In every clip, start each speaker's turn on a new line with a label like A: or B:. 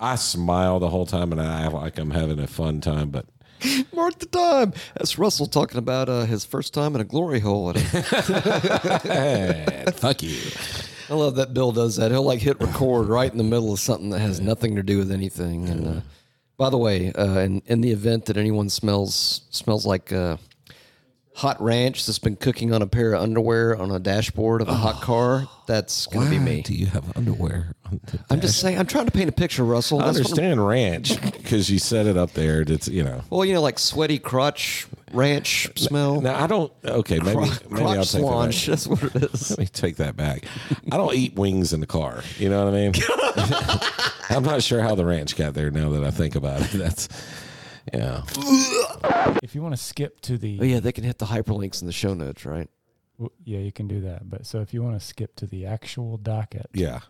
A: I smile the whole time and I act like I'm having a fun time, but
B: Mark the time. That's Russell talking about uh, his first time in a glory hole. And
A: fuck you.
B: I love that Bill does that. He'll like hit record right in the middle of something that has nothing to do with anything. And uh, by the way, uh, in, in the event that anyone smells smells like uh, hot ranch that's been cooking on a pair of underwear on a dashboard of a hot car, that's gonna be me.
C: Do you have underwear? on the-
B: I'm just saying. I'm trying to paint a picture, Russell.
A: I
B: That's what I'm-
A: understand ranch because you set it up there. It's you know.
B: well, you know, like sweaty crotch ranch smell.
A: Now I don't. Okay, maybe
B: Cro-
A: maybe I'll
B: crotch
A: take that.
B: launch.
A: Back.
B: That's what it is.
A: Let me take that back. I don't eat wings in the car. You know what I mean? I'm not sure how the ranch got there. Now that I think about it, that's yeah.
D: If you want to skip to the
B: Oh yeah, they can hit the hyperlinks in the show notes, right?
D: w- yeah, you can do that. But so if you want to skip to the actual docket,
A: Yeah.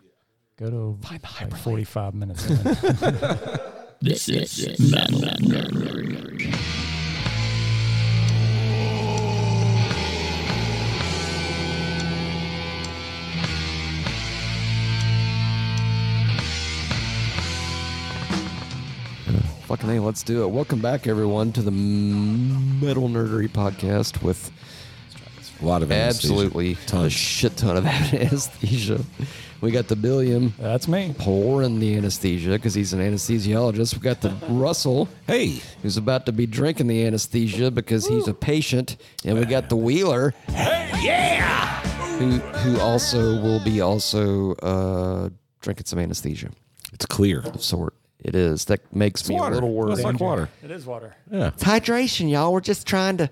D: go to like 45 minutes. in.
E: This is Metal Nerd.
B: Fucking hey, let's do it. Welcome back, everyone, to the Metal Nerdery podcast with
A: A lot of anesthesia.
B: absolutely a
A: Tons.
B: shit ton of anesthesia. We got the Billiam
D: That's me.
B: pouring the anesthesia because he's an anesthesiologist. We got the Russell
A: Hey,
B: who's about to be drinking the anesthesia because he's a patient, and we got the Wheeler. Who, who also will be also uh, drinking some anesthesia
A: it's clear.
B: of sort. It is. That makes me a little worried.
A: It's like water.
D: It is water.
B: It's hydration, y'all. We're just trying to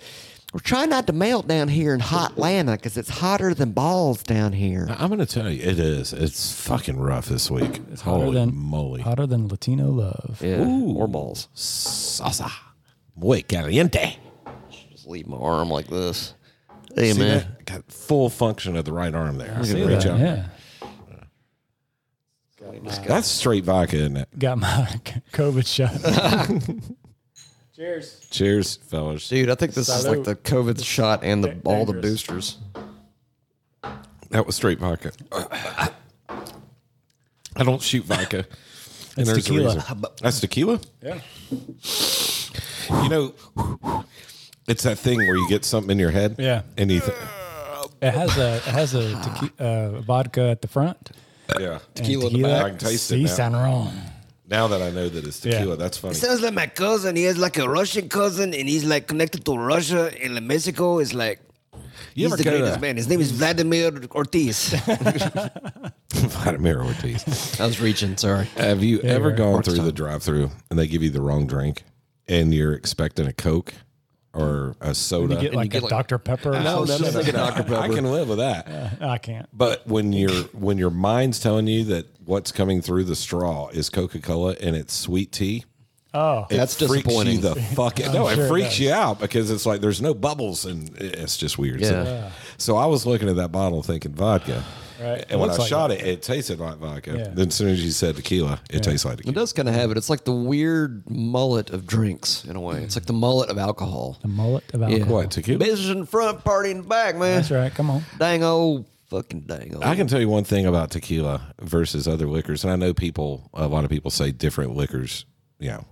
B: we're trying not to melt down here in hot Atlanta because it's hotter than balls down here.
A: I'm gonna tell you, it is. It's fucking rough this week.
D: Hotter
A: Holy
D: than,
A: moly!
D: Hotter than Latino love.
B: Yeah, or balls.
A: Salsa, muy caliente.
B: Just leave my arm like this. Hey
A: See
B: man,
A: that? Got full function of the right arm there.
D: See
A: Reach
D: that?
A: out.
D: Yeah.
A: That's straight vodka, isn't it?
D: Got my COVID shot. Cheers.
A: Cheers, fellas.
B: dude, I think this is like the COVID shot and the, all the boosters.
A: That was straight vodka. I don't shoot vodka. and there's
D: tequila.
A: a reason. That's tequila?
D: Yeah.
A: You know, it's that thing where you get something in your head.
D: Yeah.
A: And you think,
D: It has a it has a tequi- uh, vodka at the front.
A: yeah.
B: Tequila in the back.
A: I can taste it
D: See,
A: now.
D: sound wrong.
A: Now that I know that it's tequila,
D: Yeah.
A: that's funny.
F: Sounds like my cousin. He has like a Russian cousin, and he's like connected to Russia and like Mexico. Is like
A: You
F: he's
A: ever
F: the
A: go to-
F: greatest man. His name is Vladimir Ortiz.
A: Vladimir Ortiz.
B: I was reaching, sorry.
A: Have you ever
D: right.
A: gone through the drive through and they give you the wrong drink and you're expecting a Coke or a soda?
D: You get like a Dr Pepper. or
A: no,
D: some
A: no, no,
D: shit.
A: no, no. I can live with that.
D: I can't.
A: But when your when your mind's telling you that what's coming through the straw is Coca Cola and it's sweet tea,
D: Oh,
A: it
B: That's
A: freaks
B: disappointing.
A: You the fuck no,
D: sure
A: it
D: it
A: freaks
D: does.
A: you out because it's like there's no bubbles and it's just weird. So-
B: Yeah.
A: So, I was looking at that bottle thinking vodka,
D: Right.
A: and when I
D: Looks like
A: shot it, it tasted like vodka.
D: Yeah.
A: Then as soon as you said tequila, it tastes like
B: It
A: tequila.
B: does kind of have it. It's like the weird mullet of drinks in a way. It's like the mullet of alcohol.
D: the mullet of alcohol.
A: What tequila?
B: Business in front, party in the back, man.
D: That's right. Come on.
B: Dang old fucking dang old.
A: I can tell you one thing about tequila versus other liquors, and I know people. A lot of people say different liquors, you know,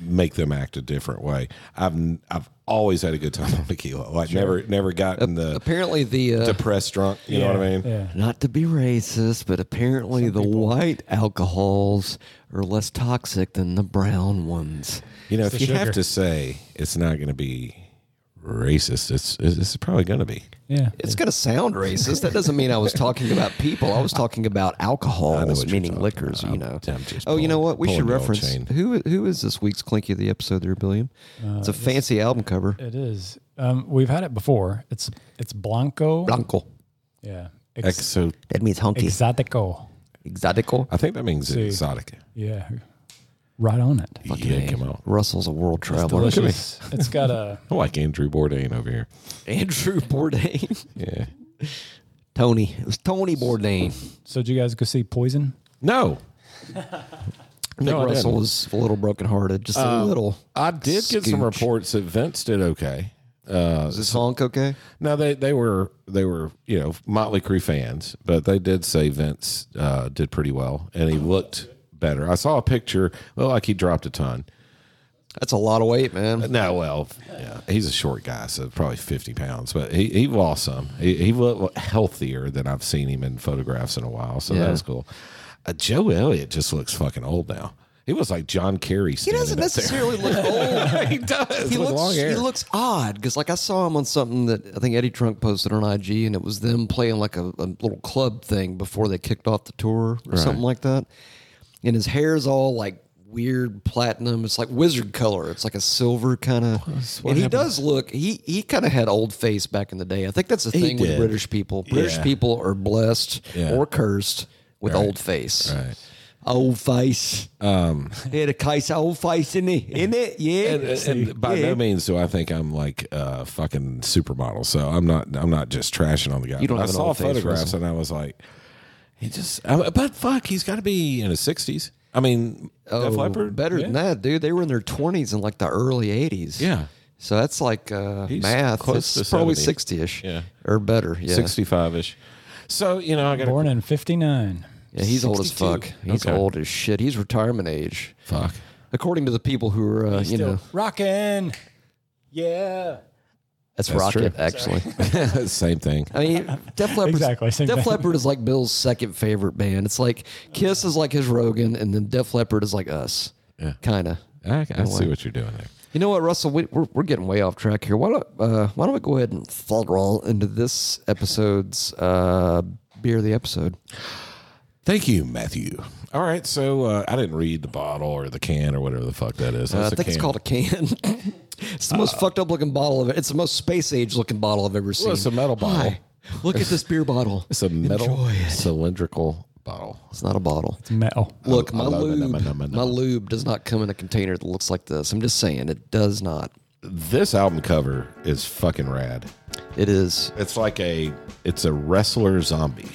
A: make them act a different way. I've n- I've always had a good time on tequila. Like never never gotten the
B: Apparently the uh,
A: depressed drunk. You know what I mean?
D: Yeah.
B: Not to be racist, but apparently the white alcohols are less toxic than the brown ones.
A: You know, if you have
D: sugar.
A: to say it's not going to be racist, it's it's it's probably going to be.
D: Yeah.
B: It's going to sound racist. That doesn't mean I was talking about people. I was talking about alcohols, meaning liquors, you know.
A: I'm just
B: oh, you know
A: pulling-
B: what? We
A: pulling
B: should
A: the old
B: reference
A: chain.
B: who who is this week's Clinky of the episode there, Billiam? it's a fancy album cover.
D: It is. Um, we've had it before. It's it's Blanco.
B: Blanco.
D: yeah.
A: Ex-
D: Ex-
A: so
B: That means honky.
D: exotico.
B: Exotico.
A: I think that means exotic.
D: Yeah. Right on it.
A: Yeah, come on.
B: Russell's a world traveler.
D: Delicious. It's got a
A: I like Andrew Bourdain over here.
B: Andrew Bourdain.
A: Yeah.
B: Tony. It was Tony Bourdain.
D: So did you guys go see Poison?
A: No,
B: I think
A: I didn't.
B: Russell was a little brokenhearted, just a little.
A: I did get some
B: Scooch.
A: reports that Vince did okay.
B: Is this honk okay?
A: No, they they were they were you know Motley Crue fans, but they did say Vince uh, did pretty well, and he looked better. I saw a picture. Well, like he dropped a ton.
B: That's a lot of weight, man.
A: No, well, yeah, he's a short guy, so probably fifty pounds. But he, he lost some. He, he looked healthier than I've seen him in photographs in a while, so that
B: Yeah.
A: was cool. Uh, Joe Elliott just looks fucking old now. He was like John Kerry.
B: He doesn't necessarily look old.
A: he does.
B: He
A: with
B: looks,
A: long hair.
B: he looks odd because, like, I saw him on something that I think Eddie Trunk posted on IG, and it was them playing like a, a little club thing before they kicked off the tour or something like that. And his hair is all like weird platinum. It's like wizard color. It's like a silver kind of. And he does look. He he kind of had old face back in the day. I think that's the thing with
A: did.
B: British people. British
A: Yeah.
B: people are blessed
A: Yeah.
B: or cursed with old face.
A: Right. Uh,
B: Old face. He had a case of old face in it, in it, yeah.
A: And, and by no means do I think I'm like uh, fucking supermodel. So I'm not. I'm not just trashing on the guy.
B: You don't
A: I
B: have an
A: saw
B: old face,
A: photographs
B: Russell.
A: and I was like, he just. I- but fuck, he's got to be in his sixties. I mean,
B: Oh,
A: Def Leppard.
B: better than that, dude. They were in their twenties in like the early eighties.
A: Yeah.
B: So that's like uh,
A: He's
B: math.
A: close
B: it's
A: to
B: probably
A: 70.
B: sixty-ish.
A: Yeah.
B: or better. Yeah,
A: 65 ish. So, you know, I got
D: Born in '59.
B: yeah. He's old as fuck. He's
A: Okay.
B: old as shit. He's retirement age.
A: fuck.
B: According to the people who are, uh, you know,
D: Rockin'. Yeah.
B: that's,
A: That's true.
B: rocket. Actually,
A: Same thing.
B: I mean, Def Leppard.
D: Exactly, same
B: Def
D: thing.
B: Leppard is like Bill's second favorite band. It's like Kiss is like his Rogan, and then Def Leppard is like us.
A: Yeah.
B: Kind of.
A: I, I see what you're doing there.
B: You know what, Russell? We, we're, we're getting way off track here. Why don't uh, Why don't we go ahead and throttle into this episode's uh, beer of the episode?
A: Thank you, Matthew. All right. So, uh, I didn't read the bottle or the can or whatever the fuck that is.
B: Uh, I
A: That's a
B: think it's
A: can. Uh,
B: called a can. it's the most fucked up looking bottle of it. It's the most space age looking bottle I've ever seen.
A: it's a metal bottle.
B: Hi, look at this beer bottle.
A: It's a metal
B: Enjoy it.
A: cylindrical bottle.
B: It's not a bottle.
D: Metal.
B: Look,
A: I
B: my
A: love it.
B: lube,
A: Nom, nom, nom,
B: my
A: nom.
B: lube does not come in a container that looks like this. I'm just saying, it does not.
A: This album cover is fucking rad.
B: It is.
A: It's like a it's a wrestler zombie.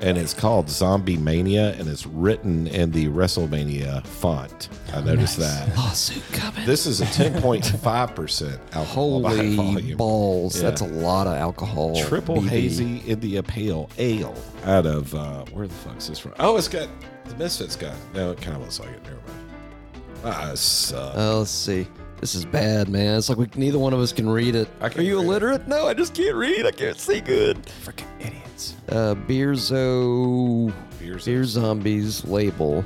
A: And it's called Zombie Mania and it's written in the WrestleMania font.
B: Oh,
A: I noticed that.
B: Lawsuit coming.
A: This is a 10.5% alcohol by
B: Holy
A: volume.
B: balls!
A: Yeah.
B: That's a lot of alcohol.
A: Triple
B: BV.
A: hazy India pale ale out of uh, where the fuck's this from? Oh, it's got the Misfits guy. No, it kind of looks like it. Never mind. Ah, it's, uh,
B: Uh, let's see. This is bad, man. It's like we, neither one of us can read it.
A: I can't
B: Are you
A: read it.
B: illiterate? No, I just can't read. I can't see good.
D: Freaking idiots.
B: Uh, Beerzo,
A: Beerzo.
B: Beer Zombies label.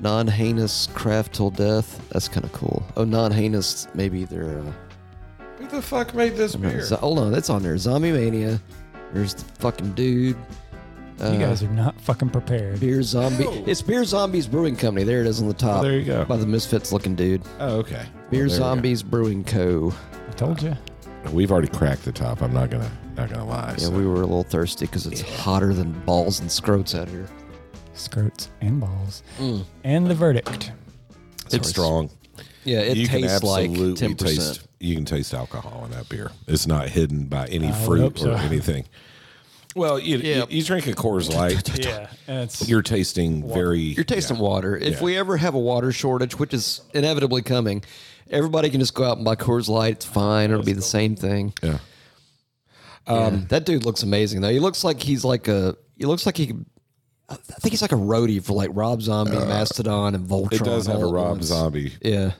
B: Non heinous craft till death. That's kind of cool. Oh, non heinous. Maybe they're. Uh,
A: who the fuck made this
B: I don't know.
A: beer?
B: Zo- hold on, that's on there. Zombie Mania. There's the fucking dude. Uh,
D: you guys are not fucking prepared.
B: Beer Zombie. It's Beer Zombies Brewing Company. There it is on the top.
A: there you go.
B: By the Misfits looking dude.
A: Oh, okay.
B: Beer
A: Well, there we go.
B: Zombies Brewing Co.
D: I told you.
A: We've already cracked the top. I'm not gonna not gonna lie.
B: Yeah,
A: so-
B: we were a little thirsty because it's hotter than balls and scrotes out here.
D: Skirts and balls.
B: Mm.
D: And the verdict.
A: it's strong.
B: Yeah, it
A: you
B: tastes like
A: absolutely
B: ten percent.
A: Taste, you can taste alcohol in that beer. It's not hidden by any
D: would
A: fruit
D: hope so.
A: or anything. Well, you,
B: Yeah.
A: you, you drink a Coors Light,
D: Yeah. It's
A: you're tasting very.
B: You're tasting water. If
A: Yeah.
B: we ever have a water shortage, which is inevitably coming, everybody can just go out and buy Coors Light. It's fine. It'll be the same thing.
A: Yeah.
B: Um, that dude looks amazing though. He looks like he's like a. He looks like he. could- I think he's like a roadie for like Rob Zombie, Mastodon, and Voltron.
A: Uh, It does have
B: all
A: a
B: at
A: Rob
B: once.
A: Zombie
B: Yeah.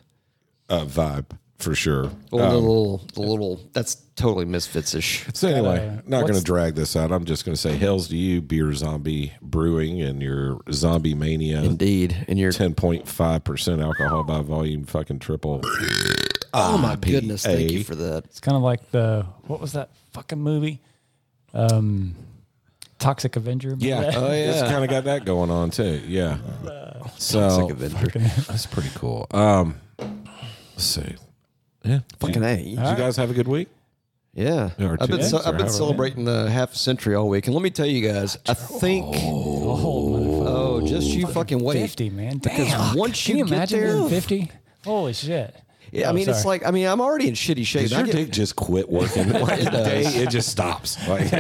A: uh, vibe for sure. Uh,
B: Well, the little, the little. That's totally misfitsish.
A: So anyway, not going to
D: what's-
A: drag this out. I'm just going to say, "Hell's to you, beer zombie brewing and your zombie mania."
B: Indeed, and you're
A: 10.5% alcohol by volume, fucking triple.
B: Oh my goodness! Thank
A: A.
B: you for that.
D: it's kind of like the what was that fucking movie? Um, Toxic Avenger. remember
A: Oh, Yeah.
D: that?
A: It's kind of got that going on too. Yeah.
B: Oh,
A: so that's pretty cool. Um, let's see. Yeah.
B: Fucking a.
A: Did you guys have a good week?
B: Yeah,
A: Or
B: I've been
A: two weeks,
B: so,
A: or
B: I've been
A: however
B: celebrating the half century all week, and let me tell you guys, I think. Oh, just you fucking wait.
D: Fifty man.
B: Because
D: Damn.
B: once
D: Can
B: you
D: you
B: get
D: imagine being
B: there-
D: fifty? Holy shit!
B: Yeah, I
D: Oh,
B: mean, it's
D: sorry.
B: like I mean, I'm already in shitty shape.
A: Does your
B: I get-
A: dick just quit working? Like a day, it just stops. Like,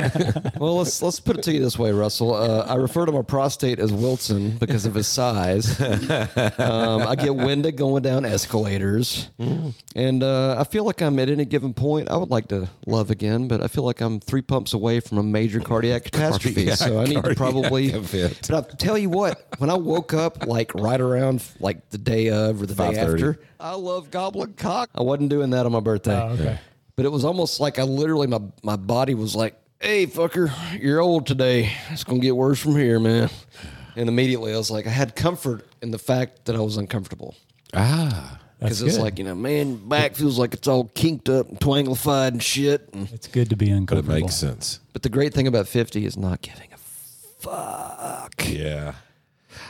B: Well, let's let's put it to you this way, Russell. Uh, I refer to my prostate as Wilson because of his size. Um, I get winded going down escalators,
A: Mm.
B: and uh, I feel like I'm at any given point. I would like to love again, but I feel like I'm three pumps away from a major cardiac catastrophe.
A: Cardiac-
B: so I need to
A: cardiac
B: probably.
A: event.
B: But I tell you what, when I woke up, like right around like the day of or the day
A: 5:30.
B: after, I love goblin cock. I wasn't doing that on my birthday
D: Oh, okay.
B: but it was almost like I literally my my body was like, "Hey, fucker, you're old today. It's gonna get worse from here, man." And immediately I was like, I had comfort in the fact that I was uncomfortable
A: ah,
B: because it's
D: good.
B: like you know, man, back feels like it's all kinked up and twanglified and shit. And,
D: It's good to be
A: but it
D: uncomfortable.
A: makes sense.
B: but the great thing about fifty is not giving a fuck.
A: Yeah.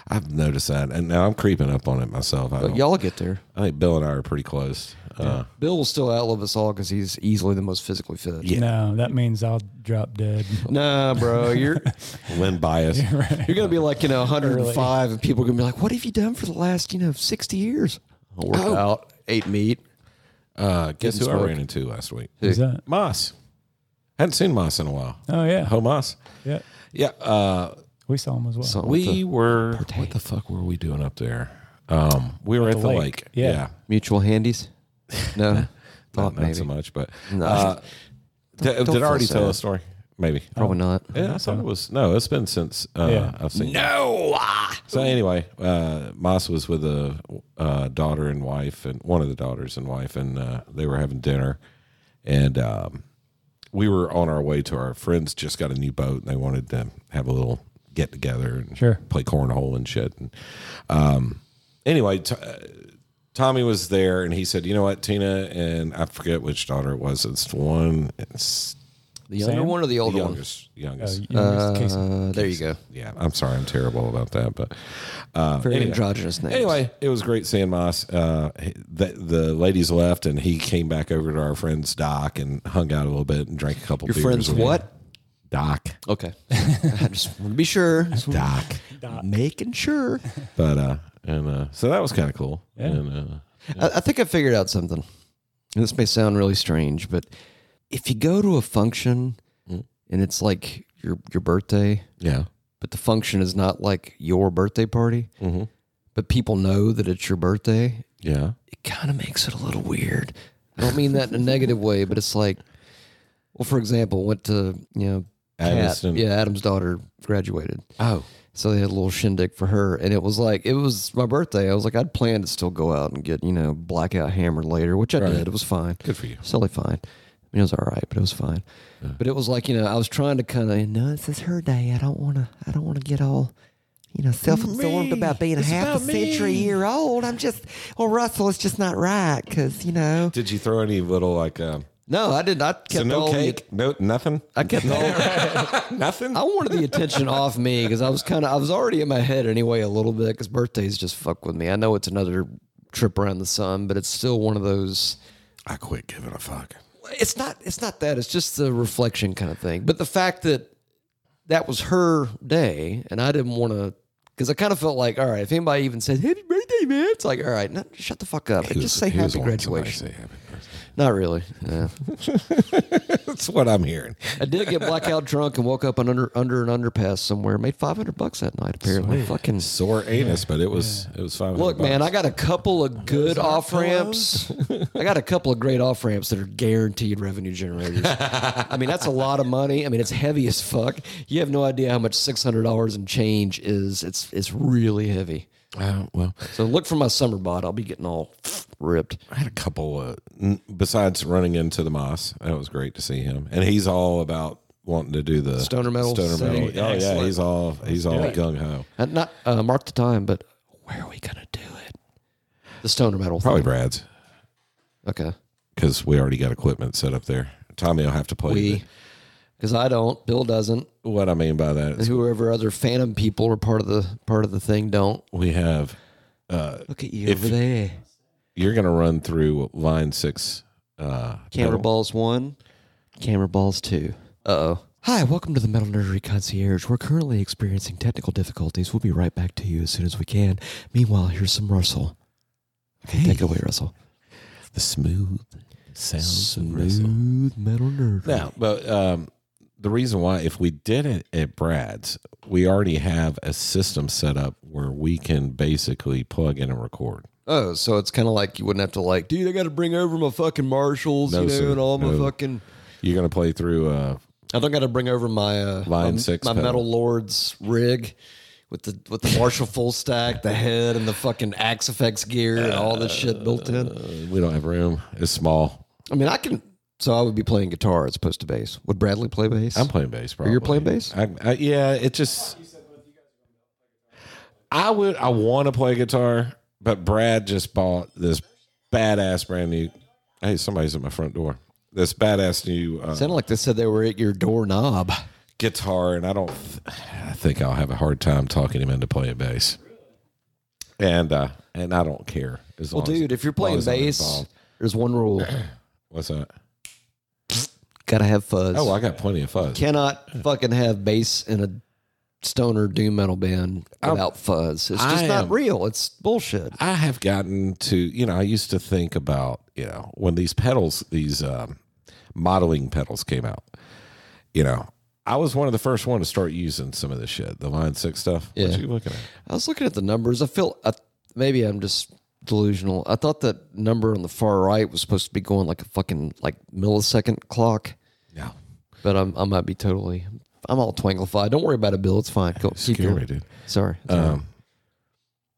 A: I've noticed that. And now I'm creeping up on it myself. I,
B: But
A: don't-
B: y'all get there.
A: I think Bill and I are pretty close. Uh,
B: Bill will still outlive us all because he's easily the most physically fit.
A: Yeah.
D: No, that means I'll drop dead.
B: Nah, bro, you're
A: Lynn bias.
B: You're gonna be like, you know, 105, and people are gonna be like, "What have you done for the last, you know, 60 years?" Oh. I worked out, ate meat.
A: Uh, guess who
B: Didn't
A: I
B: smoke.
A: ran into last week?
D: Is that?
A: Moss. Hadn't seen Moss in a while.
D: Oh yeah,
A: Oh, Moss.
D: yeah.
A: Yeah. Uh,
D: We saw him as well.
B: So we
A: we were. What the fuck were we doing up there? Um, we were at, the
D: lake.
A: lake.
D: Yeah.
B: mutual handies. No,
A: Not,
B: thought
A: not
B: maybe
A: so much, but
B: No.
A: uh, d-
B: don't
A: did I
B: feel
A: already tell
B: sad.
A: a story? Maybe.
B: probably not.
A: Yeah, I thought it was. No, it's been since uh,
D: Yeah.
A: I've seen. No. So anyway, uh, Moss was with a uh, daughter and wife, and one of the daughters and wife, and uh, they were having dinner, and um, we were on our way to our friends. Just got a new boat, and they wanted to have a little get together and
D: Sure.
A: play cornhole and shit. And um, anyway, t- uh, Tommy was there, and he said, "You know what, Tina?" And I forget which daughter it was. It's the one. It's
B: The younger
D: Sam?
B: one or Oh, the
A: the
B: older one?
A: youngest. Youngest.
D: Oh, You know, it's Casey.
B: Uh, there you go.
A: Yeah, I'm sorry, I'm terrible about that, but uh,
B: Very androgynous name.
A: anyway, it was great seeing Moss. Uh, the, the ladies left, and he came back over to our friend's dock and hung out a little bit and drank a couple.
B: your
A: beers
B: friends
A: with him.
B: what?
A: dock?
B: Okay, I just want to be sure. Just
A: Dock.
B: Making sure.
A: But uh, and uh, so that was kind of cool.
D: Yeah.
A: And, uh,
B: I, I think I figured out something. And This may sound really strange, but if you go to a function and it's like your your birthday,
A: yeah,
B: but the function is not like your birthday party,
A: Mhm.
B: but people know that it's your birthday,
A: yeah.
B: it kind of makes it a little weird. I don't mean that in a negative way, but it's like, well, for example, went to you know, Kat-
A: Addison.
B: yeah, Adam's daughter graduated.
A: Oh,
B: So they had a little shindig for her, and it was like it was my birthday. I was like, I'd planned to still go out and get you know blackout hammered later, which I did. It was fine.
A: good for you.
B: It's totally fine. I mean, it was all right, but it was fine. But it was like you know, I was trying to kind of no, this is her day. I don't want to. I don't want to get all. You know, self-absorbed about being a half a century year old. I'm just, well, Russell, it's just not right because you know.
A: Did you throw any little like um,
B: No, I did. I kept
A: so no
B: all the-
A: cake, no nothing,
B: I kept all.
A: nothing?
B: I wanted the attention off me because I was kind of I was already in my head anyway a little bit because birthdays just fuck with me. I know it's another trip around the sun, but it's still one of those.
A: I quit giving a fuck.
B: It's not. It's not that. It's just the reflection kind of thing. But the fact that that was her day and I didn't want to. Because I kind of felt like, all right, if anybody even says "Happy birthday, man," it's like, all right, no, shut the fuck up and just say
A: He was
B: "Happy
A: wanting somebody to
B: graduation."
A: say happy birthday.
B: Not really. Yeah.
A: That's what I'm hearing.
B: I did get blackout drunk and woke up on under under an underpass somewhere. Made five hundred bucks that night. Apparently, fucking
A: Sore anus, but it was it was fine.
B: Look, man, I got a couple of good off ramps. I got a couple of great off ramps that are guaranteed revenue generators. I mean, that's a lot of money. I mean, it's heavy as fuck. You have no idea how much six hundred dollars in change is. It's it's really heavy.
A: Uh, well,
B: So look for my summer bod. I'll be getting all ripped.
A: I had a couple of n- besides running into the moss. That was great to see him, and he's all about wanting to do the
B: Stoner metal
A: Stoner
B: thing.
A: metal. Oh yeah, he's all he's all gung ho.
B: And not uh, mark the time, but where are we gonna do it? The stoner metal.
A: Probably
B: thing.
A: Brad's
B: Okay.
A: because we already got equipment set up there. Tommy will have to play.
B: We. Because I don't. Bill doesn't.
A: the- what I mean by that
B: And
A: is
B: whoever other phantom people are part of the part of the thing don't.
A: we have
B: Look at you
A: If-
B: over there.
A: you're going to run through line six. Uh,
B: Camera
A: metal-
B: balls one, camera balls two. Uh oh. Hi, welcome to the Metal Nerdery Concierge. We're currently experiencing technical difficulties. We'll be right back to you as soon as we can. Meanwhile, here's some Russell. Okay, take it away, Russell.
C: The smooth sounds of
B: Smooth metal nerd.
A: Now, but um, the reason why, if we did it at Brad's, we already have a system set up where we can basically plug in and record.
B: Oh, so it's kind of like you wouldn't have to like, dude, I got to bring over my fucking marshals,
A: No,
B: you know,
A: sir.
B: and all my
A: No.
B: fucking.
A: You're gonna play through. Uh,
B: I don't got to bring over my uh,
A: Line
B: my,
A: six
B: my
A: pedal.
B: metal lords rig with the with the Marshall full stack, the head, and the fucking Axe effects gear and all this shit built in.
A: uh, we don't have room. It's small.
B: I mean, I can. So I would be playing guitar as opposed to bass. Would Bradley play bass?
A: I'm playing bass. Probably.
B: you're playing bass?
A: I, I, yeah, it just. I would. I want to play guitar, but Brad just bought this badass brand new. Hey, somebody's at my front door. This badass new uh,
B: Sounded like they said they were at your doorknob.
A: guitar, and I don't. Th- I think I'll have a hard time talking him into playing bass. And uh, and I don't care as
B: Well,
A: long as-
B: dude, if you're
A: as long
B: playing
A: as I'm
B: bass,
A: involved.
B: there's one rule:
A: what's that?
B: gotta have fuzz.
A: Oh, I got plenty of fuzz.
B: cannot fucking have bass in a stoner doom metal band without fuzz. It's just
A: I
B: not
A: am-
B: real. It's bullshit.
A: I have gotten to, you know, I used to think about, you know, when these pedals, these um, modeling pedals came out, you know, I was one of the first one to start using some of this shit, the Line Six stuff.
B: Yeah.
A: What you looking at?
B: I was looking at the numbers. I feel I, maybe I'm just delusional. I thought that number on the far right was supposed to be going like a fucking like millisecond clock,
A: No,
B: but I'm, I might be totally. I'm all twanglified. Don't worry about it, Bill. It's fine. Go, keep
A: scary,
B: going.
A: dude.
B: Sorry, It's all right.
A: Um,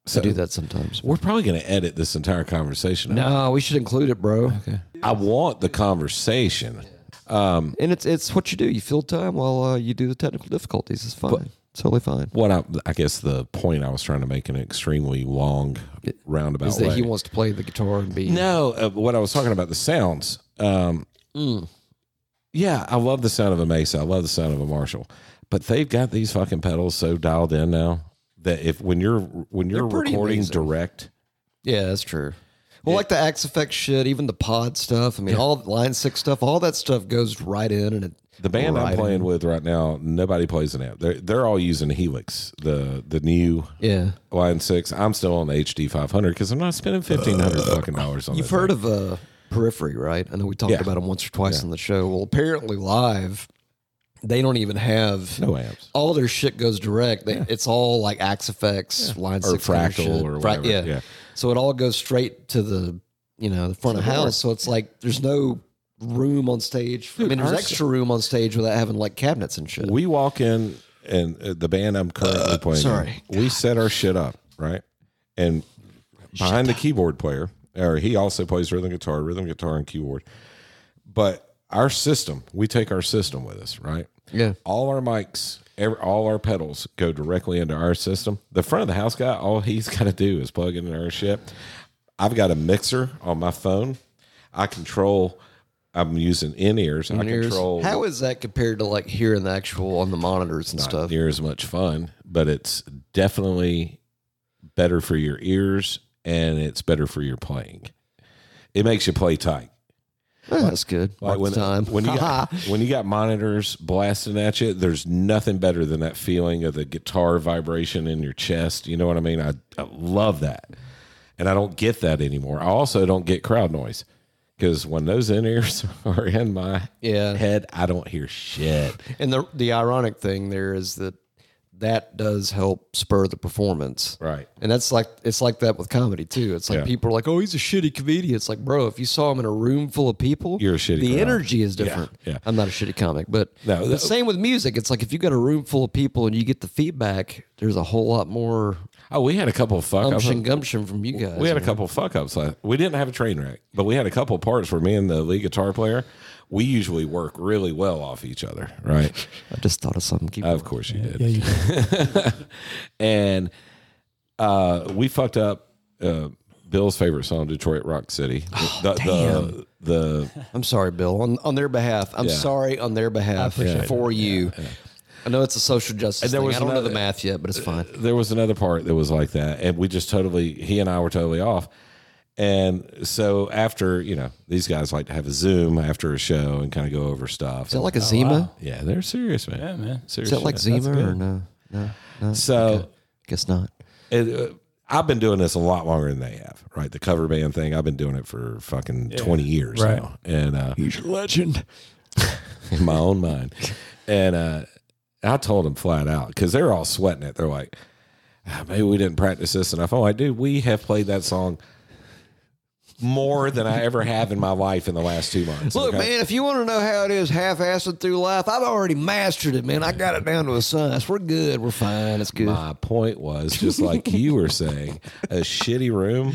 A: so
B: I do that sometimes.
A: We're probably going to edit this entire conversation. out.
B: No, we should include it, bro.
A: I want the conversation.
B: And it's it's what you do. You fill time while uh, you do the technical difficulties. It's fine. it's totally fine.
A: What I, I guess the point I was trying to make in an extremely long roundabout
B: Is that
A: way.
B: he wants to play the guitar and be
A: No, uh, what I was talking about the sounds. Um,
B: Mm.
A: Yeah, I love the sound of a Mesa. I love the sound of a Marshall, but they've got these fucking pedals so dialed in now that if when you're when you're
B: They're pretty
A: recording
B: amazing.
A: direct,
B: Yeah, that's true. Well, like the Axe Effect shit, even the pod stuff. I mean, all the Line Six stuff, all that stuff goes right in, and it
A: the band
B: Right.
A: I'm playing with right now, nobody plays an amp. They're they're all using Helix, the the new
B: yeah.
A: Line Six. I'm still on the HD 500 because I'm not spending 1500 fucking dollars on.
B: You've
A: that
B: heard
A: thing.
B: of uh, Periphery, right? I know we talked
A: Yeah.
B: about them once or twice on the show. Well, apparently live, they don't even have
A: no amps
B: all their shit goes direct. They, It's all like Axe Effects, Line
A: or
B: Six kind of
A: fractal
B: shit.
A: or
B: Fra-
A: whatever.
B: yeah. So it all goes straight to the you know the front of house. So it's like there's no room on stage. I mean, there's
A: our-
B: extra room on stage without having like cabinets and shit.
A: We walk in, and uh, the band I'm currently playing, in,
B: sorry.
A: we set our shit up right, and behind the keyboard player, or he also plays rhythm guitar, rhythm guitar, and keyboard. But our system, we take our system with us, right?
B: yeah.
A: All our mics, every, all our pedals go directly into our system. The front of the house guy, all he's got to do is plug in our shit. I've got a mixer on my phone. I control. I'm using in ears. I
B: ears.
A: control.
B: How is that compared to like hearing the actual on the monitors and stuff?
A: near as much fun, but it's definitely better for your ears and it's better for your playing. It makes you play tight.
B: Oh, that's good. Mark
A: when,
B: the time.
A: when you got when you got monitors blasting at you, there's nothing better than that feeling of the guitar vibration in your chest. You know what I mean? I, I love that, and I don't get that anymore. I also don't get crowd noise because when those in ears are in my
B: Yeah.
A: head, I don't hear shit.
B: and the the ironic thing there is that that does help spur the performance.
A: Right.
B: And that's like it's like that with comedy too. It's like
A: Yeah.
B: people are like, "Oh, he's a shitty comedian." It's like, bro, if you saw him in a room full of people,
A: You're a shitty
B: The
A: crowd.
B: energy is different.
A: yeah.
B: I'm not a shitty comic, but
A: No,
B: the
A: that-
B: same with music. It's like if you got a room full of people and you get the feedback, there's a whole lot more
A: Oh, we had a couple of fuck ups.
B: gumption gumption from you guys.
A: We had a couple fuck ups. We didn't have a train wreck, but we had a couple parts where me and the lead guitar player, we usually work really well off each other, right?
B: I just thought of something. Keep
A: of course you did.
D: Yeah, you
A: And uh, we fucked up uh, Bill's favorite song, Detroit Rock City. the, the, the,
B: I'm sorry, Bill. On on their behalf, I'm
A: Yeah.
B: sorry on their behalf for you. I know it's a social justice
A: there
B: thing.
A: was
B: I don't know
A: another- Uh,
B: the math yet, but it's fine.
A: there was another part that was like that, and we just totally he and I were totally off. And so after you know these guys like to have a Zoom after a show and kind of go over stuff.
B: Is that like a Zima?
A: yeah, they're serious, man.
D: yeah, man.
A: Serious
B: Is that like
A: shit.
B: Zima or no? No, no.
A: So
B: Guess not.
A: it, uh, I've been doing this a lot longer than they have, right? The cover band thing, I've been doing it for fucking 20 years
D: Right.
A: now. And uh,
D: He's a legend.
A: in my own mind. And uh, I told them flat out because they're all sweating it. They're like, "Ah, maybe we didn't practice this enough. Oh, I do. We have played that song more than I ever have in my life in the last two months.
B: Look,
A: okay?
B: man, if you want to know how it is half-assed through life, I've already mastered it, man. I got it down to a science. We're good. We're fine. It's good.
A: My point was just like you were saying, a shitty room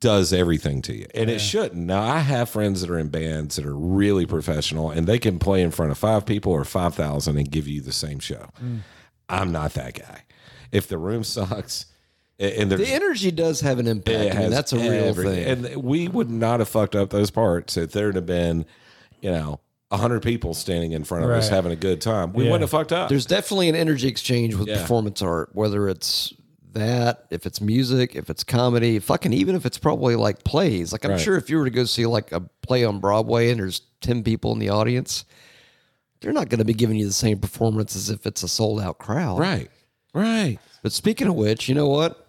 A: does everything to you, and it shouldn't. Now, I have friends that are in bands that are really professional, and they can play in front of five people or five thousand and give you the same show.
B: Mm.
A: I'm not that guy. If the room sucks, a- and
B: the
A: there's
B: energy does have an impact. I mean,
A: has
B: that's a real
A: everything.
B: thing.
A: And we would not have fucked up those parts if there'd have been, you know, hundred people standing in front of us
D: Right.
A: having a good time. We
D: Yeah.
A: wouldn't have fucked up.
B: There's definitely an energy exchange with
A: Yeah.
B: performance art, whether it's that, if it's music, if it's comedy, fucking even if it's probably like plays. Like I'm
A: Right.
B: sure if you were to go see like a play on Broadway and there's ten people in the audience, they're not going to be giving you the same performance as if it's a sold out crowd.
A: right, right.
B: But speaking of which, you know what?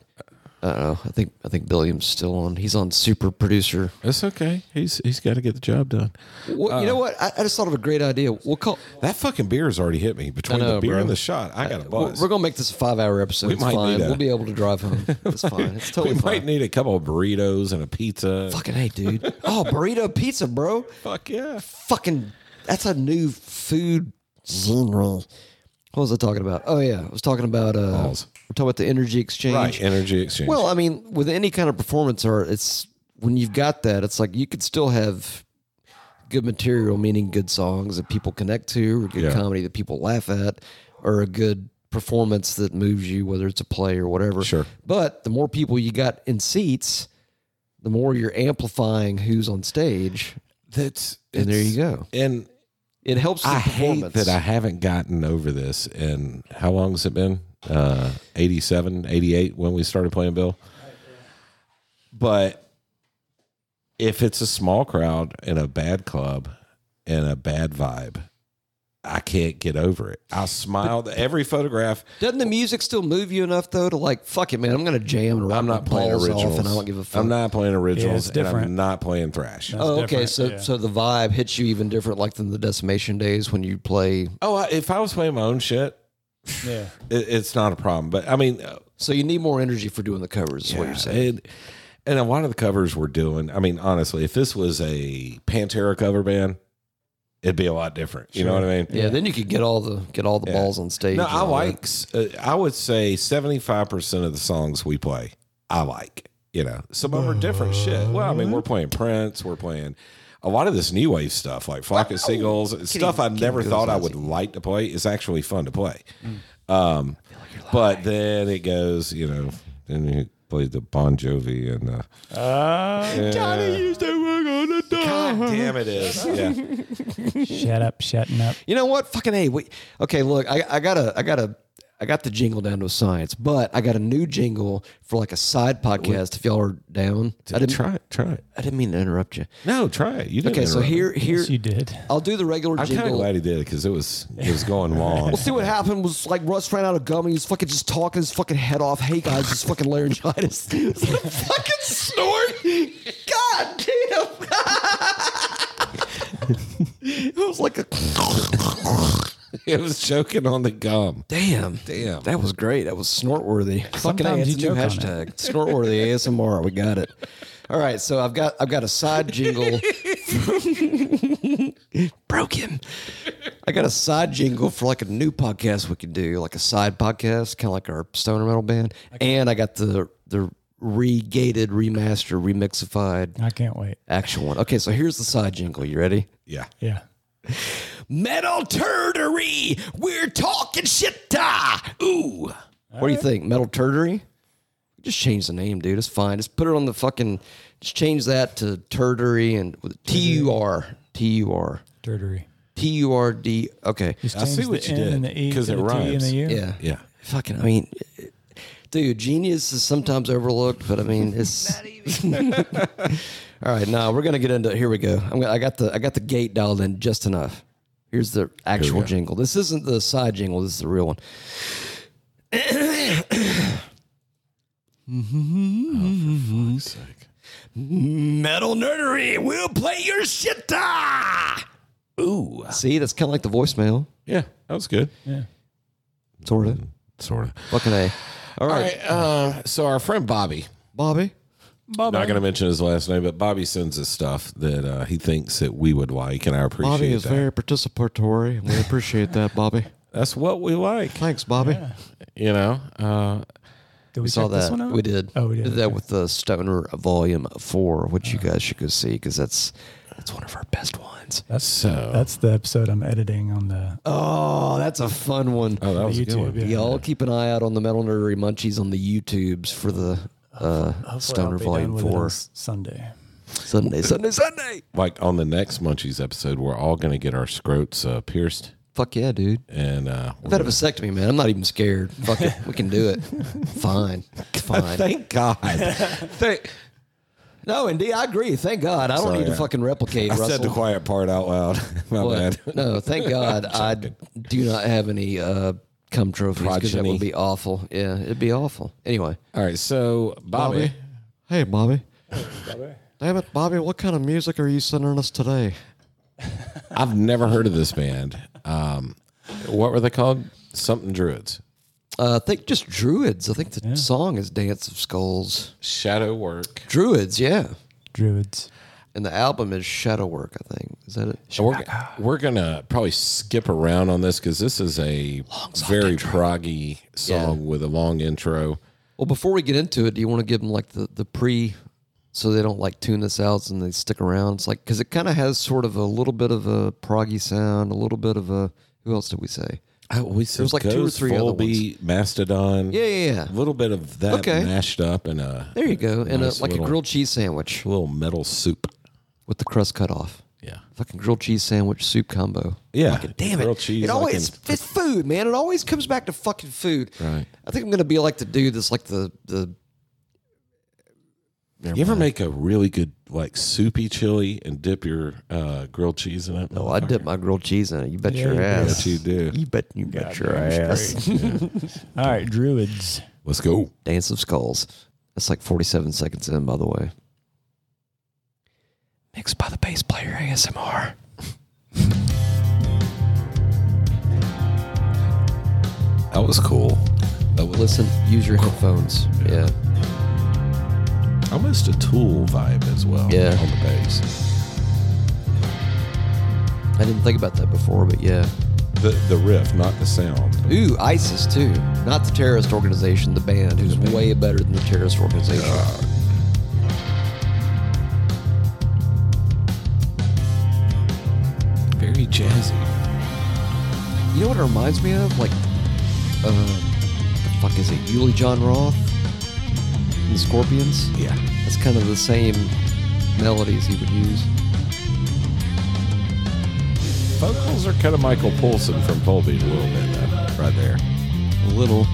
B: I don't know. I think I think Billiam's still on. He's on super producer.
A: That's okay. He's he's got to get the job done.
B: Well,
A: Uh.
B: you know what? I, I just thought of a great idea. We'll call.
A: That fucking beer has already hit me between
B: I know,
A: the beer
B: bro. Uh,
A: and the shot. I got a
B: We're
A: buzz.
B: we're gonna make this a five-hour episode. it's
A: might need
B: fine.
A: a-
B: We'll be able to drive home. It's fine. It's totally
A: we
B: fine.
A: might need a couple of burritos and a pizza.
B: Fucking hey, dude. Oh, burrito pizza, bro.
A: Fuck yeah.
B: Fucking, that's a new food genre. What was I talking about? Oh yeah, I was talking about uh,
A: Balls.
B: we're talking about the energy exchange.
A: Right. Energy exchange.
B: Well, I mean, with any kind of performance art, it's when you've got that, it's like you could still have good material, meaning good songs that people connect to, or good
A: Yeah.
B: comedy that people laugh at, or a good performance that moves you, whether it's a play or whatever.
A: Sure.
B: But the more people you got in seats, the more you're amplifying who's on stage,
A: that's
B: and there you go.
A: And
B: It helps the
A: I hate
B: performance.
A: that I haven't gotten over this. And how long has it been? Uh, 87, 88 when we started playing Bill. But if it's a small crowd and a bad club and a bad vibe, I can't get over it. I smiled every photograph.
B: Doesn't the music still move you enough though to like, fuck it, man, I'm gonna jam and rock
A: I'm
B: my
A: not playing
B: balls off,
A: originals.
B: and I don't give a fuck.
A: I'm not playing originals. And
D: different.
A: I'm not playing thrash.
D: No.
B: Oh,
D: It's
B: okay.
D: different,
B: So,
D: yeah.
B: so the vibe hits you even different, like than the decimation days when you play.
A: Oh, I, if I was playing my own shit,
D: Yeah.
A: it, it's not a problem. But I mean, uh,
B: So you need more energy for doing the covers. Is what you're saying?
A: And, and a lot of the covers we're doing, I mean, honestly, if this was a Pantera cover band, it'd be a lot different. You know what I mean?
B: Yeah, Then you could get all the get all the balls on stage.
A: No,
B: and
A: I
B: all
A: like, s- uh, I would say 75% of the songs we play, I like. You know, some of them are different shit. Well, I mean, we're playing Prince, we're playing a lot of this new wave stuff, like Flock of Seagulls, stuff I never thought I would like to play is actually fun to play. Um, but then it goes, you know, then you play the Bon Jovi and uh,
D: Uh,
A: Johnny used to work on the dog. God damn it is. Yeah.
D: shut up, shutting up.
B: You know what? Fucking hey, we okay. Look, I, I gotta, I gotta, I got the jingle down to a science, but I got a new jingle for like a side podcast. If y'all are down, I didn't,
A: try it. Try it.
B: I didn't mean to interrupt you.
A: No, try it. You didn't
B: Okay, so
A: interrupt me.
B: here, here,
D: Yes, you did.
B: I'll do the regular
A: I'm kind of
B: jingle.
A: glad he did it because it was it was going long.
B: Well, see what happened was like Russ ran out of gum and he was fucking just talking his fucking head off. Hey guys, it's fucking laryngitis. It's like a fucking snort. God damn. it was like a
A: it was choking on the gum.
B: damn, damn. That was great. That was snort worthy. Fucking A,
D: Sometimes
B: it's a
D: you
B: new
D: joke on it.
B: hashtag. Snort worthy ASMR. We got it. All right, so I've got I've got a side jingle. Broken. I got a side jingle for like a new podcast we could do, like a side podcast, kind of like our stoner metal band. And I got the the regated, remastered, remixify
D: I can't wait.
B: actual one. Okay, so here's the side jingle. You ready?
A: Yeah.
D: Yeah.
B: Metal turdery. We're talking shit. Ooh. what do you think? Metal turdery? Just change the name, dude. It's fine. Just put it on the fucking. Just change that to turdery and with T U R T U R
D: Dirtery.
B: T U R D. Okay.
D: Just
A: I see
D: change
A: what
D: the
A: you
D: N
A: did,
D: and the E
A: 'cause
D: to
A: it
D: the T and
A: rhymes.
D: the U.
B: Yeah.
A: Yeah.
B: Fucking. I mean, dude, genius is sometimes overlooked, but I mean, it's. All right, now we're gonna get into. Here we go. I'm gonna, I got the I got the gate dialed in just enough. Here's the actual
A: go.
B: jingle. This isn't the side jingle. This is the real one. Metal nerdery will play your shit. Ooh. See, that's kind of like the voicemail.
A: Yeah, that was good.
B: Sort of.
A: Sort of.
B: Fucking A.
A: All
B: All right,
A: right. Uh, so our friend Bobby,
B: Bobby.
A: not going to mention his last name, but Bobby sends us stuff that uh, he thinks that we would like, and I appreciate
B: Bobby is
A: that.
B: very participatory. and We appreciate that, Bobby.
A: That's what we like,
B: Thanks, Bobby.
A: you know. Uh,
D: Did we,
B: We saw
D: check this
B: that.
D: one out?
B: We did. Oh.
D: Oh, we did.
B: that
D: okay.
B: with the Stoner Volume Four, which you guys should go see because that's that's one of our best ones.
D: That's
A: so-
D: that's the episode I'm editing on the
B: Oh, that's a fun one.
A: oh, that was a good
D: YouTube.
A: one.
D: yeah.
B: Y'all keep an eye out on the Metal Nerdery Munchies on the YouTubes for the uh,
D: Hopefully I'll
B: Stoner
D: be done
B: Volume
D: with it on
B: Four
D: s- Sunday.
B: Sunday, Sunday, Sunday.
A: Like on the next Munchies episode, we're all going to get our scrotes uh, pierced,
B: Fuck yeah, dude.
A: and uh,
B: I've had a vasectomy, man. I'm not even scared. Fuck it, we can do it. Fine, fine.
A: thank God. thank,
B: No, indeed, I agree. Thank God, I don't
A: Sorry,
B: need to
A: I-
B: fucking replicate.
A: I
B: Russell.
A: said the quiet part out loud. My bad.
B: But, no, thank God I do not have any uh, cum trophies because that
A: Progeny.
B: would be awful. Yeah, it'd be awful. Anyway,
A: All right, so Bobby,
B: Hey, Bobby. Damn it, Bobby! What kind of music are you sending us today?
A: I've never heard of this band. Um, what were they called? Something Druids.
B: Uh, I think just Druids. I think the song is "Dance of Skulls."
A: Shadow Work.
B: Druids, yeah.
D: Druids.
B: And the album is Shadow Work. I think is that it.
A: And We're, we're gonna probably skip around on this because this is a very proggy song with a long intro.
B: Well, before we get into it, do you want to give them like the, the pre so they don't like tune this out and they stick around? It's like, because it kind of has sort of a little bit of a proggy sound, a little bit of a, who else did Oh, we say?
A: we said
B: was like two or three other
A: Mastodon.
B: Yeah, yeah, yeah.
A: a little bit of that
B: Okay.
A: mashed up in a
B: There you go. And
A: Nice
B: a, like
A: little-
B: a grilled cheese sandwich
A: little metal soup.
B: with the crust cut off.
A: Yeah,
B: Fucking grilled cheese sandwich soup combo.
A: yeah.
B: Damn it.
A: Grilled cheese.
B: it
A: like
B: always,
A: in-
B: it's food, man. It always comes back to fucking food.
A: Right.
B: I think I'm going to be like the dude that's like the, the,
A: you ever make a really good like soupy chili and dip your uh, grilled cheese in it?
B: oh, I dip my grilled cheese in it. You bet your
D: you
B: ass.
A: What you do?
B: You bet, you bet your ass.
D: All right, Druids.
A: Let's go.
B: Dance of Skulls. That's like 47 seconds in, by the way. Mixed by the bass player ASMR.
A: That was cool. That was
B: Listen, use your headphones. Yeah.
A: almost a Tool vibe as well.
B: Yeah.
A: on the bass.
B: I didn't think about that before, but yeah.
A: The, the riff, not the sound.
B: Ooh, ISIS too. Not the terrorist organization, the band, who's way better than the terrorist organization.
A: Very jazzy.
B: You know what it reminds me of? Like, um, the fuck is it? Yuli John Roth and the Scorpions?
A: Yeah.
B: That's kind of the same melodies he would use.
A: Vocals are kind of Michael Poulson from Volbeat a little bit, uh, right there.
B: A little.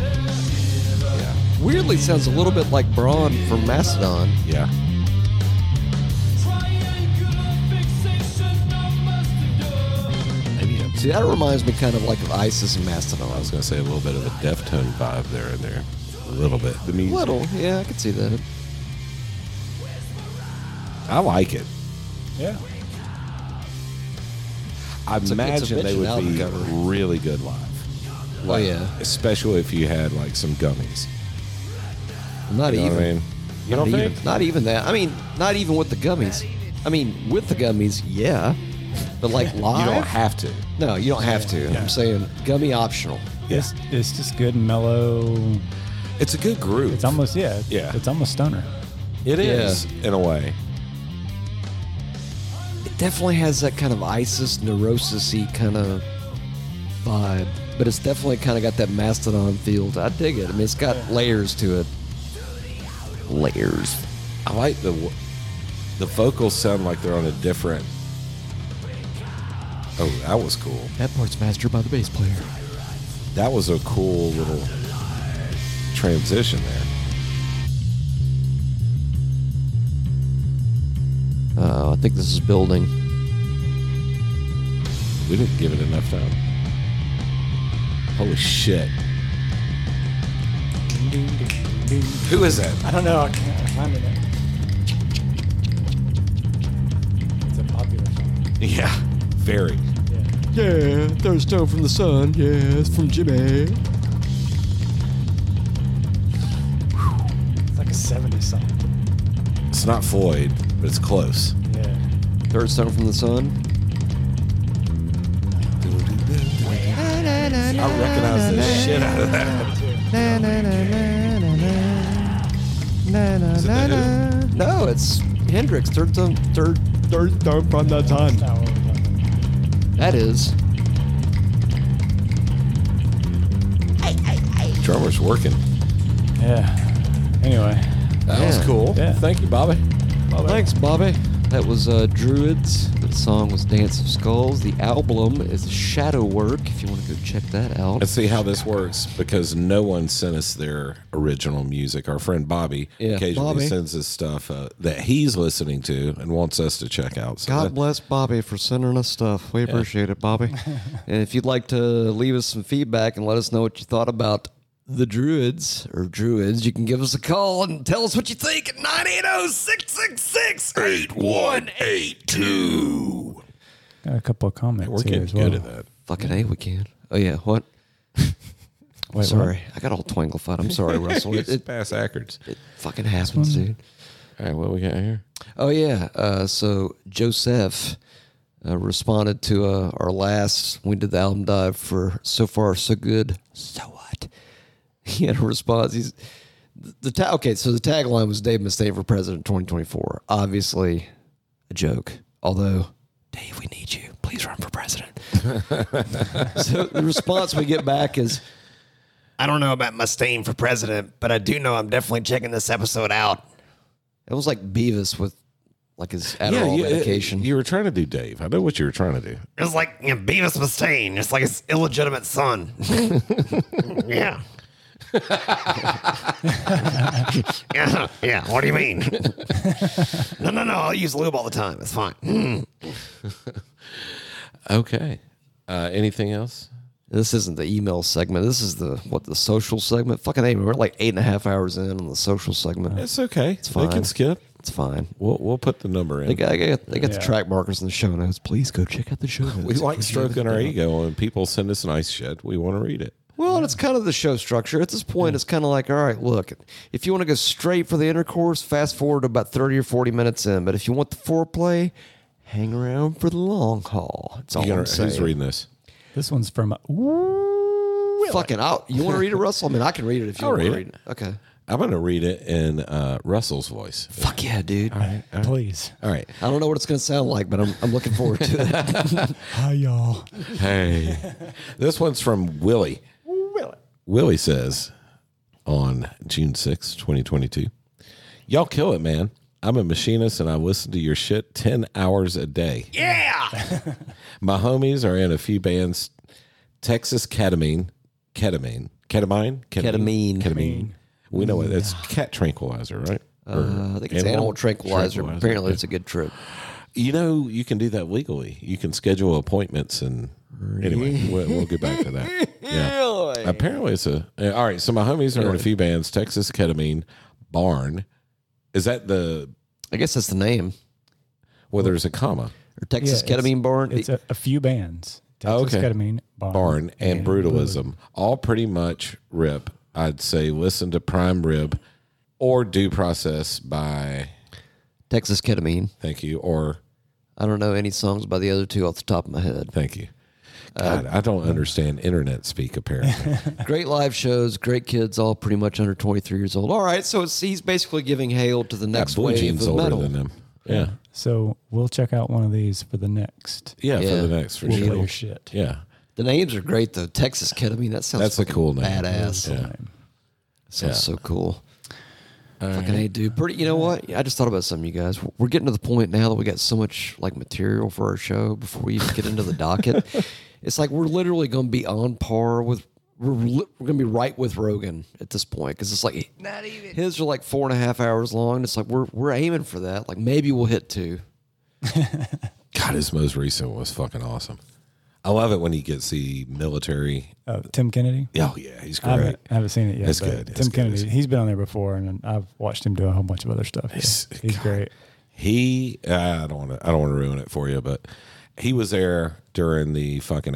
A: Yeah.
B: Weirdly sounds a little bit like Braun from Mastodon.
A: Yeah. Maybe
B: See, that reminds me kind of like of ISIS and Mastodon.
A: I was going to say a little bit of a Deftone vibe there and there. A little bit. The music.
B: little, yeah, I could see that.
A: I like it.
D: Yeah.
A: I
B: a- it's a
A: imagine
B: bitchin'
A: they would
B: album
A: be
B: cover.
A: really good live.
B: Oh yeah,
A: Especially if you had like some gummies.
B: not
A: You know
B: even.
A: what I mean? You
B: not,
A: don't
B: even
A: think?
B: not even that. I mean, not even with the gummies. I mean, with the gummies, yeah, but like live.
A: You don't have to.
B: no, you don't have to. I'm saying gummy optional.
D: It's, it's just good and mellow.
A: It's a good group.
D: It's almost yeah. it's-
A: Yeah.
D: It's almost stoner.
A: It
B: Yeah.
A: is, in a way.
B: It definitely has that kind of ISIS neurosisy kind of vibe, but it's definitely kind of got that Mastodon feel. I dig it. I mean, it's got layers to it. Layers.
A: I like the w- the vocals sound like they're on a different. Oh, that was cool.
B: That part's mastered by the bass player.
A: That was a cool little transition there.
B: Uh, I think this is building.
A: We didn't give it enough time. Holy shit. Who is that?
D: I don't know. I can't I can't find it. It's a popular song.
A: Yeah. Very.
B: Yeah, there's snow from the sun. Yeah, it's from Jimmy.
D: It's like a 70s song.
A: It's not Floyd, but it's close.
D: Yeah.
B: Third snow from the sun.
A: I recognize the shit out of that. Is it the Who?
B: No, it's Hendrix. Third snow, third, third snow from the sun.
D: Now what are we talking about?
B: That is.
A: Drummer's working.
D: Yeah. Anyway.
A: That was
B: Yeah.
A: cool.
D: Yeah.
A: Thank you, Bobby.
B: Thanks, Bobby. That was uh, Druids. The song was Dance of Skulls. The album is Shadow Work. If you want to go check that out.
A: Let's see how this works because no one sent us their original music. Our friend Bobby
B: Yeah,
A: occasionally
B: Bobby.
A: sends us stuff uh, that he's listening to and wants us to check out. So
B: God
A: that-
B: bless Bobby for sending us stuff. We appreciate it, Bobby. and if you'd like to leave us some feedback and let us know what you thought about the Druids or Druids, you can give us a call and tell us what you think at oh, 980 666 8182.
D: Got a couple of comments
A: we're
D: here
A: getting
D: as well.
A: good at that.
B: Fucking A, we can. Oh, yeah. What?
D: Wait,
B: sorry. I got all twanglified. I'm sorry, Russell. It,
A: It's
B: it,
A: past Ackards.
B: it fucking happens, dude.
A: All right, what we got here?
B: Oh yeah. Uh, so Joseph uh, responded to uh, our last. We did the album dive for so far so good. So what? He had a response. He's the, the ta- okay. So the tagline was Dave Mustaine for president 2024. Obviously a joke. Although Dave, we need you. Please run for president. so the response we get back is.
F: I don't know about Mustaine for president, but I do know I'm definitely checking this episode out.
B: It was like Beavis with like his Adderall
A: you, uh,
B: medication.
A: you were trying to do Dave. I know what you were trying to do.
F: It's like you know, Beavis Mustaine. It's like his illegitimate son. yeah. yeah. Yeah. What do you mean? no, no, no. I'll use lube all the time. It's fine. Mm.
A: Okay. Uh, anything else?
B: This isn't the email segment. This is the what the social segment. Fucking hey, we're like eight and a half hours in on the social segment.
A: It's
B: It's,
A: okay. It's They
B: fine.
A: can skip.
B: fine.
A: We'll we'll put the number
B: They
A: in.
B: got, they got, they got the
D: Yeah.
B: track markers in the show notes. Please go check out the show notes.
A: We like stroking our ego when people send us nice shit. We want to read it.
B: Well, and it's kind of the show structure. At this point, it's kind of like, all right, look, if you want to go straight for the intercourse, fast forward to about 30 or 40 minutes in. But if you want the foreplay, hang around for the long haul. It's all
A: You
B: I'm
A: gotta- who's
B: saying.
A: reading this?
D: This one's from.
B: Fucking out. You want to read it, Russell? I mean, I can read it if you
A: I'll
B: want
A: read
B: to
A: it.
B: read it. Okay.
A: I'm going to read it in uh, Russell's voice.
B: Fuck yeah, dude.
D: Please.
A: All right.
B: I don't know what it's going to sound like, but I'm, I'm looking forward to it.
D: Hi, y'all.
A: Hey. this one's from Willie. Willie says on June sixth, 2022, Y'all kill it, man. I'm a machinist and I listen to your shit 10 hours a day. Yeah. My homies are in a few bands Texas Ketamine, Ketamine, Ketamine,
B: Ketamine.
A: Ketamine. We know it. It's cat tranquilizer, right? Or
B: Uh, I think it's animal, tranquilizer. but Apparently, it's a good trip.
A: You know, you can do that legally. You can schedule appointments, and anyway, we'll, we'll get back to that. Yeah. Apparently, it's a uh, all right. So my homies are in a few bands: Texas Ketamine, Barn. Is that the
B: I guess that's the name.
A: well? There's a comma,
B: Or Texas
D: Yeah, it's-
B: Ketamine Barn. E-
D: It's a, a few bands.
A: Oh,
D: Texas
A: okay.
D: Ketamine, Barn.
A: Barn, and Brutalism. All pretty much rip. I'd say listen to Prime Rib or Due Process by
B: Texas Ketamine.
A: Thank you or
B: I don't know any songs by the other two off the top of my head.
A: Thank you.
B: Uh,
A: God, I don't understand internet speak. Apparently,
B: Great live shows. Great kids, all pretty much under 23 years old. All right, so it's, he's basically giving hail to the next
A: Blue
B: wave
A: Jean's
B: of
A: older
B: metal.
A: than them. Yeah.
D: So we'll check out one of these for the next.
A: Yeah,
B: Yeah.
A: for the next for
D: We'll play
A: sure.
D: your shit.
A: Yeah,
B: The names are great though. Texas Ketamine. That sounds
A: that's a cool name.
B: badass.
A: Yeah.
B: Sounds so cool. Fucking hey, dude. Pretty. You know what? I just thought about something, you guys. We're getting to the point now that we got so much like material for our show before we even get into the docket. It's like we're literally going to be on par with. We're, li- we're going to be right with Rogan at this point because it's like not even his are like four and a half hours long. And it's like we're we're aiming for that. Like maybe we'll hit two.
A: God, his most recent was fucking awesome. I I love it when he gets the military.
D: Uh, Tim Kennedy.
A: Oh yeah, he's
D: I uh,
A: great.
D: haven't, I haven't seen it yet.
A: It's
D: but
A: good.
D: Tim
A: It's good.
D: Kennedy.
A: It's-
D: He's been on there before, and I've watched him do a whole bunch of other stuff. He's, he's great.
A: He, uh, I don't want to, I don't want to ruin it for you, but he was there during the fucking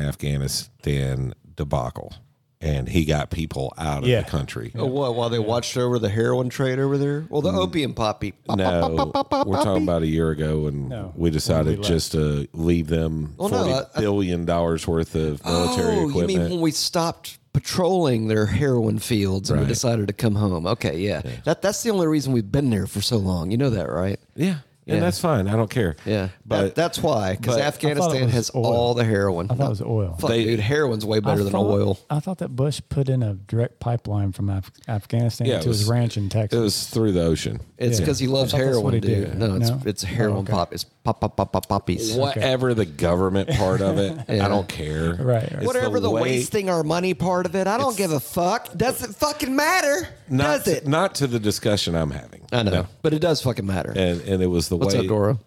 A: Afghanistan debacle, and he got people out of
D: Yeah.
A: the country.
B: Oh, what? While they watched over the heroin trade over there? Well, the opium poppy. Pop, pop,
A: No,
B: pop, pop, pop,
A: we're
B: poppy.
A: talking about a year ago, and
D: No,
A: we decided
D: when we
A: just to leave them
B: Well,
A: forty
B: no,
A: billion
B: I- I-
A: dollars worth of military
B: oh,
A: equipment.
B: you mean when we stopped patrolling their heroin fields and we decided to come home? Okay, yeah. That that's the only reason we've been there for so long. You know that, right?
A: yeah, and
B: Yeah.
A: that's fine. I don't care.
B: Yeah,
A: but
B: That- that's why because
A: but-
D: I thought
B: Afghanistan
D: it was
B: has
D: oil.
B: all the heroin.
D: I thought it was oil.
B: Fuck,
A: They-
B: dude, heroin's way better
D: I
B: than
D: thought-
B: oil.
D: I thought that Bush put in a direct pipeline from Af- Afghanistan
A: Yeah, it
D: to his
A: was-
D: ranch in Texas.
A: it was through the ocean.
B: It's
D: Yeah.
B: because he loves
D: I thought that's
B: heroin,
D: what he
B: dude.
D: did.
B: No, it's
D: No? Oh,
B: it's heroin pop. It's pop pop pop pop poppies.
A: Whatever the government part of it, I don't care.
D: Right, right.
A: It's
B: Whatever the,
A: way-
B: wasting our money part of it, I don't
A: It's-
B: give a fuck. Doesn't fucking matter,
A: not
B: does it?
A: To, not to the discussion I'm having.
B: I know,
A: No.
B: but it does fucking matter.
A: And and it was the
B: What's
A: way
B: up, Dora?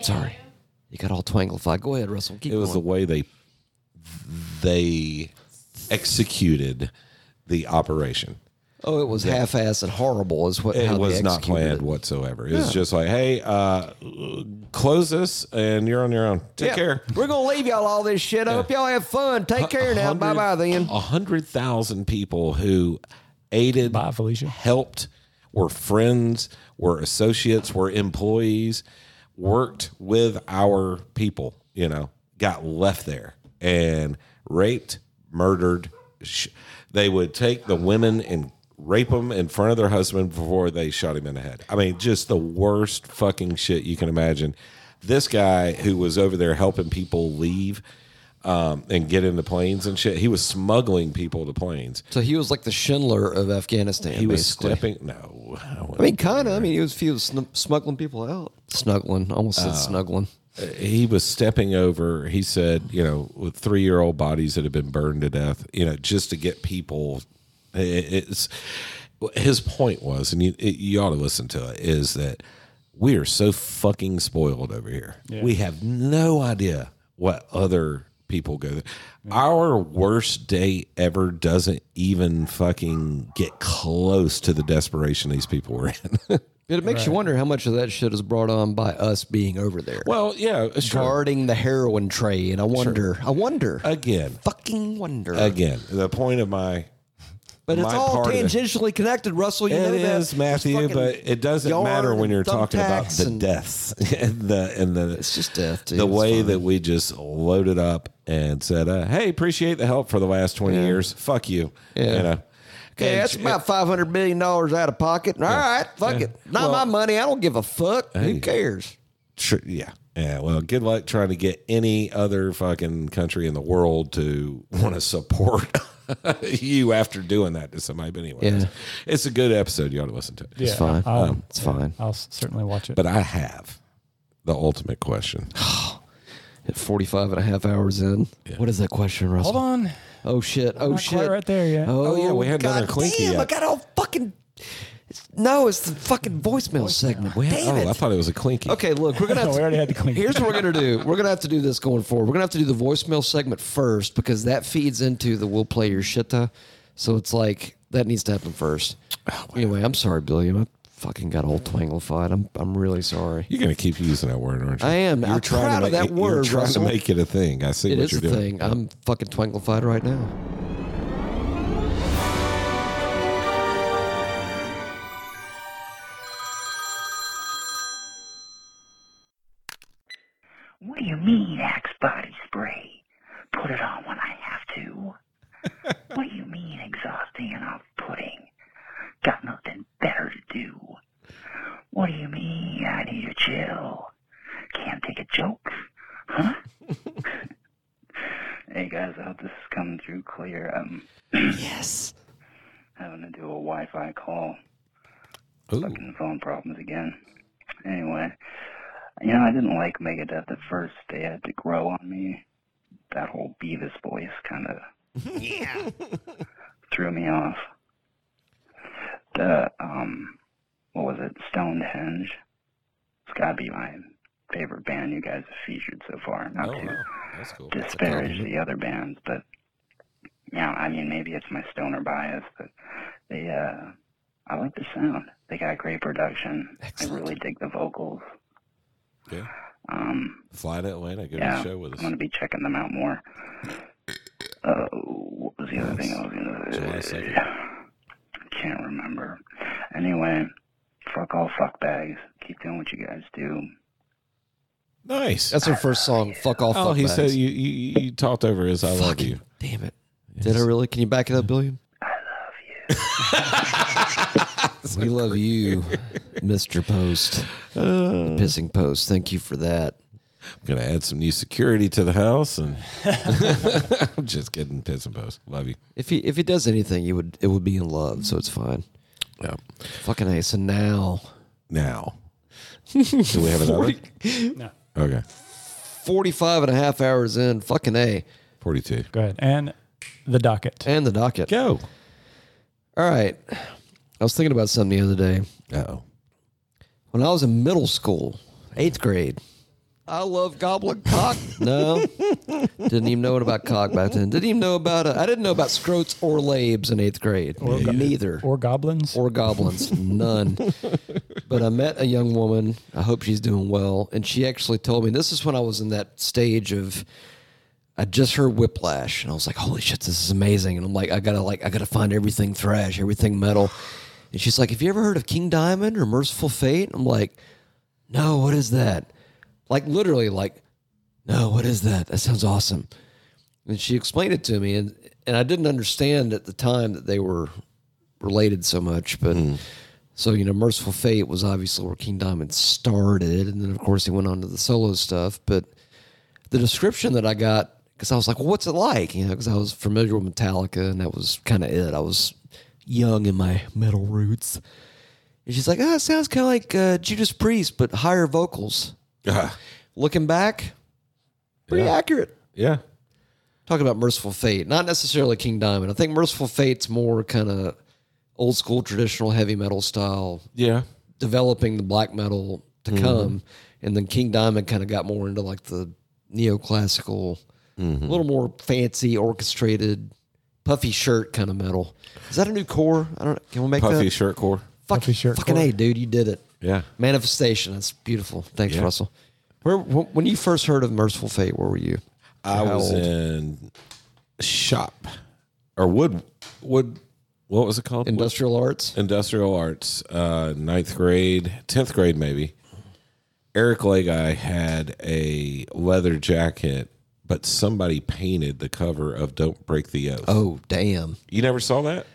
B: Sorry, you got all twanglified. Go ahead, Russell. Keep
A: it was the
B: going.
A: way they they executed the operation.
B: oh, it was half-assed and horrible. Is what how
A: It
B: they
A: was not
B: executed
A: planned
B: it.
A: whatsoever. It was just like, hey, uh, close this and you're on your own. Take
B: Yeah.
A: care.
B: We're gonna leave y'all all this shit. I hope y'all have fun. Take care now. Bye bye. Then
A: A hundred thousand people who aided,
D: Bye, Felicia.
A: helped, were friends, were associates, were employees, worked with our people, you know, got left there and raped, murdered. Sh- They would take the women and rape them in front of their husband before they shot him in the head. I mean, just the worst fucking shit you can imagine. This guy who was over there helping people leave um, and get into planes and shit, he was smuggling people to planes.
B: so he was like the Schindler of Afghanistan.
A: He was
B: basically.
A: stepping. No, I wouldn't
B: I mean, kind of. I mean, he was, he was snu- smuggling people out. Snuggling. Almost
A: Ah.
B: said snuggling.
A: he was stepping over he said you know with three year old bodies that have been burned to death you know just to get people it- it's his point was and you, it, you ought to listen to it is that we are so fucking spoiled over here we have no idea what other people go through. our worst day ever doesn't even fucking get close to the desperation these people were in
B: But it makes you wonder how much of that shit is brought on by us being over there.
A: well yeah sure
B: guarding the heroin trade. I wonder. I wonder. I
A: again
B: fucking wonder.
A: again the point of my
B: but it's
A: my
B: all
A: part of it-
B: tangentially connected, Russell. You know
A: It
B: that.
A: is, Matthew,
B: Fucking-
A: but it doesn't
B: yarn
A: matter when
B: and
A: you're talking about
B: thumbtacks
A: the
B: and-
A: deaths and the and the
B: It's just death, dude.
A: the
B: It's
A: way
B: fine.
A: that we just loaded up and said, uh, "Hey, appreciate the help for the last twenty years. Fuck you."
B: Yeah.
A: You know?
B: Okay,
A: And
B: that's
A: j-
B: about five hundred billion dollars out of pocket. All right, fuck it. Not my money. I don't give a fuck. Who cares?
A: tr- yeah. Yeah. Well, good luck trying to get any other fucking country in the world to want to support you after doing that to somebody. But anyway,
B: Yeah.
A: it's, it's a good episode. You ought to listen to it.
D: Yeah,
B: fine.
A: Um,
B: Um,
D: I'll,
B: It's fine.
D: I'll s- certainly watch it.
A: But I have the ultimate question.
B: At 45 and a half hours in. What is that question, Russell?
D: Hold on.
B: Oh shit! Oh
D: Not
B: shit!
D: quite right there yet.
B: Oh,
A: yeah, we had
B: God
A: another clinky
B: Damn, I
A: yet.
B: got all fucking. it's- No, it's the fucking voicemail segment. Damn
A: oh, I
B: it!
A: thought it was a clinky.
B: Okay, look, we're gonna. Have
D: we
B: to,
D: already had the clean.
B: here's what we're gonna do. We're gonna have to do this going forward. We're gonna have to do the voicemail segment first because that feeds into the "We'll play your shitta." So it's like that needs to happen first. Anyway, I'm sorry, Billiam. I fucking got all twanglified. I'm I'm really sorry.
A: You're gonna keep using that word, aren't you?
B: I am.
A: You're
B: I'm proud
A: to
B: of
A: make
B: that
A: it, You're
B: word,
A: trying
B: Russell.
A: to make it a thing. I see
B: It
A: what
B: is
A: you're
B: a
A: doing.
B: thing. I'm fucking twanglified right now.
G: What do you mean Axe body spray? Put it on when I have to. what do you mean exhausting and off-putting? Got nothing better to do. What do you mean I need to chill? Can't take a joke, huh? hey guys, I hope this is coming through clear. Um,
B: Yes.
G: having to do a Wi-Fi call.
A: Ooh,
G: fucking phone problems again. Anyway, you know, I didn't like Megadeth at first. They had to grow on me. That whole Beavis voice kind of
F: Yeah.
G: threw me off. The, um, what was it? Stonehenge. It's gotta be my favorite band you guys have featured so far. Not
A: Oh,
G: to
A: wow. That's cool.
G: disparage the other bands, but yeah, I mean maybe it's my stoner bias, but they uh I like the sound. They got great production. I really dig the vocals.
A: Yeah.
G: Um
A: Fly to Atlanta, go to
G: yeah,
A: the show with
G: I'm gonna
A: us.
G: be checking them out more. Uh, what was the other thing I was
A: July
G: gonna say?
A: 2nd.
G: Can't remember. Anyway, fuck all fuck bags. Keep doing what you guys do.
A: Nice.
B: That's her first song. Fuck all.
A: oh,
B: fuck
A: he
B: bags.
A: said you, you you talked over his I love you.
B: Damn it. Did I really? Can you back it up, Billion? we love you, Mr. Post. The pissing Post. Thank you for that.
A: Gonna add some new security to the house, and I'm just kidding. Piss and post. Love you.
B: If he if he does anything, you would it would be in love, so it's fine.
A: Yeah.
B: Fucking A. So now
A: Now, do we have another?
D: No.
A: Okay,
B: 45 and a half hours in, fucking A.
A: forty-two.
D: Go ahead. And the docket.
B: And the docket.
A: Go.
B: All right. I was thinking about something the other day.
A: Oh,
B: When I was in middle school, eighth grade, I love goblin cock. No, didn't even know it about cock back then. Didn't even know about. Uh, I didn't know about scrotes or labes in eighth grade. Neither
D: Or goblins.
B: or goblins, none. But I met a young woman. I hope she's doing well. And she actually told me this is when I was in that stage of I just heard Whiplash, and I was like, "Holy shit, this is amazing!" And I'm like, "I gotta like, I gotta find everything thrash, everything metal." And she's like, "Have you ever heard of King Diamond or Merciful Fate?" I'm like, "No, what is that?" Like literally, like, "No, what is that? That sounds awesome." And she explained it to me, and and I didn't understand at the time that they were related so much, but so you know, Merciful Fate was obviously where King Diamond started, and then of course he went on to the solo stuff. But the description that I got, because I was like, well, what's it like? You know, because I was familiar with Metallica, and that was kind of it. I was young in my metal roots, and she's like, oh, it sounds kind of like uh, Judas Priest, but higher vocals.
A: Ah.
B: Looking back, pretty accurate
A: yeah.
B: talking about Merciful Fate, not necessarily King Diamond. I think Merciful Fate's more kind of old school traditional heavy metal style,
A: Yeah.
B: developing the black metal to
A: Mm-hmm.
B: come, and then King Diamond kind of got more into like the neoclassical,
A: Mm-hmm.
B: a little more fancy, orchestrated, puffy shirt kind of metal. Is that a new core? I don't. Can we make
A: Puffy
B: that?
A: shirt core.
B: Fuck,
D: Puffy shirt
B: Fucking
D: core.
B: a, dude, you did it.
A: Yeah.
B: Manifestation. That's beautiful. Thanks,
A: Yeah.
B: Russell. Where, wh- when you first heard of Merciful Fate, where were you?
A: I
B: How
A: was
B: old?
A: in shop or wood wood. What was it called? Wood-
B: Industrial Arts.
A: industrial arts, uh, ninth grade, tenth grade maybe. Eric Lagui had a leather jacket, but somebody painted the cover of "Don't Break the Oath."
B: Oh, damn.
A: You never saw that?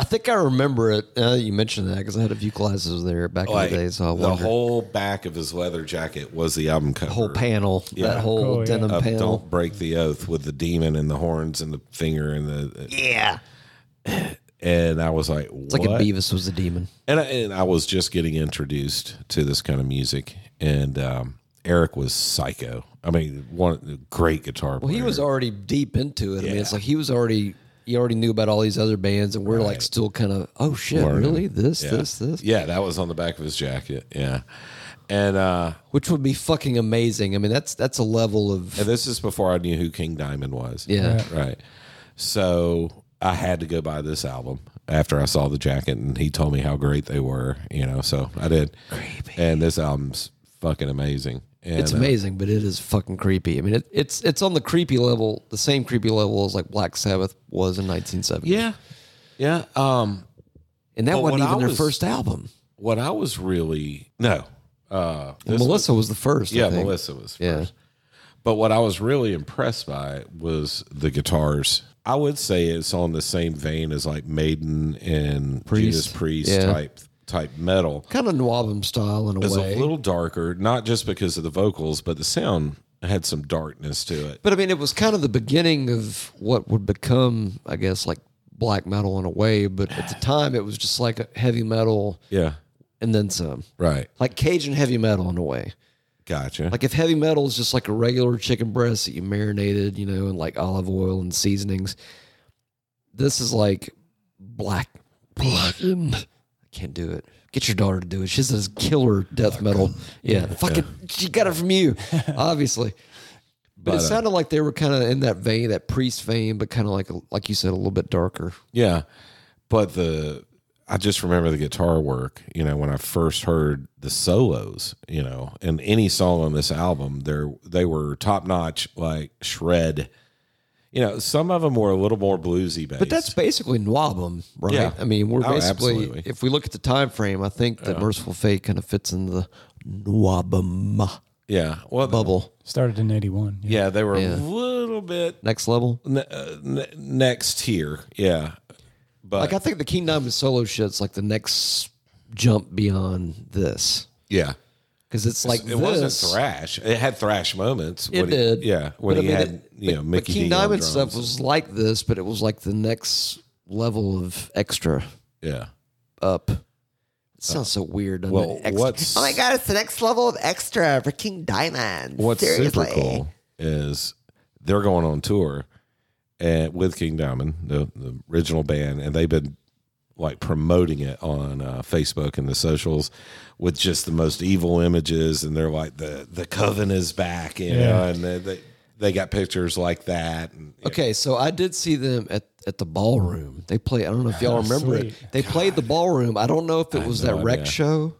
B: I think I remember it. Now that you mentioned that because I had a few classes there back in the day. So I
A: the
B: wondered.
A: whole back of his leather jacket was the album cover.
B: whole panel, that whole
D: Cool, yeah.
B: denim
A: of
B: panel.
A: "Don't Break the Oath" with the demon and the horns and the finger and the yeah. And I was like,
B: It's like
A: what?
B: a Beavis was a demon.
A: and I, and I was just getting introduced to this kind of music, and um, Eric was psycho. I mean, one great guitar.
B: Well, he was
A: player.
B: already deep into it. I mean, it's
A: Yeah.
B: like he was already, he already knew about all these other bands, and we're like still kind of, oh shit,
A: Learning.
B: really? This,
A: yeah.
B: this, this?
A: Yeah, that was on the back of his jacket. Yeah, and uh,
B: Which would be fucking amazing. I mean, that's that's a level of,
A: and this is before I knew who King Diamond was.
B: yeah.
A: right. So I had to go buy this album after I saw the jacket, and he told me how great they were. You know, so I did. And this album's fucking amazing. And,
B: It's
A: uh,
B: amazing, but it is fucking creepy. I mean, it, it's it's on the creepy level, the same creepy level as like Black Sabbath was in 1970.
A: yeah, yeah. Um,
B: and that
A: But
B: wasn't
A: when
B: even
A: I
B: their
A: was-
B: first album.
A: what I was really no, uh, this
B: Melissa was, the first. I
A: yeah,
B: think.
A: Melissa was first.
B: Yeah.
A: But what I was really impressed by was the guitars. I would say it's on the same vein as like Maiden and Judas Priest
B: Yeah.
A: type type metal.
B: Kind of Noabum style in a
A: It's
B: way.
A: a little darker, not just because of the vocals, but the sound had some darkness to it.
B: but I mean, it was kind of the beginning of what would become, I guess, like black metal in a way. But at the time, it was just like a heavy metal
A: Yeah,
B: and then some.
A: right.
B: Like Cajun heavy metal in a way.
A: Gotcha.
B: Like if heavy metal is just like a regular chicken breast that you marinated, you know, in like olive oil and seasonings, this is like black, blackened can't do it. Get your daughter to do it. She's this killer death metal. Yeah, fucking, she got it from you, obviously. But, uh, it sounded like they were kind of in that vein, that priest vein, but kind of like, like you said, a little bit darker.
A: Yeah. But the I just remember the guitar work, you know, when I first heard the solos, you know, and any song on this album, they're they were top notch, like shred. You know, some of them were a little more bluesy based.
B: But that's basically Nwabum, right?
A: Yeah.
B: I mean, we're
A: Oh,
B: basically,
A: absolutely.
B: if we look at the time frame, I think that Merciful Fate kind of fits in the Nwabum
A: yeah, well,
B: bubble.
D: Started in 81.
A: yeah, they were
B: Yeah.
A: a little bit
B: Next level.
A: ne- uh, ne- next tier, yeah. But
B: Like I think the King Diamond solo shit's like the next jump beyond this
A: yeah,
B: because it's like
A: it wasn't
B: this-
A: thrash. It had thrash moments.
B: It
A: when he-
B: did,
A: yeah. When
B: But
A: he
B: I mean,
A: had
B: it-
A: you know
B: but- but
A: Mickey
B: King
A: D on
B: Diamond
A: drums.
B: stuff was like this, but it was like the next level of extra
A: yeah.
B: up. It sounds so weird. doesn't
A: Well,
B: it? Extra-
A: what's
H: Oh my god, it's the next level of extra for King Diamond.
A: What's
H: Seriously.
A: super cool is they're going on tour and with King Diamond, the, the original band, and they've been like promoting it on uh, Facebook and the socials with just the most evil images, and they're like the the coven is back, you know, and they, they they got pictures like that. And,
B: Okay, so I did see them at, at the ballroom. They play. I don't know if
A: Ah,
B: y'all remember it. They played the ballroom. I don't know if it was
A: no
B: that rec
A: idea.
B: show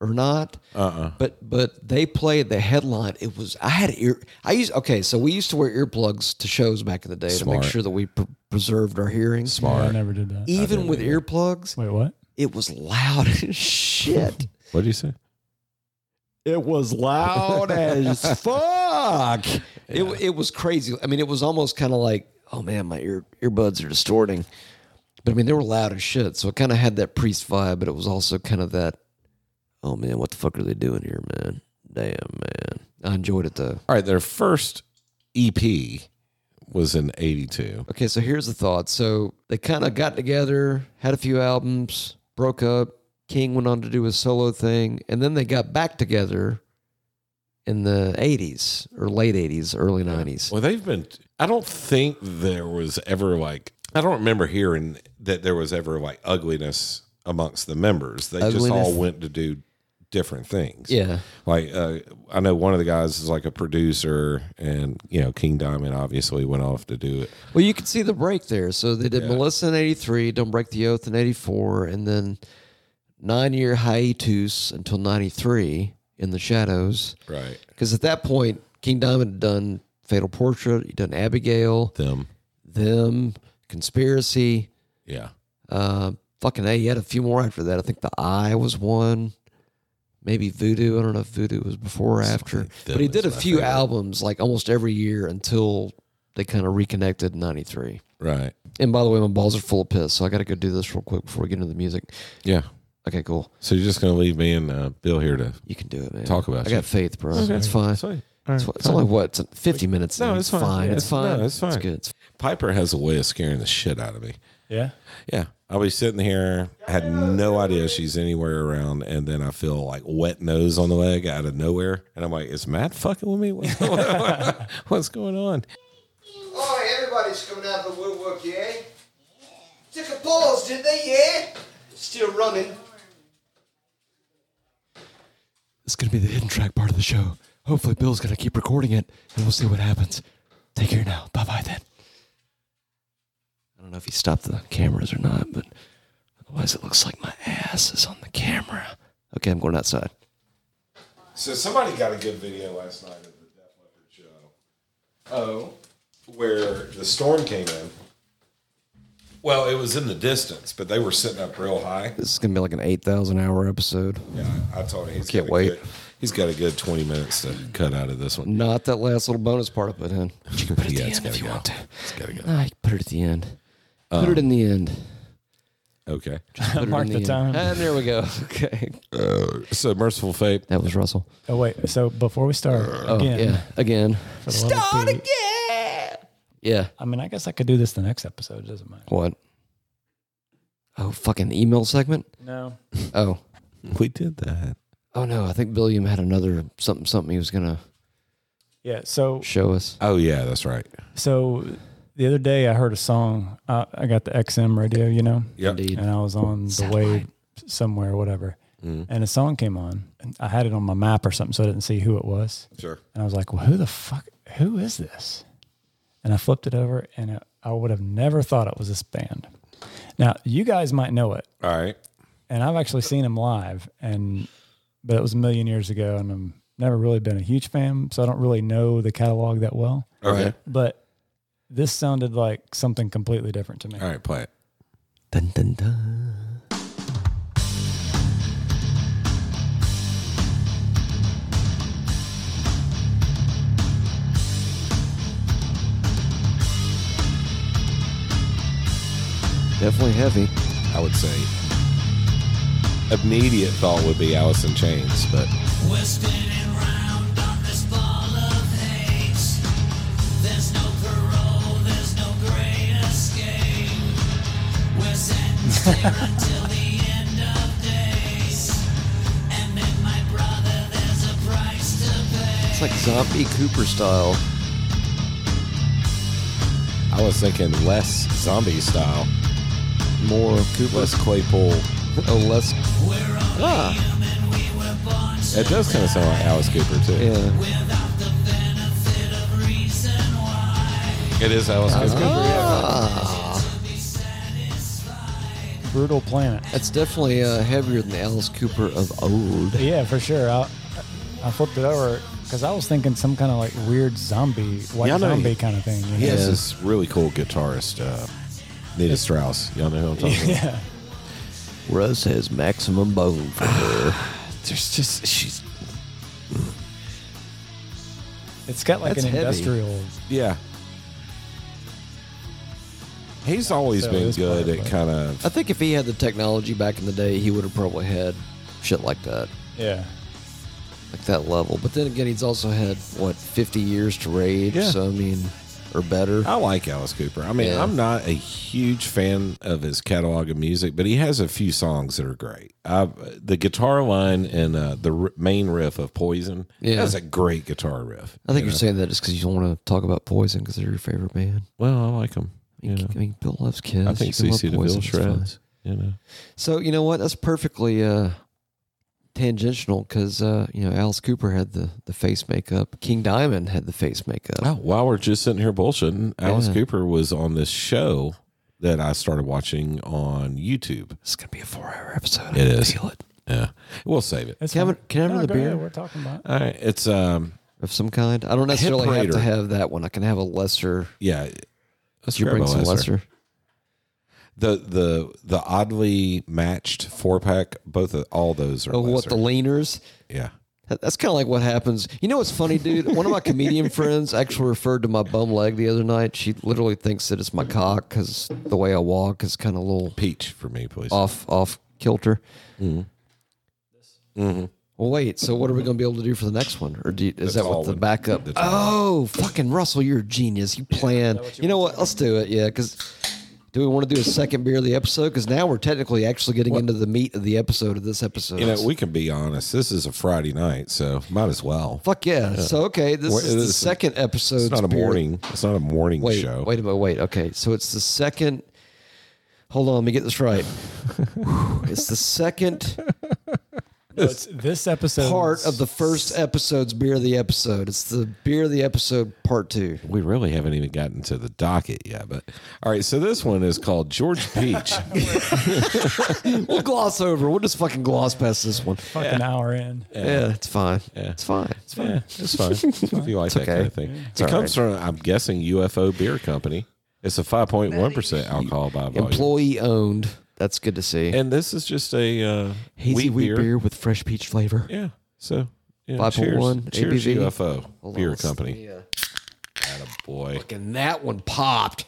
B: or not.
A: Uh-uh.
B: But but they played the headline. It was I had ear. I used okay. So we used to wear earplugs to shows back in the day to
A: Smart.
B: make sure that we pr- preserved our hearing.
D: Yeah, I
A: Smart.
D: never did that.
B: Even with earplugs,
D: Wait, what?
B: it was loud as shit.
A: What do you say?
B: It was loud as fuck. It it was crazy. I mean, it was almost kind of like, oh man, my ear earbuds are distorting. But I mean, they were loud as shit. So it kind of had that priest vibe, but it was also kind of that, oh man, what the fuck are they doing here, man? Damn, man. I enjoyed it though.
A: All right, their first EP was in '82.
B: Okay, so here's the thought. So they kind of got together, had a few albums, broke up. King went on to do his solo thing, and then they got back together in the 80s or late 80s, early 90s.
A: Well, they've been. I don't think there was ever like. I don't remember hearing that there was ever like ugliness amongst the members. They just all
B: Ugliness.
A: went to do different things.
B: Yeah.
A: Like uh, I know one of the guys is like a producer, and you know King Diamond obviously went off to do it.
B: Well, you can see the break there. So they did
A: Yeah.
B: Melissa in 83, Don't Break the Oath in 84, and then nine year hiatus until 93 in the shadows.
A: Right.
B: Because at that point, King Diamond had done Fatal Portrait, he'd done Abigail,
A: Them.
B: Them, Conspiracy.
A: Yeah.
B: Uh, fucking A, he had a few more after that. I think the Eye was one. Maybe Voodoo. I don't know if Voodoo was before or after. But he
A: Them
B: did a
A: is my
B: few
A: favorite.
B: albums like almost every year until they kind of reconnected in 93.
A: Right.
B: And by the way, my balls are full of piss, so I got to go do this real quick before we get into the music.
A: Yeah.
B: Okay, cool.
A: So you're just gonna leave me and uh, Bill here to
B: You can do it, man.
A: Talk about
B: I got
A: shit.
B: faith, bro. It's fine. It's,
A: Sorry.
B: it's only what? It's 50 minutes.
A: No,
B: now.
A: it's fine. Yeah,
B: It's
A: it's-
B: fine.
A: no, it's
B: It's
A: fine.
B: good. It's
A: Piper has a way of scaring the shit out of me.
D: Yeah.
A: Yeah. I'll be sitting here, had no idea she's anywhere around, and then I feel like wet nose on the leg out of nowhere. And I'm like, is Matt fucking with me? What- What's going on?
H: Oh, everybody's coming out of the woodwork, yeah? Took a pause, did they, yeah? Still running.
B: It's going to be the hidden track part of the show. Hopefully, Bill's going to keep recording it, and we'll see what happens. Take care now. Bye bye then. I don't know if he stopped the cameras or not, but otherwise, it looks like my ass is on the camera. Okay, I'm going outside.
A: So somebody got a good video last night of the Def Leppard show. Oh, where the storm came in. Well, it was in the distance, but they were sitting up real high.
B: This is going to be like an 8,000 hour episode.
A: Yeah, I told him he's
B: Can't
A: got a
B: wait.
A: good- he's got a good twenty minutes to cut out of this one.
B: Not that last little bonus part I put in. But you can put it at
A: Yeah,
B: the
A: it's
B: end if
A: gotta
B: you
A: go.
B: want to.
A: It's gotta go.
B: Nah, Ah, you can put it at the end. Put it in the end.
A: Okay.
B: Put it
D: Mark
B: in
D: the time.
B: End. And there we go. Okay.
A: So merciful fate.
B: That was Russell.
D: Oh, wait. So before we start
B: Oh,
D: again,
B: yeah. Again.
D: for the love of Pete,
B: Yeah.
D: I mean, I guess I could do this the next episode. It doesn't matter.
B: What? Oh, fucking email segment?
D: No.
B: Oh.
A: We did that.
B: Oh, no. I think Billiam had another something, something he was going to
D: Yeah. So,
B: show us.
A: Oh yeah, that's right.
D: so the other day I heard a song. Uh, I got the XM radio, you know,
A: Yep.
B: Indeed.
D: and I was on the wave somewhere, whatever. And a song came on, and I had it on my map or something, so I didn't see who it was.
A: Sure.
D: And I was like, "Well, who the fuck? Who is this?" And I flipped it over, and it, I would have never thought it was this band. Now, you guys might know it,
A: All right.
D: and I've actually seen him live, and but it was a million years ago, and I'm never really been a huge fan, so I don't really know the catalog that well.
A: Okay.
D: But this sounded like something completely different to me.
A: All right. Play it.
B: Dun, dun, dun. Definitely heavy.
A: I would say immediate thought would be Alice in Chains, but
B: It's like zombie Cooper style.
A: I was thinking less zombie style, more less Claypool.
B: Oh, less.
A: Ah.
B: Ah,
A: It does kind of sound like Alice Cooper too.
B: yeah.
A: It is Alice Cooper.
D: Brutal Planet.
B: That's definitely uh, heavier than the Alice Cooper of old.
D: Yeah, for sure. I, I flipped it over because I was thinking some kind of like weird zombie, white
A: Y'all know-
D: zombie kind of thing. you know?
A: He has this really cool guitarist, uh, Nita Strauss. Y'all know who I'm talking about?
D: Yeah.
B: Russ has maximum bone for her.
A: There's just she's
D: It's got like
B: That's
D: an
B: heavy.
D: industrial.
A: yeah. He's always
D: So
A: been
D: this
A: good
D: part,
A: at
D: but-
A: kind of
B: I think if he had the technology back in the day, he would have probably had shit like that,
D: Yeah.
B: like that level. But then again, he's also had what 50 years to rage.
A: Yeah.
B: So I mean, or better.
A: I like Alice Cooper. I mean,
B: Yeah.
A: I'm not a huge fan of his catalog of music, but he has a few songs that are great. i the guitar line and uh, the r- main riff of Poison,
B: Yeah.
A: that's a great guitar riff.
B: I think you're saying that just because you don't want to talk about Poison because they're your favorite band.
A: Well, I like him.
B: I mean,
A: Yeah.
B: I mean, Bill loves Kiss.
A: I think
B: You can love
A: CC DeVille
B: Poison, it's fine.
A: shreds. You know,
B: So you know what? That's perfectly uh, tangential because uh, you know Alice Cooper had the the face makeup. King Diamond had the face makeup.
A: oh, while we're just sitting here bullshitting, Alice
B: Yeah.
A: Cooper was on this show that I started watching on YouTube.
B: It's gonna be a four hour episode.
A: It
B: I can
A: is.
B: feel it.
A: Yeah, we'll save it.
D: It's
B: Can I have
D: fun.
B: a- can I have
D: No,
B: another
D: go
B: beer?
D: ahead, We're talking about. it.
A: All right, it's um,
B: of some kind. I don't necessarily have
A: Parader.
B: to have that one. I can have a lesser.
A: yeah. Let's
B: you
A: grab
B: bring
A: a
B: some
A: lesser.
B: lesser.
A: the the the oddly matched four pack. Both of all those are.
B: Oh, what
A: lesser.
B: the leaners?
A: yeah.
B: That- That's kind of like what happens. You know what's funny, dude? One of my comedian friends actually referred to my bum leg the other night. She literally thinks that it's my cock because the way I walk is kind of a little
A: Peach for me, please.
B: off off kilter.
A: Mm-hmm.
B: Well, wait. So, what are we going to be able to do for the next one? Or do you,
A: That's
B: is that
A: all
B: what the
A: we-
B: backup?
A: that's
B: Oh, fucking Russell, you're a genius. You plan. you know what? Let's do it. Yeah, because do we want to do a second beer of the episode? Because now we're technically actually getting into the meat of the episode of this episode.
A: you know, we can be honest. This is a Friday night, so might as well.
B: Fuck yeah. So, okay, this
A: Wait,
B: is the
A: this is-
B: second episode.
A: It's not a morning. It's not a morning
B: Wait,
A: show.
B: wait a minute. Wait. Okay, so it's the second. Hold on, let me get this right. it's the second.
D: No, it's this episode.
B: part of the first episode's beer of the episode. It's the beer of the episode part two.
A: We really haven't even gotten to the docket yet, but all right. So this one is called George Peach.
B: We'll gloss over. We'll just fucking gloss past this one.
D: fucking hour in.
B: Yeah, it's fine. It's fine. It's fine.
A: yeah, it's fine. If you like that kind of thing, it
B: all
A: comes from I'm guessing UFO Beer Company. It's a 5.1 percent alcohol by volume,
B: Employee owned. That's good to see.
A: and this is just a uh,
B: Hazy
A: wheat
B: wheat beer. with fresh peach flavor.
A: Yeah. So yeah,
B: 5.1
A: cheers,
B: ABV.
A: cheers UFO
B: Hold on,
A: beer
B: let's-
A: company.
B: Yeah.
A: Atta boy.
B: Fucking that one popped.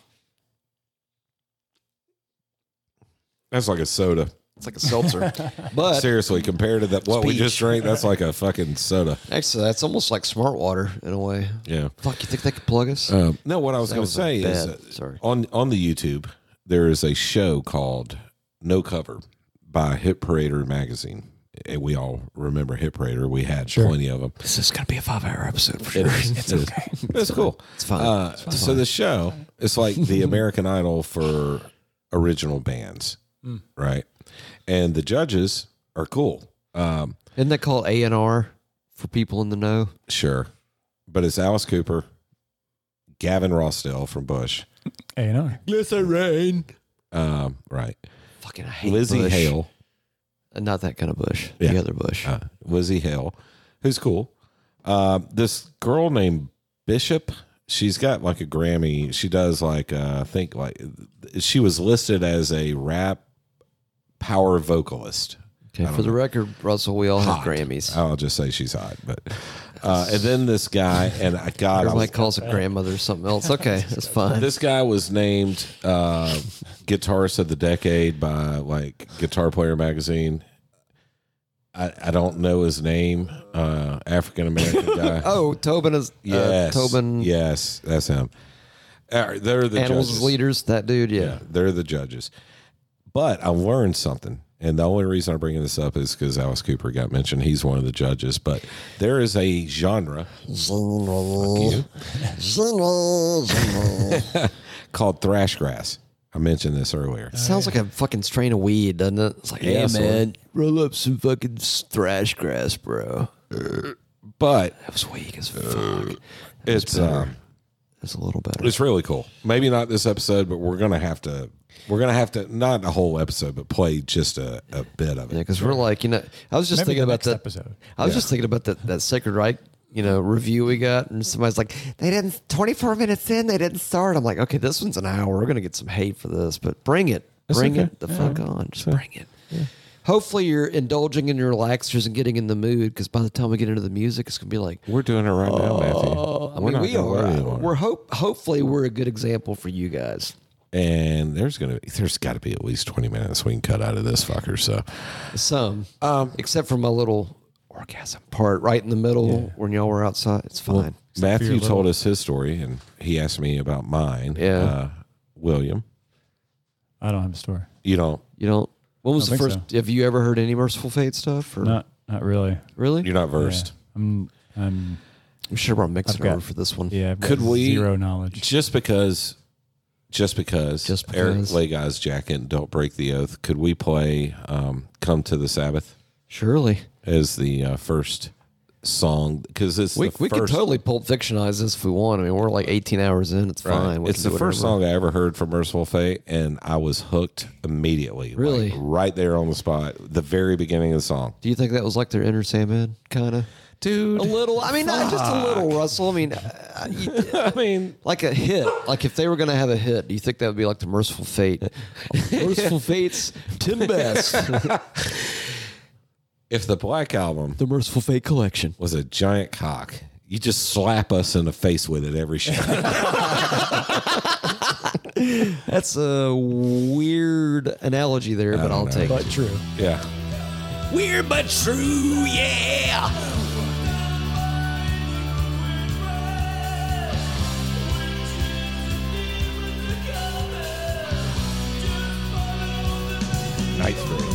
A: That's like a soda.
B: It's like a seltzer. but
A: Seriously, compared to that what we
B: peach.
A: just drank, that's like a fucking soda.
B: actually, that's almost like smart water in a way.
A: Yeah.
B: Fuck, you think they could plug us?
A: Um, no, what I was
B: That
A: going to
B: was a
A: say is
B: bad-
A: uh,
B: sorry.
A: on on the YouTube there is a show called No Cover by Hit Parader magazine. And we all remember Hit Parader. We had plenty of them.
B: this is going to be a five hour episode for sure.
A: It is. It's okay. It's cool.
B: It's fine.
A: Uh, so the
B: Mm.
A: show it's like the American Idol for original bands, right? and the judges are cool. Um,
B: Isn't that called A and R for people in the know?
A: sure, but it's Alice Cooper, Gavin Rossdale from Bush,
D: A and R.
B: Glycerine.
A: um, right?
B: Fucking I hate
A: Lizzie
B: Bush.
A: Hale,
B: Uh, Not that kind of Bush.
A: Yeah.
B: The other Bush.
A: uh, Lizzie Hale, who's cool. Uh, this girl named Bishop. She's got like a Grammy. She does like uh, I think like she was listed as a rap power vocalist.
B: okay. For the record, Russell, we all have Grammys.
A: I'll just say she's hot, but uh, and then this guy and I God, I
B: Everybody
A: was,
B: calls it grandmother or something else. Okay, that's fine.
A: this guy was named uh, guitarist of the decade by like Guitar Player magazine. I, I don't know his name, uh, African American guy.
B: oh, Tobin is
A: yes,
B: uh, Tobin.
A: Yes, that's him. All right, they're the
B: Animals
A: judges.
B: as leaders. That dude. Yeah.
A: Yeah, they're the judges. But I learned something. And the only reason I'm bringing this up is because Alice Cooper got mentioned. He's one of the judges. But there is a genre called thrash grass. I mentioned this earlier.
B: Sounds like a fucking strain of weed, doesn't it? It's like,
A: Yeah,
B: hey
A: sort of.
B: Oh, man, roll up some fucking s- thrash grass, bro.
A: But
B: That was weak as fuck.
A: it's uh,
B: That's a little better.
A: it's really cool. Maybe not this episode, but we're gonna have to we're gonna have to not a whole episode, but play just a, a bit of
B: Yeah,
A: it.
B: because we're like, you know, I was just
D: Maybe
B: thinking about
D: the next
B: that.
D: episode.
B: I was just thinking about that that Sacred Right, you know, review we got, and somebody's like, they didn't. Twenty four minutes in, they didn't start. I'm like, okay, this one's an hour. We're gonna get some hate for this, but bring it, bring it the fuck on, just bring it. Hopefully, you're indulging in your relaxers and getting in the mood, because by the time we get into the music, it's gonna be like.
A: We're doing it right now, Matthew.
B: I mean, we
A: gonna let
B: are.
A: anyone.
B: We're hope. Hopefully, we're a good example for you guys.
A: and there's gonna be there's got to be at least 20 minutes we can cut out of this fucker so
B: Some, except for my little orgasm part right in the middle when y'all were outside. It's fine.
A: matthew told us his story and he asked me about mine
B: Yeah.
A: uh, william
D: I don't have a story.
A: you know
B: You don't. When was
D: I
B: the
D: don't
B: first?
D: think
B: Have you ever heard any Merciful Fate stuff? Or
D: Not not really.
B: really?
A: you're not versed
D: I'm I'm
B: I'm sure we're mixing
D: I've got-
B: over for this one.
D: yeah. I've got
A: Could we-
D: zero knowledge?
A: just because just because
B: Just
A: eric
B: because.
A: Leguy's jacket and don't break the oath could we play um, come to the sabbath
B: surely.
A: as the uh, first song because it's
B: We
A: the
B: we could
A: first-
B: totally pulp fictionize this if we want. I mean, we're like 18 hours in. It's
A: Right.
B: fine. We
A: It's
B: can
A: the
B: do
A: first
B: whatever.
A: song I ever heard from Merciful Fate, and I was hooked immediately. like,
B: Really?
A: right there on the spot, the very beginning of the song.
B: Do you think that was like their inner Sandman kind of?
A: Dude.
B: A little. I mean, not just a little, Russell. I mean, uh, you-
A: I mean,
B: like a hit. Like if they were going to have a hit, do you think that would be like the Merciful Fate? Merciful Fate's Tim Best,
A: if the Black Album
B: the Merciful Fate collection.
A: was a giant cock, you just slap us in the face with it every show.
B: That's a weird analogy there, but I'll
A: know.
B: take it.
D: But true.
A: yeah.
E: Weird but true, yeah.
A: Ninth grade.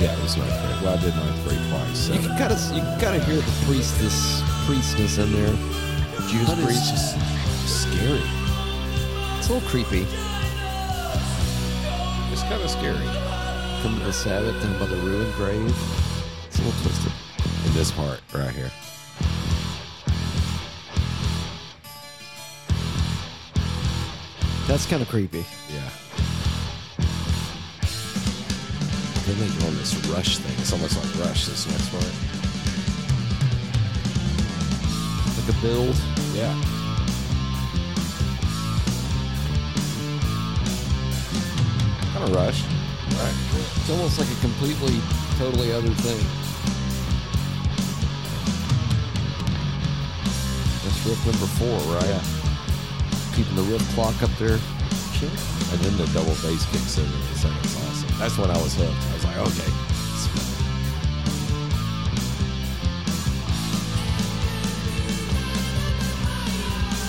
A: Yeah, it was ninth grade. Well, I did ninth grade twice. So.
B: You can kind of you can kind of hear the priestess priestess in there. Judas priest.
A: just scary.
B: It's a little creepy.
A: It's kind of scary
B: Come to the Sabbath down by the ruined grave. It's a little twisted.
A: in this part right here.
B: That's kind of creepy.
A: Yeah. Then they go on this rush thing. It's almost like rush this next part.
B: Like a build.
A: Yeah. Kind of rush. Right.
B: It's almost like a completely, totally other thing. That's riff number four, right? Keeping the riff clock up there.
A: And then the double bass kicks in and it's like, it's awesome. That's when I was hooked. I was like, okay.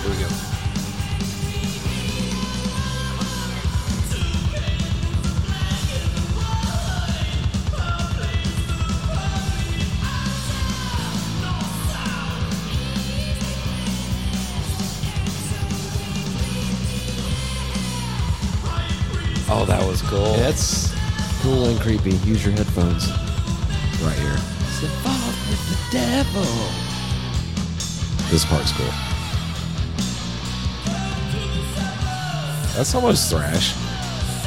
A: Here we go. Oh, that was cool.
B: That's cool and creepy. Use your headphones.
A: right here.
B: It's the fog with the devil.
A: This part's cool. That's almost thrash.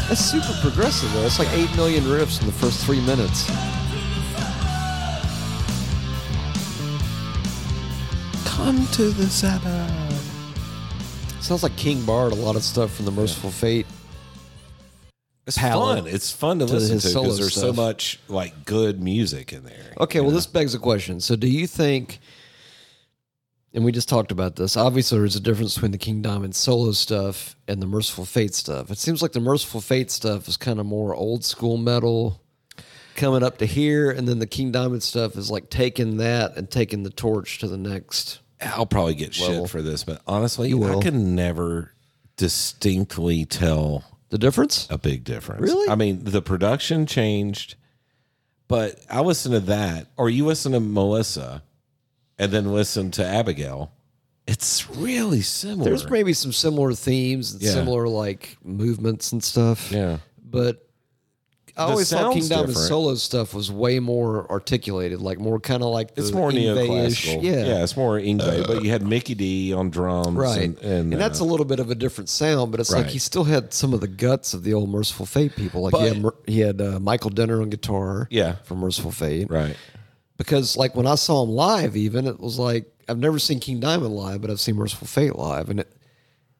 B: That's super progressive though. That's like eight million riffs in the first three minutes.
A: Come to the Sabbath.
B: Sounds like King Bard. A lot of stuff from the Merciful Fate.
A: It's
B: Palette
A: fun. It's fun to,
B: to
A: listen
B: his
A: to
B: solo
A: because there's so
B: stuff.
A: much like good music in there.
B: Okay, well, this begs a question. So, do you think, and we just talked about this, obviously there's a difference between the King Diamond solo stuff and the Merciful Fate stuff. It seems like the Merciful Fate stuff is kind of more old school metal coming up to here, and then the King Diamond stuff is like taking that and taking the torch to the next.
A: I'll probably get
B: Level.
A: shit for this, but honestly,
B: You
A: I
B: will.
A: can never distinctly tell
B: The difference?
A: a big difference.
B: Really?
A: I mean, the production changed, but I listen to that, or you listen to Melissa, and then listen to Abigail. It's really similar.
B: There's maybe some similar themes and
A: Yeah.
B: similar like movements and stuff.
A: yeah.
B: but I
A: The
B: always thought King
A: sound's
B: Diamond's
A: different.
B: solo stuff was way more articulated, like more kind of like the
A: It's more
B: Yngwie-ish-
A: neoclassical.
B: Yeah, Uh,
A: yeah, it's more Ingve, but you had Mickey D on drums,
B: right.
A: And,
B: And, that's
A: uh,
B: a little bit of a different sound, but it's
A: Right.
B: like he still had some of the guts of the old Merciful Fate people. Like he had, Mer- he had uh, Michael Denner on guitar,
A: Yeah.
B: from Merciful Fate,
A: right.
B: Because like when I saw him live, even it was like I've never seen King Diamond live, but I've seen Merciful Fate live, and it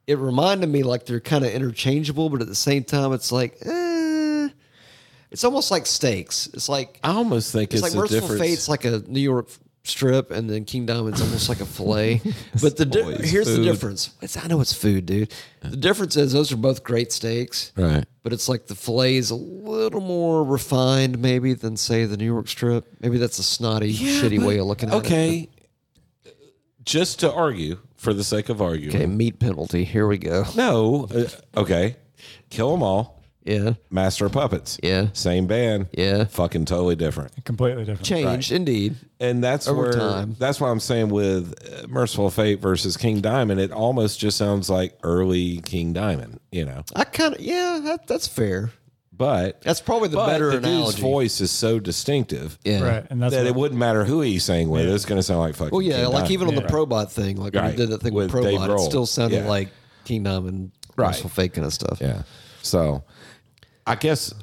B: it reminded me like they're kind of interchangeable, but at the same time, it's like. Eh, it's almost like steaks. It's like
A: I almost think it's,
B: it's like
A: the
B: Merciful
A: difference.
B: Fate's like a New York strip, and then King Diamond's almost like a fillet. But the di-
A: Always
B: here's the
A: food.
B: difference. It's, I know it's food, dude. The difference is those are both great steaks,
A: right.
B: but it's like the fillet is a little more refined, maybe than say the New York strip. Maybe that's a snotty, shitty way of looking at it.
A: Okay. Just to argue for the sake of arguing.
B: Okay, meat penalty. Here we go.
A: No. uh, okay. Kill them all.
B: Yeah,
A: Master of Puppets.
B: Yeah.
A: Same band.
B: Yeah.
A: Fucking totally different.
D: Completely different.
B: changed indeed.
A: And that's
B: Over
A: where
B: time.
A: that's why I'm saying with uh, Merciful Fate versus King Diamond, it almost just sounds like early King Diamond, you know.
B: I kind of yeah, that, that's fair.
A: But
B: That's probably the
A: but
B: better
A: the dude's
B: analogy.
A: voice is so distinctive
B: yeah.
D: Right. And that's
A: that
D: what,
A: it wouldn't matter who he sang with. It's going to sound like fucking.
B: Well, yeah,
A: King
B: like
A: Diamond.
B: even on the
D: Yeah.
B: Probot thing, like when
A: Right.
B: we did that thing with,
A: With Dave
B: Probot, it
A: Grohl.
B: still sounded
A: Yeah.
B: like King Diamond,
A: Right.
B: Russell Fake kind of stuff.
A: Yeah. So I guess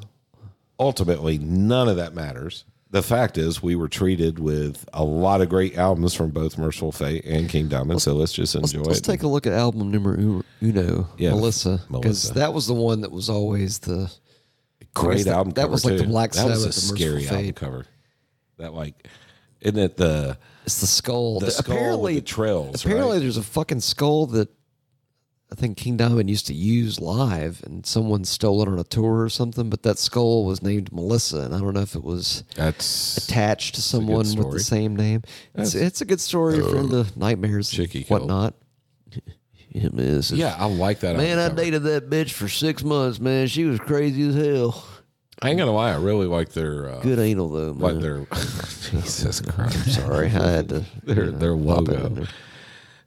A: ultimately none of that matters. The fact is we were treated with a lot of great albums from both Merciful Fate and King Diamond. So let's just
B: Let's,
A: enjoy
B: let's
A: it.
B: take a look at album number u- uno,
A: Yeah,
B: Melissa, because
A: Melissa.
B: that was the one that was always the. I guess
A: great
B: that-
A: album
B: that
A: cover,
B: was like the
A: too.
B: Black
A: That was a
B: Sabbath, the Merciful
A: scary album
B: Fate.
A: cover. That like isn't it the
B: It's the skull.
A: the
B: that-
A: skull
B: apparently,
A: with the trails,
B: apparently,
A: right?
B: there's a fucking skull that I think King Diamond used to use live, and someone stole it on a tour or something. But that skull was named Melissa, and I don't know if it was
A: That's
B: attached to someone with
A: story.
B: the same name. It's, it's a good story for the nightmares,
A: Chicky
B: and
A: killed.
B: whatnot. Yeah, man, this is-
A: yeah, I like that.
B: man, I
A: album cover.
B: dated that bitch for six months. Man, she was crazy as hell.
A: I ain't gonna lie, I really like their uh,
B: Good anal though, man.
A: like their Jesus Christ,
B: Sorry, I had to.
A: their
B: you know,
A: their
B: pop it in
A: logo,
B: there.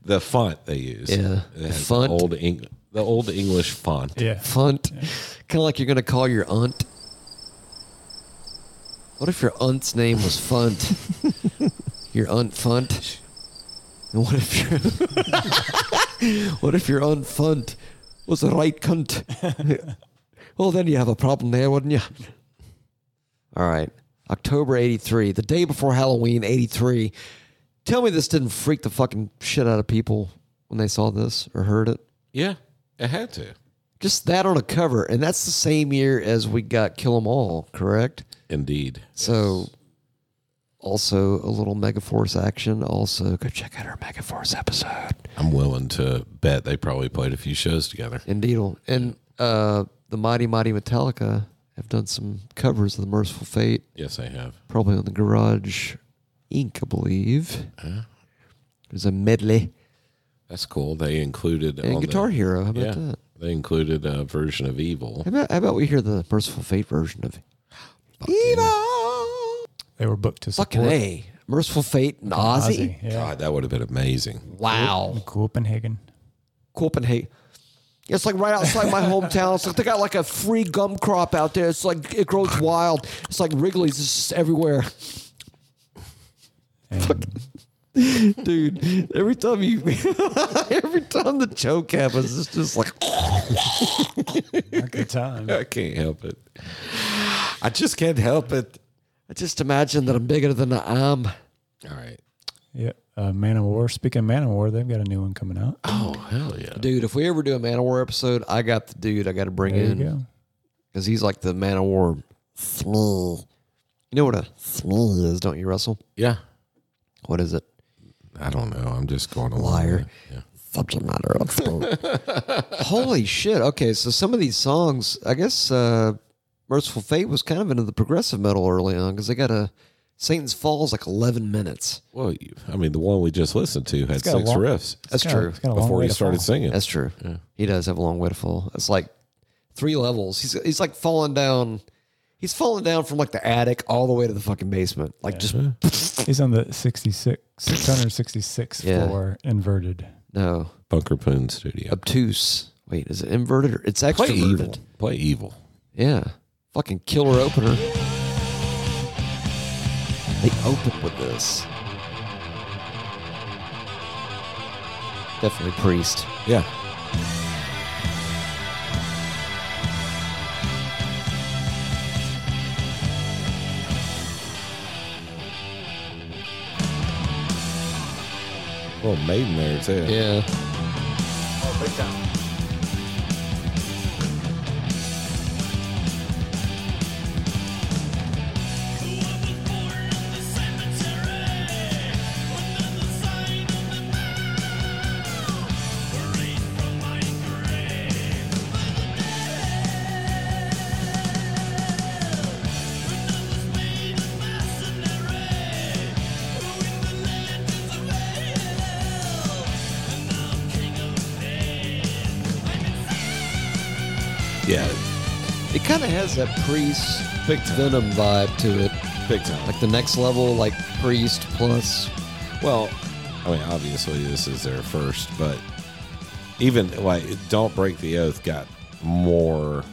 A: the font they use.
B: Yeah.
A: It
B: The
A: has
B: font.
A: old Eng- the old English font.
D: yeah.
B: Funt, kind of like you're gonna call your aunt. What if your aunt's name was Funt? your aunt Funt. And what if your what if your aunt Funt was a right cunt? well, then you have a problem there, wouldn't you? All right, October '83, the day before Halloween '83. Tell me this didn't freak the fucking shit out of people when they saw this or heard it
A: Yeah, it had to.
B: just that on a cover and that's the same year as we got kill 'em all correct
A: Indeed.
B: so also a little megaforce action also go check out our megaforce episode
A: I'm willing to bet they probably played a few shows together.
B: indeed and uh the mighty mighty metallica have done some covers of the merciful fate
A: Yes, they have.
B: probably on the garage inc i believe there's a medley
A: That's cool. They included
B: and
A: on the-
B: guitar hero how about
A: yeah,
B: that
A: they included a version of Evil.
B: how about, how about we hear the merciful fate version of
D: They were booked to
B: fucking
D: support
B: a merciful fate and ozzy
D: Ozzy. Yeah.
A: God, that would have been amazing.
B: Wow.
D: Copenhagen.
B: Copenhagen. It's like right outside my hometown. It's like they got like a free gum crop out there. It's like it grows wild. It's like Wrigley's is just everywhere. Dude, every time you, every time the choke happens, it's just like
D: Good time.
A: I can't help it. I just can't help it.
B: I just imagine that I'm bigger than I am.
A: All right.
D: Yeah. Uh, Man of War. Speaking of Man of War, they've got a new one coming out.
C: Oh, hell yeah.
B: Dude, if we ever do a Man of War episode, I got the dude I got to bring
D: There you
B: in
D: go.
B: because he's like the Man of War. Smee. You know what a smee is, don't you, Russell?
C: Yeah.
B: What is it?
A: I don't know. I'm just going along.
B: Liar.
A: with it. Yeah.
B: Subject matter expert. Holy shit. Okay, so some of these songs, I guess uh, Merciful Fate was kind of into the progressive metal early on because they got a Satan's Falls like 11 minutes.
A: Well, you, I mean, the one we just listened to had
D: got a
A: six
D: long-
A: riffs
B: That's
D: It's got a-
B: true.
D: it's got a long
A: before
D: way
A: he
D: to
A: started
D: fall.
A: singing.
B: That's true. He does have a long way to fall. It's like three levels. He's he's like falling down. He's falling down from like the attic all the way to the fucking basement. Like just
D: He's on the 66, 666
B: Yeah.
D: floor, inverted.
B: no
A: Bunker Poon Studio.
B: obtuse. Wait, is it inverted or it's
A: Play
B: extroverted?
A: evil. Play evil.
B: Yeah, fucking killer opener. They open with this. Definitely priest.
A: Yeah. Well, Maiden there too.
B: Yeah.
A: Yeah.
B: It kind of has that priest venom vibe to it.
A: Big time.
B: Like the next level, like priest plus
A: Well, I mean, obviously this is their first, but even like "Don't Break the Oath" got more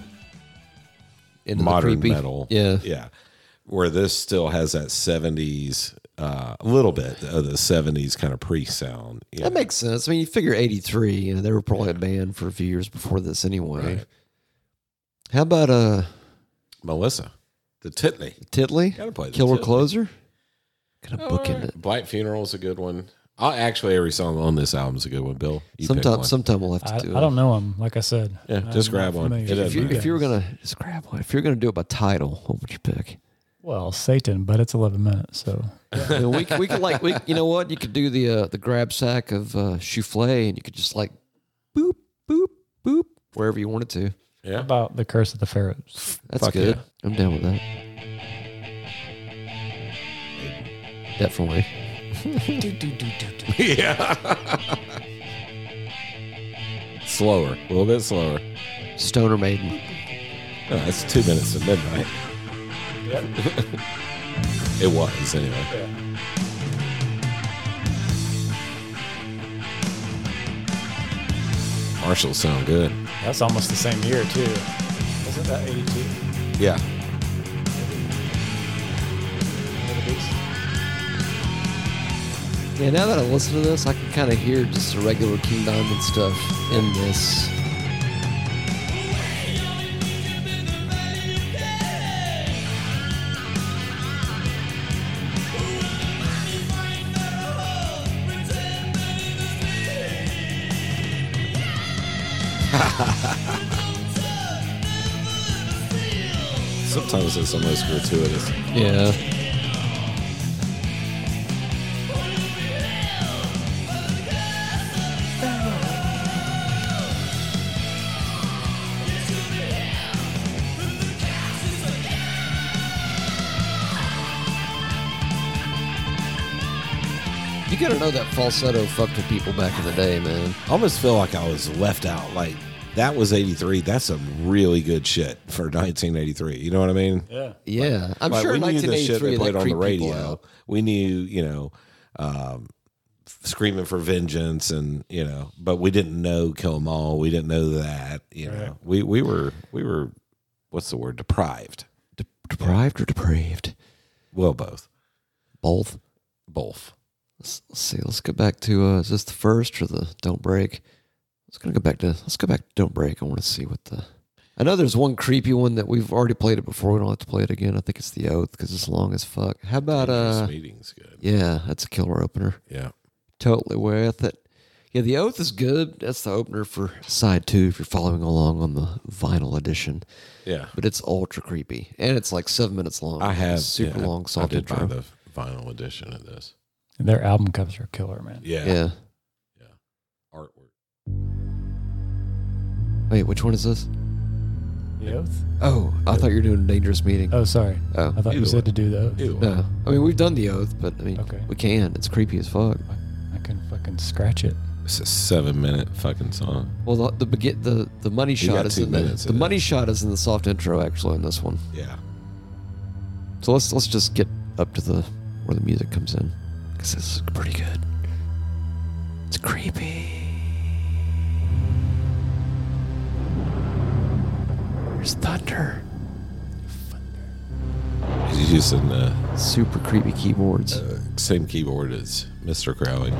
B: into the
A: modern
B: creepy-
A: metal.
B: Yeah.
A: yeah. Where this still has that '70s, uh, a little bit of the '70s kind of pre-sound. you
B: That
A: know.
B: makes sense. I mean, you figure 83, you know, they were probably a band for a few years before this anyway.
A: Right.
B: How about uh
A: Melissa, the Titney.
B: Titley?
A: Gotta play the
B: Killer
A: Titley.
B: Closer? Got a book in it.
A: Blight Funeral's a good one. Uh, actually, every song on this album's a good one. Bill, you pick one.
B: Sometimes, sometime we'll have to
D: I, I
B: do it.
D: don't know him, like I said.
A: Yeah, just grab
D: not
A: one.
D: familiar
A: It
D: with
A: doesn't
B: If you,
A: matter.
B: if you were gonna just grab one, if you're gonna do it by title, what would you pick?
D: Well, Satan, but it's 11 minutes. So
B: You know, we, c- we could like we, you know what you could do the uh, the grab sack of uh, Soufflé and you could just like boop boop boop wherever you wanted to.
A: Yeah,
D: about the curse of the pharaohs.
B: That's
A: Fuck
B: good.
A: yeah.
B: I'm down with that. Definitely.
A: slower, a little bit slower.
B: Stoner Maiden.
A: No, that's two minutes to midnight. it was anyway. Marshall sound good.
D: That's almost the same year too. Isn't that 82?
A: Yeah.
B: Yeah, now that I listen to this, I can kind of hear just the regular King Diamond stuff in this.
A: Sometimes it's almost gratuitous.
B: Yeah. You gotta know that falsetto fucked with people back in the day, man.
A: I almost feel like I was left out. Like that was '83. That's some really good shit for 1983. You know what I mean?
D: Yeah.
B: Yeah, I'm
A: Like,
B: sure
A: we knew the shit
B: 1983
A: they
B: that
A: played on the
B: creeped people
A: radio.
B: out.
A: We knew, you know, um, screaming for vengeance and you know but we didn't know kill 'em all we didn't know that you know we we were we were what's the word deprived
B: De- deprived or depraved?
A: well both
B: Both.
A: both
B: Let's, let's see. Let's go back to uh, is this the first or the don't break? Let's gonna go back to let's go back to don't break. I want to see what the. I know there's one creepy one that we've already played it before. We don't have to play it again. I think it's the oath because it's long as fuck. How about uh?
A: This meeting's good
B: Yeah, that's a killer opener.
A: yeah
B: Totally worth it. Yeah, the oath is good. That's the opener for side two if you're following along on the vinyl edition.
A: yeah
B: But it's ultra creepy and it's like seven minutes long.
A: i have
B: super
A: yeah,
B: long
A: I-
B: soft
A: I did buy
B: intro.
A: the vinyl edition of this
D: Their album covers are killer, man.
A: yeah,
B: yeah.
A: artwork
B: Wait, which one is this?
D: The Oath?
B: Oh, I thought you were doing a dangerous meeting.
D: Oh, sorry.
B: Oh,
D: I thought you
A: Either
D: said
A: way.
D: to do the Oath.
A: Ew.
B: no. I mean, we've done the oath, but I mean,
D: Okay.
B: we can. It's creepy as fuck.
D: I couldn't fucking scratch it.
A: it's a seven minute fucking song
B: Well, the the begin, the, the money shot
A: got
B: is
A: two
B: in the,
A: minutes
B: the
A: of
B: money
A: this.
B: shot is in the soft intro actually in this one.
A: yeah
B: So let's let's just get up to the where the music comes in because this is pretty good. It's creepy. There's thunder.
A: he's using the
B: Super creepy keyboards.
A: same keyboard as mr crowley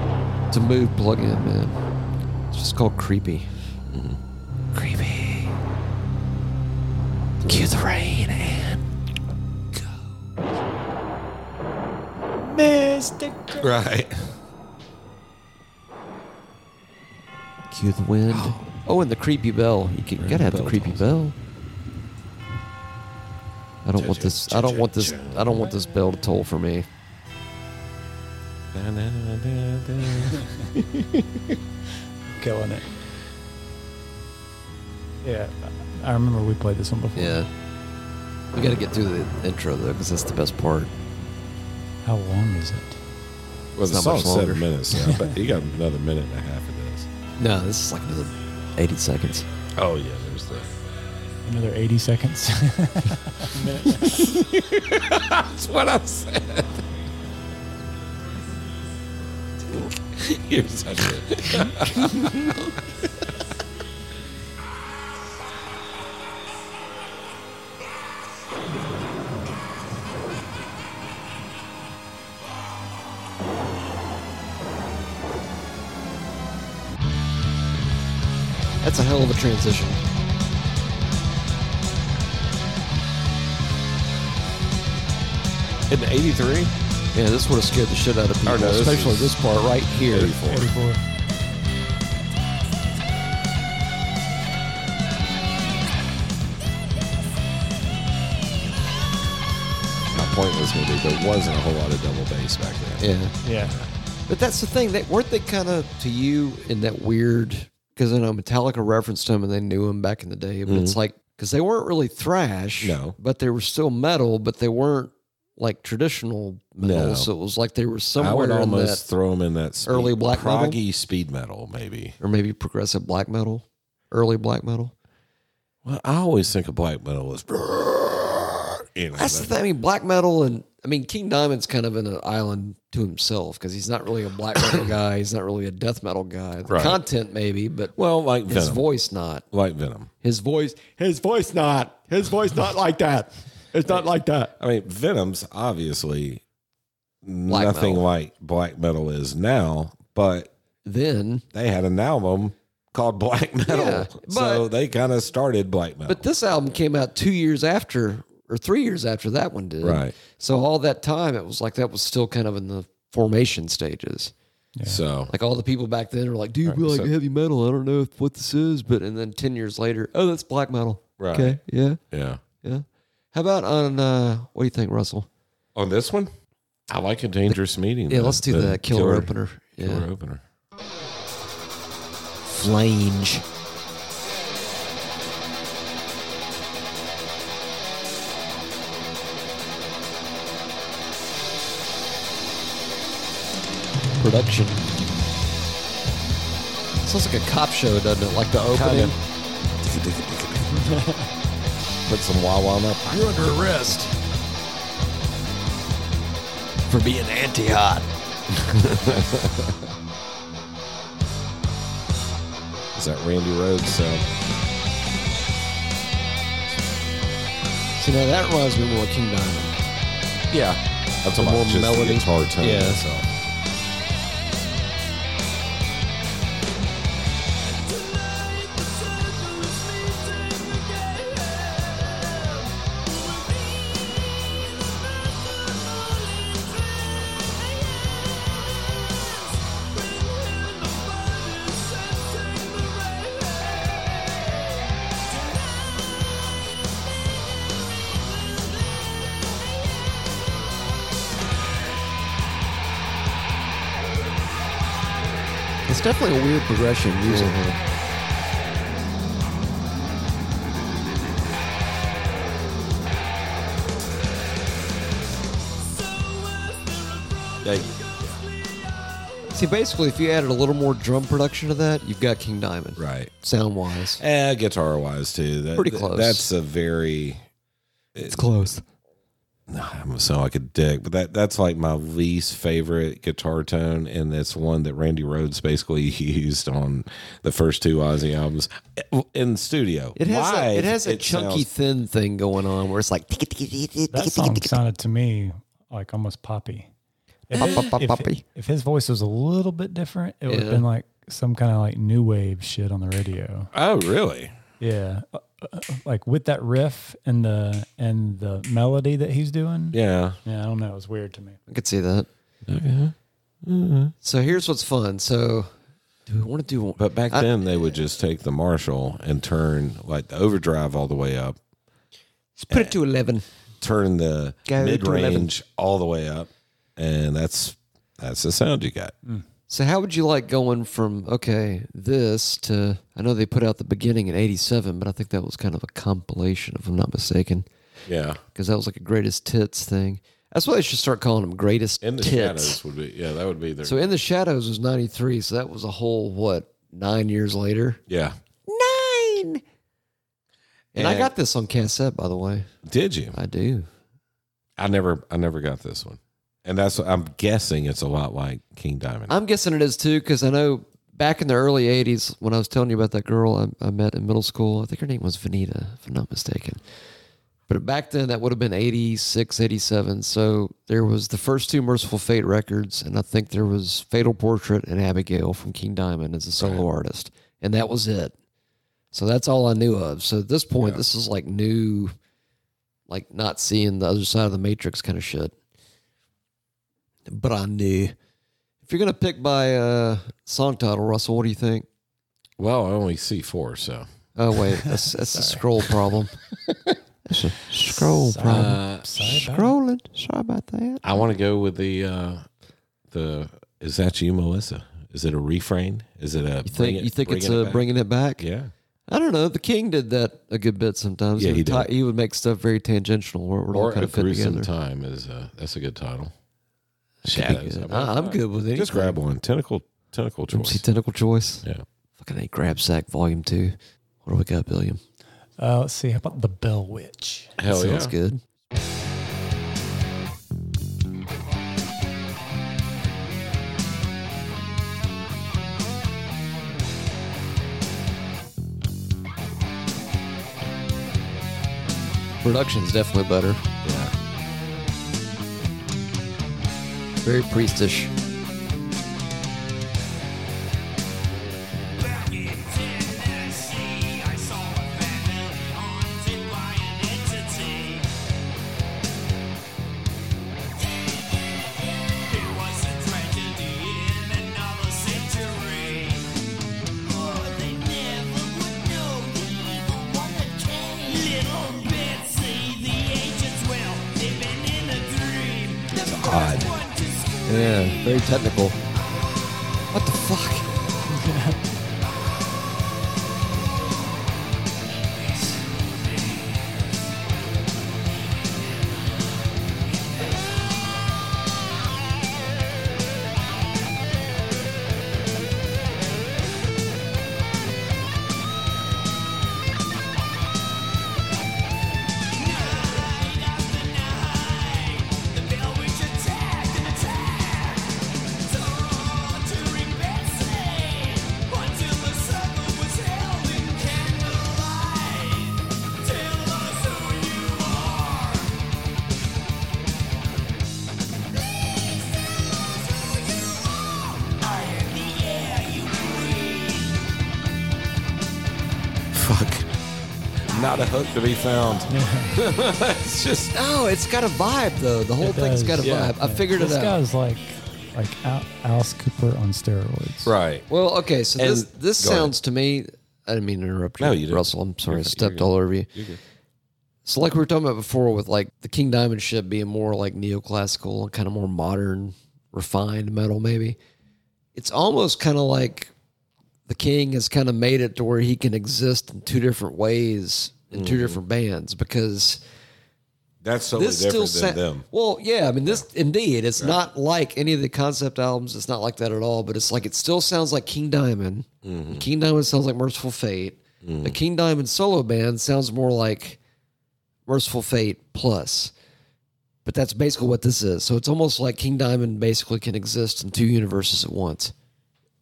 B: It's a mood plug-in, man. It's just called creepy. Creepy. Cue the rain eh? and
A: right
B: cue the wind. Oh, and the creepy bell. You, can, you gotta have the
A: bell
B: creepy bell. I don't want this. I don't want this. I don't want this bell to toll for me.
D: Killing it. Yeah, I remember we played this one before.
B: Yeah. We gotta get through the intro though, because that's the best part.
D: How long is it?
A: Well, the
B: It's not much
A: song's seven
B: longer.
A: minutes now, but you got another minute and a half of this.
B: No, this is like another 80 seconds.
A: Oh yeah, there's the.
D: Another 80 seconds?
A: That's what I said. You're such a.
B: That's a hell of a transition.
A: In '83,
B: Yeah, this would have scared the shit out of people,
A: no, this
B: especially
A: is-
B: this part right here.
A: '84.
D: 84.
A: My point was going to be there wasn't a whole lot of double bass back then.
B: Yeah.
D: Yeah.
B: But that's the thing. They weren't they kind of to you in that weird because I know Metallica referenced them and they knew him back in the day, but it's like because they weren't really thrash,
A: Mm-hmm. No.
B: but they were still metal, but they weren't like traditional metal.
A: No.
B: So it was like they were somewhere
A: I would
B: in
A: almost
B: that,
A: throw them in that speed,
B: early black metal?
A: proggy speed metal, maybe.
B: or maybe progressive black metal, early black metal.
A: Well, I always think of black metal as. You know,
B: That's the
A: that-
B: thing. I mean, black metal and I mean King Diamond's kind of in an island to himself because he's not really a black metal guy. He's not really a death metal guy. The
A: Right.
B: Content maybe, but
A: Well, like
B: his
A: Venom.
B: voice not.
A: like Venom.
B: His voice, his voice, not his voice, not like that.
D: It's not like that.
A: I mean, Venom's obviously nothing
B: metal.
A: like black metal is now, but
B: Then,
A: they had an album called Black Metal.
B: Yeah,
A: so
B: but-
A: they kind of started Black Metal.
B: but this album came out two years after, or three years after that one did.
A: Right.
B: So all that time, it was like that was still kind of in the formation stages.
A: so
B: Like all the people back then were like, "Dude, we like
A: so-
B: heavy metal. I don't know if, what this is," but and then ten years later, oh, that's black metal.
A: Right.
B: Okay. Yeah.
A: yeah.
B: Yeah. How about on uh, what do you think, Russell?
A: On this one, I like a dangerous meeting.
B: Yeah,
A: though.
B: let's do the, killer, opener. Yeah.
A: Killer opener.
B: Flange. Production. Sounds like a cop show, doesn't it? Like the opening.
A: Put some wah wah up.
B: You're under arrest for being anti-hot.
A: Is that Randy Rhodes sound?
B: See, now that reminds me more of King Diamond.
A: Yeah. I'm talking
B: more
A: about just
B: melody.
A: the guitar tone
B: Yeah.
A: itself.
B: It's definitely a weird progression music.
A: Uh-huh.
B: See, basically, if you added a little more drum production to that, you've got King Diamond,
A: Right.
B: Sound wise,
A: Eh, guitar wise too. That-
B: Pretty
A: that-
B: close.
A: That's a very
B: it's close.
A: I'm gonna sound like a dick, but that that's like my least favorite guitar tone, and that's one that Randy Rhodes basically used on the first two Ozzy albums eh, in the studio.
B: It has a,
A: Live,
B: it has a chunky
A: sounds-
B: thin thing going on where it's like
D: That song sounded to me like almost poppy. If,
B: Pop, pop,
D: if-
B: poppy.
D: if his voice was a little bit different, it would
B: Yeah.
D: have been like some kind of like new wave shit on the radio.
A: oh, really?
D: Yeah, Uh, uh, like with that riff and the and the melody that he's doing.
A: Yeah.
D: Yeah, I don't know. It was weird to me.
B: I could see that. So here's what's fun. So do we want to do one?
A: But back then they would just take the Marshall and turn like the overdrive all the way up,
B: Let's put it to eleven.
A: turn the
B: Go to
A: mid range all the way up, and that's that's the sound you got.
B: Mm. So how would you like going from okay this to I know they put out the beginning in '87, but I think that was kind of a compilation, if I'm not mistaken,
A: Yeah.
B: because that was like a greatest hits thing. That's why they should start calling them greatest
A: In the
B: hits.
A: shadows would be yeah, that would be their
B: So in the shadows was '93, so that was a whole what nine years later.
A: yeah.
B: Nine. And, I
A: And-
B: got this on cassette, by the way.
A: Did you?
B: I do.
A: I never I never got this one. And that's I'm guessing it's a lot like King Diamond.
B: I'm guessing it is too, because I know back in the early 80s, when I was telling you about that girl I, I met in middle school, I think her name was Vanita, if I'm not mistaken. But back then, that would have been 86, 87. So there was the first two Merciful Fate records, and I think there was Fatal Portrait and Abigail from King Diamond as a solo artist. And that was it. So that's all I knew of. So at this point, this is like new, like not seeing the other side of the matrix kind of shit. But I knew. If you're gonna pick by uh, song title, Russell, what do you think?
A: well, I only see four, so
B: Oh wait, that's that's a scroll problem. that's a scroll problem. Scrolling. Sorry about that.
A: I want to go with the uh the is that you, Melissa? Is it a refrain? Is it a
B: You think you think it's uh, bringing it back?
A: Yeah.
B: I don't know. The King did that a good bit sometimes.
A: Yeah, he
B: Ti-
A: did.
B: he would make stuff very tangential where it would all
A: Or
B: kind
A: a
B: of fit
A: gruesome
B: together.
A: time is uh that's a good title.
B: That'd be
A: Shadows.
B: good. I, am good with it.
A: Just grab one. Tentacle tentacle
B: MC
A: choice.
B: Tentacle Choice.
A: Yeah.
B: Fucking ain't Grab Sack Volume Two. What do we got, Billiam?
D: Uh, let's see. How about the Bell Witch?
A: Hell
B: Sounds
A: yeah.
B: good. Production's definitely better.
A: Yeah.
B: Very priestish.
A: Odd.
B: Yeah, very technical. What the fuck?
A: not a hook to be found. it's just
B: No, it's got a vibe though. The whole
D: It
B: thing's
D: does,
B: got a
A: yeah.
B: vibe. I figured
D: this
B: it out.
D: guy's like like Al- Alice Cooper on steroids.
A: right.
B: Well, okay, so this
A: And-
B: this
A: go ahead.
B: sounds to me. I didn't mean to interrupt you,
A: No, you didn't.
B: Russell. I'm sorry, I
A: good,
B: stepped
A: you're
B: all over you. So, like we were talking about before, with like the King Diamond ship being more like neoclassical, kind of more modern, refined metal, maybe. It's almost kind of like the King has kind of made it to where he can exist in two different ways in
A: Mm-hmm.
B: two different bands because
A: That's totally
B: this still
A: different
B: sounds
A: than them.
B: well yeah i mean this indeed it's not like any of the concept albums it's not like that at all but it's like it still sounds like king diamond
A: Mm-hmm.
B: king diamond sounds like merciful fate the king diamond solo band sounds more like merciful fate plus but that's basically what this is so it's almost like king diamond basically can exist in two universes at once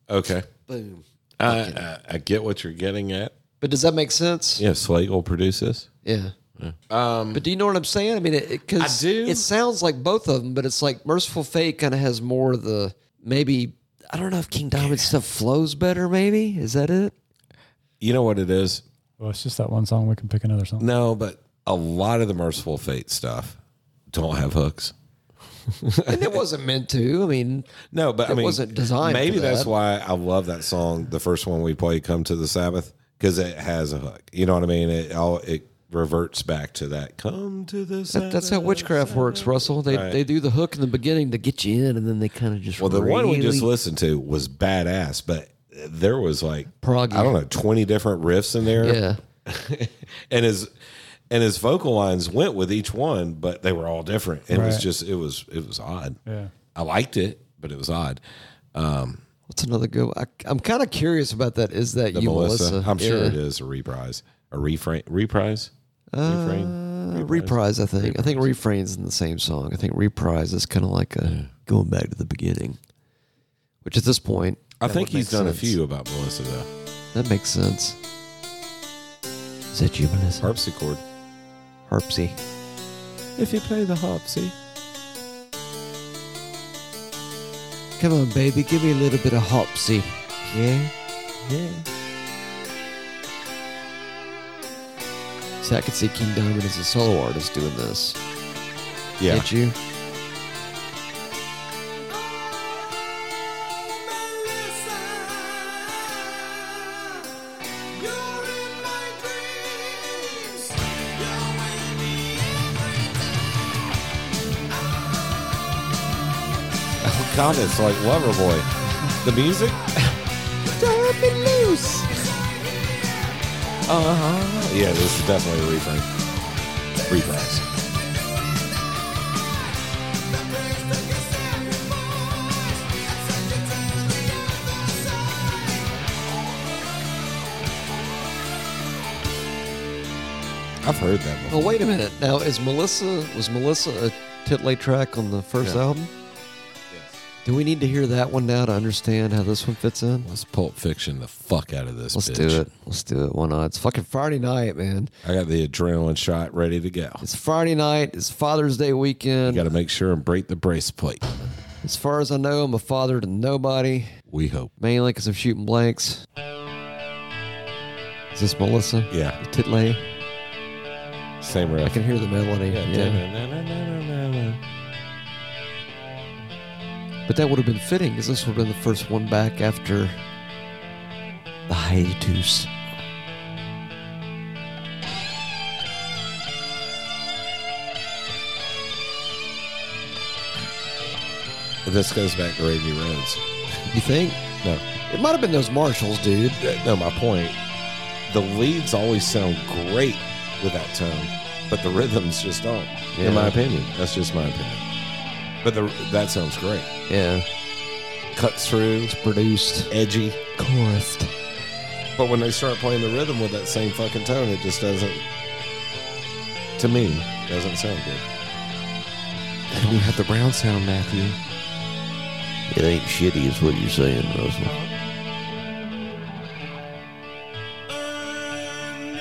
A: Okay.
B: boom
A: I, I, I get what you're getting at.
B: but does that make sense
A: Yeah, Slate will produce this.
B: Yeah. Um, but do you know what I'm saying? I mean, it, it, cause
A: I do.
B: It sounds like both of them, but it's like Merciful Fate kind of has more of the maybe. I don't know if King Diamond stuff flows better. Maybe is that it?
A: You know what it is?
D: Well, Oh, it's just that one song. We can pick another song.
A: No, but a lot of the Merciful Fate stuff don't have hooks.
B: And it wasn't meant to. I mean,
A: No, but I
B: It
A: mean,
B: wasn't designed
A: Maybe
B: for
A: that's
B: that.
A: why I love that song, the first one we played, "Come to the Sabbath," because it has a hook. You know what I mean? It all it reverts back to that. Come to the Sabbath.
B: that's how witchcraft works, Russell. They they do the hook in the beginning to get you in, and then they kind of just
A: Well, the one we just
B: really-
A: listened to was badass, but there was like
B: Proggy.
A: I don't know twenty different riffs in there.
B: yeah.
A: and his and his vocal lines went with each one, but they were all different. It was
D: Right.
A: just it was it was odd.
D: Yeah.
A: I liked it, but it was odd. Um,
B: What's another good? I, I'm kind of curious about that. Is that
A: The
B: you,
A: Melissa,
B: Melissa?
A: I'm sure
B: Yeah.
A: it is a reprise, a reframe, reprise, refrain,
B: Uh, reprise, I think. I think refrain's in the same song. I think reprise is kind of like a going back to the beginning, which at this point,
A: I
B: that
A: think
B: would make
A: he's done a
B: sense.
A: few about Melissa though.
B: That makes sense. Is that you, Melissa?
A: Harpsichord.
B: Harpsy.
A: If you play the harp, see.
B: Come on, baby, give me a little bit of harpsy. Yeah, yeah. See, I could see King Diamond as a solo artist doing this.
A: Yeah.
B: Can't you?
A: Oh God, it's like Loverboy. The music. loose. Uh huh. Yeah, this is definitely a reframe. Reprise. I've heard that
B: Oh
A: before.
B: wait a minute. Now is Melissa was Melissa a titlay track on the first album? Do we need to hear that one now to understand how this one fits in?
A: Let's Pulp Fiction the fuck out of this.
B: Let's
A: bitch.
B: do it. Let's do it. Why not? It's fucking Friday night, man.
A: I got the adrenaline shot ready to go.
B: It's Friday night. It's Father's Day weekend.
A: Got to make sure and break the braceplate.
B: As far as I know, I'm a father to nobody,
A: We hope.
B: mainly because I'm shooting blanks. Is this Melissa?
A: Yeah.
B: Titlay?
A: Same
B: I
A: riff.
B: can hear the melody. yeah. But that would have been fitting because this would have been the first one back after the hiatus.
A: This goes back to Randy Rhodes.
B: You think?
A: No,
B: It might have been those Marshalls, dude.
A: th- Uh, no. My point: the leads always sound great with that tone, but the rhythms just don't. In my opinion, that's just my opinion. But the that sounds great.
B: Yeah.
A: Cuts through,
B: Produced.
A: edgy.
B: Chorused.
A: But when they start playing the rhythm with that same fucking tone, it just doesn't. To me, doesn't sound good. They don't have the brown sound, Matthew.
B: It ain't shitty, is what you're saying, Russell.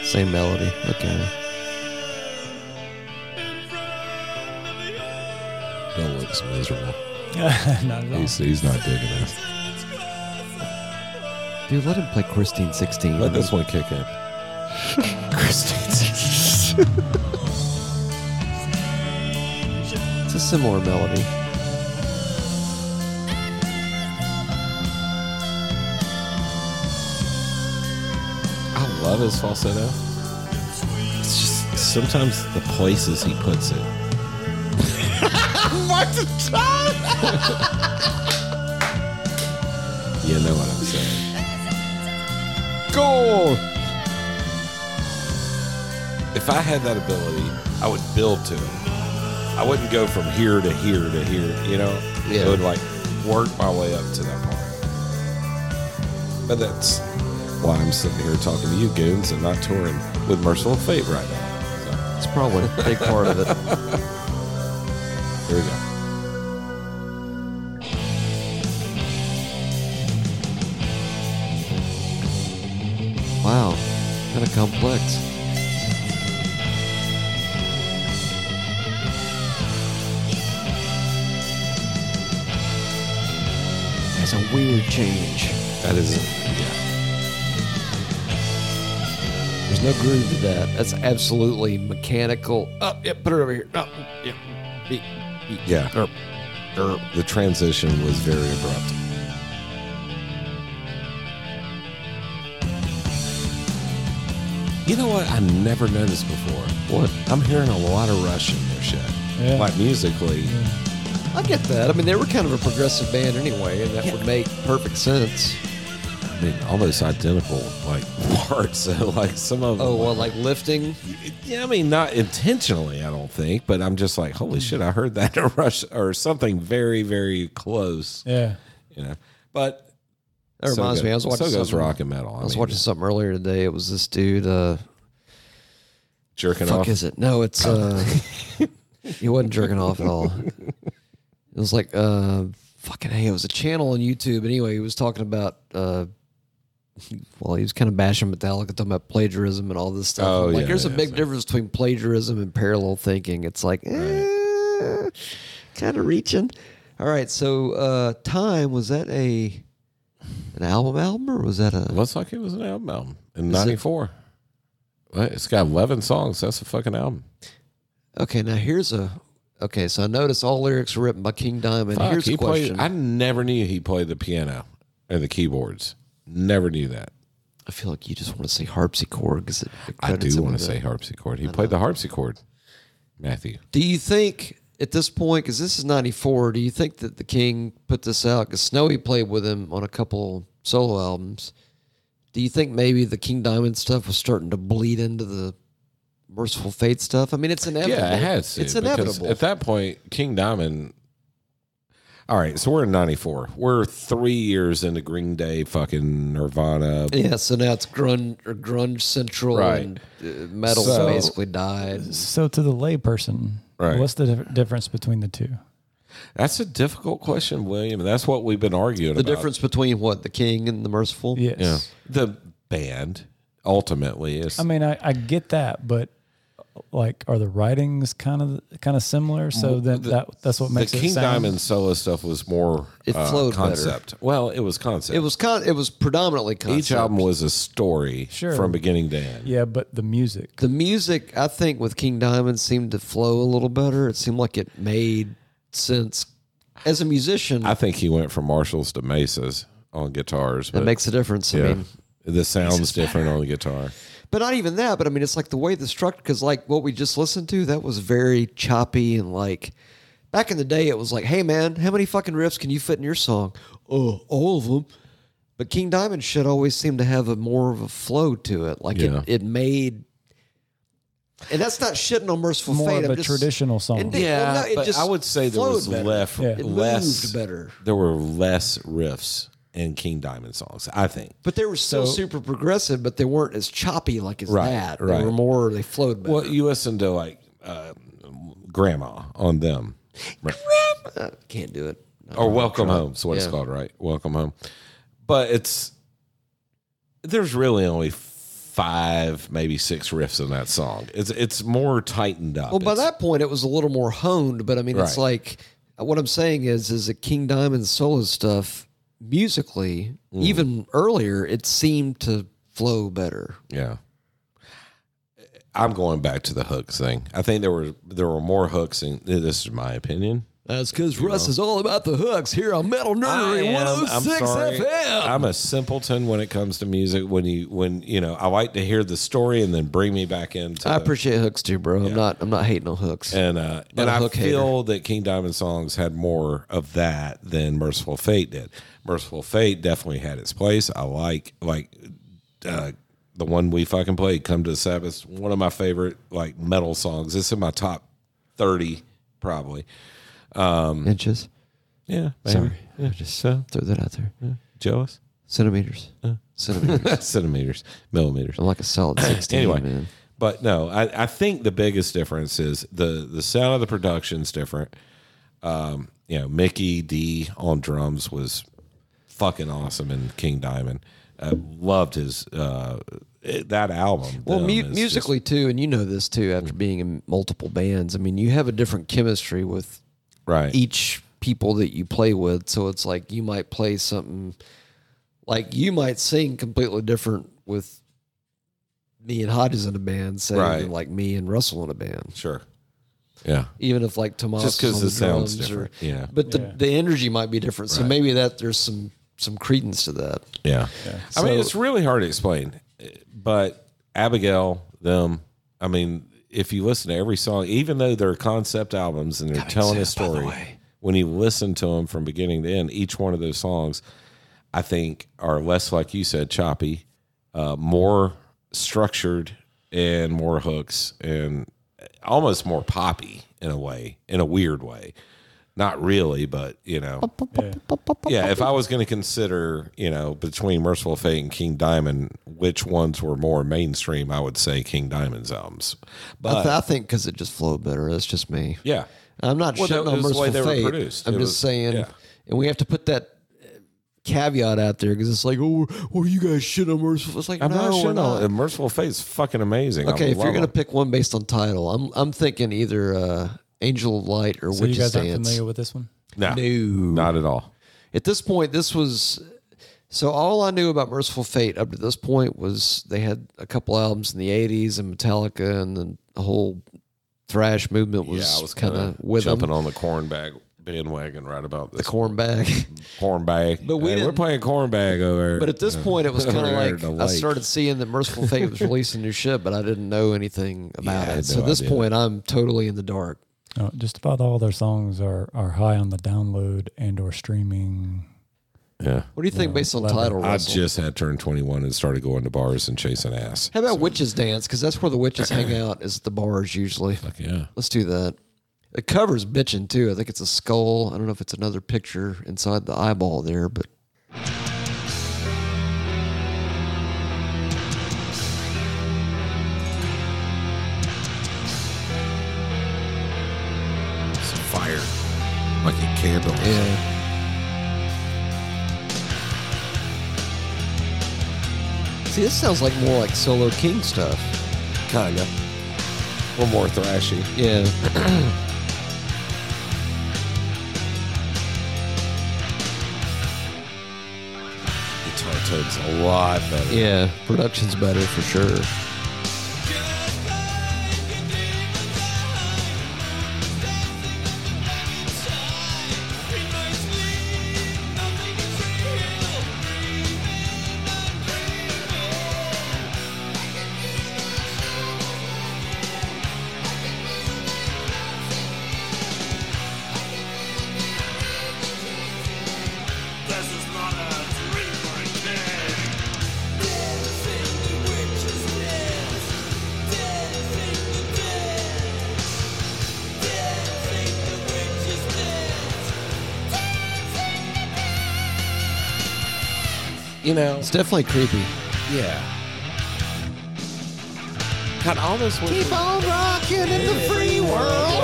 B: Same melody. Okay.
A: Bill looks miserable.
D: Not at all.
A: He's, he's not digging this.
B: Dude, let him play Christine 16.
A: Let this one kick in. Christine.
B: It's a similar melody.
A: I love his falsetto. It's just sometimes the places he puts it. Martin Todd! you know what I'm saying.
B: Goal!
A: If I had that ability, I would build to it. I wouldn't go from here to here to here, you know?
B: Yeah.
A: I would like work my way up to that part. But that's why I'm sitting here talking to you goons and not touring with Merciful Fate right now. So.
B: It's probably a big part of it.
A: Here we go.
B: Wow, kind of complex. That's a weird change.
A: That is, yeah.
B: There's no groove to that. That's absolutely mechanical. Up, yeah, put it over here. Up, yeah, beat, beat.
A: Yeah.
B: Erp.
A: The transition was very abrupt. You know what I never noticed before? What? I'm hearing a lot of Russian in their shit.
D: Yeah.
A: Like musically.
B: I get that. I mean, they were kind of a progressive band anyway, and that would make perfect sense.
A: I mean, almost identical like parts. So like some of them.
B: Oh, well, like lifting.
A: yeah, I mean, not intentionally, I don't think, but I'm just like, holy shit, I heard that in Russian or something very, very close.
D: Yeah.
A: You know. But
B: That
A: so
B: reminds
A: good.
B: me. I was watching
A: so goes
B: something-
A: rock and metal.
B: I was watching something earlier today. It was this dude. Uh,
A: jerking
B: fuck
A: off.
B: is it? No, it's uh, he wasn't jerking off at all. It was like uh, fucking hey, it was a channel on YouTube. Anyway, he was talking about uh, well, he was kind of bashing Metallica, talking about plagiarism and all this stuff.
A: Oh,
B: like,
A: yeah,
B: there's a
A: yeah,
B: big
A: so-
B: difference between plagiarism and parallel thinking. It's like eh, kind of reaching. All right, so uh, time was that a an album album or was that a
A: Looks like it was an album, album in '94. It's got 11 songs. That's a fucking album.
B: Okay, now here's a. Okay, so I noticed all lyrics were written by King Diamond.
A: Fuck,
B: here's
A: he
B: a question.
A: played. I never knew he played the piano and the keyboards. Never knew that.
B: I feel like you just want to say harpsichord because it. it
A: I
B: credits
A: do
B: him
A: want to
B: with
A: say
B: that.
A: harpsichord. He played the harpsichord. Matthew.
B: Do you think at this point, because this is '94, do you think that the King put this out? Because Snowy played with him on a couple solo albums. Do you think maybe the King Diamond stuff was starting to bleed into the Merciful Fate stuff? I mean, it's inevitable.
A: Yeah, it has. To,
B: It's
A: because
B: inevitable.
A: At that point, King Diamond. All right, so we're in '94. We're three years into Green Day, fucking Nirvana,
B: yeah, so now it's grunge, or grunge central,
A: Right.
B: and uh, metal
A: So-
B: basically died.
D: So to the layperson,
A: Right.
D: what's the dif- difference between the two?
A: That's a difficult question, William. and That's what we've been arguing
B: The
A: about.
B: difference between what the king and the merciful.
D: Yes.
A: Yeah. The band ultimately is
D: I mean, I, I get that, but like, are the writings kind of kind of similar? So then that that's what
A: the
D: makes it
A: King
D: sound-
A: Diamond solo stuff was more
B: It
A: uh,
B: flowed better.
A: concept. Well, it was concept.
B: It was con- It was predominantly concept.
A: each album was a story
D: Sure.
A: from beginning to end.
D: Yeah, but the music.
B: the music, I think, with King Diamond seemed to flow a little better. It seemed like it made sense as a musician.
A: I think he went from Marshalls to Mesas on guitars. But
B: that makes a difference.
A: yeah,
B: I mean,
A: the sounds different on the guitar.
B: but not even that. But I mean, it's like the way the structure, because like what we just listened to, that was very choppy and like. Back in the day, it was like, "Hey man, how many fucking riffs can you fit in your song?" Oh, all of them. But King Diamond shit always seemed to have a more of a flow to it. Like
A: Yeah.
B: it, it made, and that's not shitting on Merciful
D: More
B: Fate.
D: of
B: I'm
D: a
B: just-
D: traditional song.
B: Indeed. Well, no, it
A: but
B: just
A: I would say there
B: flowed
A: was
B: better.
A: less,
D: Yeah. It
A: less
B: moved better.
A: There were less riffs in King Diamond songs. I think.
B: But they were still super progressive, but they weren't as choppy like as
A: Right,
B: that. They
A: right.
B: were more. They flowed better.
A: Well, you listen to like uh, Grandma on them, right?
B: Uh, can't do it.
A: or Welcome Home. Is what it's
B: Yeah.
A: called, right? Welcome Home. But it's there's really only five, maybe six riffs in that song. It's it's more tightened up.
B: Well, by
A: It's-
B: that point, it was a little more honed, but I mean, it's
A: Right.
B: like what I'm saying is, is that King Diamond's solo stuff musically, even earlier, it seemed to flow better.
A: yeah. I'm going back to the hooks thing. I think there were there were more hooks, and this is my opinion.
B: That's because Russ is all about the hooks here on Metal oh Nerdery
A: I'm
B: 106
A: sorry.
B: FM.
A: I'm a simpleton when it comes to music. When you when you know, I like to hear the story and then bring me back into.
B: I
A: the-
B: appreciate hooks too, bro. I'm not. I'm not hating on hooks.
A: and uh,
B: Not
A: and
B: a
A: I
B: hook hater.
A: feel that King Diamond songs had more of that than Merciful Fate did. Merciful Fate definitely had its place. I like like uh, the one we fucking played, "Come to the Sabbath." One of my favorite like metal songs. It's in my top thirty probably.
B: Inches.
A: Yeah,
B: Sorry,
A: Yeah, just so
B: Throw that out there.
A: jealous.
B: Centimeters. Centimeters.
A: Centimeters, millimeters.
B: I'm like a solid 16.
A: anyway,
B: man.
A: but no, I, I think the biggest difference is the the sound of the production's different. Um, you know, Mickey D on drums was fucking awesome in King Diamond. I loved his uh, it- that album.
B: Well,
A: them,
B: mu-
A: is just-
B: musically too, and you know this too. After being in multiple bands, I mean, you have a different chemistry with
A: right?
B: each people that you play with. So it's like you might play something, like you might sing completely different with me and Hodges in a band, say,
A: Right.
B: than like me and Russell in a band.
A: sure, yeah,
B: Even if like Tomas
A: Just 'cause
B: because
A: the sound's different, yeah.
B: But the,
D: Yeah.
B: the energy might be different. So
A: Right.
B: maybe that there's some some credence to that.
A: yeah. I mean, it's really hard to explain, but Abigail, them. I mean, if you listen to every song, even though they're concept albums and they're telling a story, when you listen to them from beginning to end, each one of those songs, I think, are less like you said, choppy, uh, more structured, and more hooks, and almost more poppy in a way, in a weird way. Not really, but you know. Yeah, if I was going to consider, you know, between Merciful Fate and King Diamond, which ones were more mainstream, I would say King Diamond's albums.
B: I,
A: But
B: th- I think because it just flowed better. That's just me.
A: yeah,
B: I'm not
A: Well,
B: shitting
A: that was the
B: on Merciful
A: way they were
B: Fate.
A: produced.
B: I'm
A: It
B: just
A: was-
B: saying,
A: yeah.
B: and we have to put that caveat out there because it's like, oh, what are you guys shit on Merciful? It's like,
A: I'm
B: no,
A: not
B: we're
A: sure.
B: not.
A: No, Merciful Fate's fucking amazing. I
B: okay, if
A: love
B: you're gonna
A: them.
B: pick one based on title, I'm I'm thinking either uh, Angel of Light or
D: So you
B: Witch's
D: guys aren't
B: Dance.
D: familiar with this one?
A: no,
B: No.
A: not at all.
B: At this point, this was so all I knew about Merciful Fate up to this point was they had a couple albums in the '80s and Metallica, and then the whole thrash movement was,
A: yeah, I was
B: kind of with them.
A: jumping on the corn bag bandwagon right about
B: The
A: this
B: corn bag.
A: corn bag.
B: But we
A: Hey, we're
B: didn't-
A: playing corn bag over. here.
B: But at this point, it was
A: Over
B: kind
A: there
B: of
A: to
B: like I
A: like.
B: started seeing that Merciful Fate was releasing new shit, but I didn't know anything about
A: Yeah, I
B: it.
A: had
B: So
A: no
B: at this
A: idea.
B: point, I'm totally in the dark.
D: No, just about all their songs are are high on the download and or streaming.
A: yeah,
B: What do you think based on
D: love it.
B: title?
A: I
B: Russell?
A: just had turned 21 and started going to bars and chasing ass.
B: How about witches dance? Because that's where the witches hang out. Is at the bars usually.
A: Yeah,
B: Let's do that. The cover's bitching too. I think it's a skull. I don't know if it's another picture inside the eyeball there, but
A: it's fire like a candle.
B: yeah. See, this sounds like more like Solo King stuff.
A: kind of. Or more thrashy.
B: Yeah.
A: Guitar tone's a lot better.
B: Yeah, production's better for sure.
A: You know,
B: It's definitely creepy.
A: yeah. God, all this was.
B: on rocking in the free world.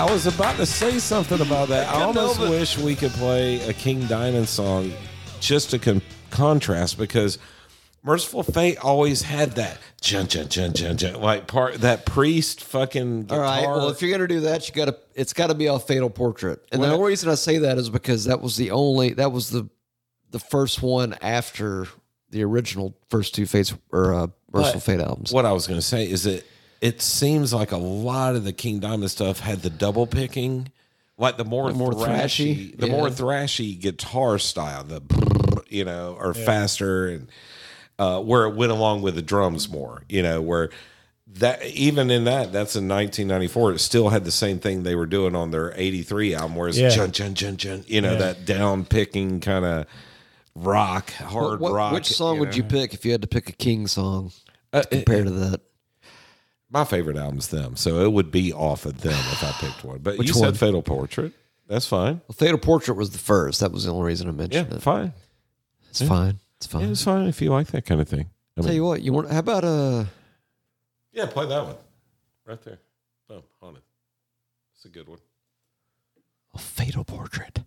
A: I was about to say something about that. I almost wish we could play a King Diamond song just to con- contrast because Merciful Fate always had that jun jun jun jun jun like part that priest fucking
B: All
A: guitar.
B: right. Well, if you're gonna do that, you gotta. It's gotta be off Fatal Portrait. And the only reason I say that is because that was the only. That was the the first one after the original first two Fates or uh, Versatile Fate albums.
A: What I was going to say is that it seems like a lot of the King Diamond stuff had the double picking, like the more
B: more
A: thrashy,
B: thrashy,
A: the more
B: yeah.
A: thrashy guitar style, the you know, or faster and uh, where it went along with the drums more, you know, where that even in that that's in 1994 it still had the same thing they were doing on their 83 album where it's
D: Yeah.
A: chun chun chun chun you know that down picking kind of rock hard
B: What- what-
A: rock
B: which song would
A: know?
B: you pick if you had to pick a King song
A: Uh, it-
B: compared to that?
A: my favorite album's them, so it would be off of them if I picked one. But
B: Which
A: you
B: one?
A: said Fatal Portrait. That's fine.
B: Well, Theater Portrait was the first. That was the only reason I
A: Yeah,
B: mentioned it.
A: fine.
B: It's fine. It's fine.
A: Yeah, it's fine if you like that kind of thing. I
B: Tell you what, you want? How about uh?
A: yeah, play that one right there. Boom, haunted. It's a good one.
C: A fatal portrait.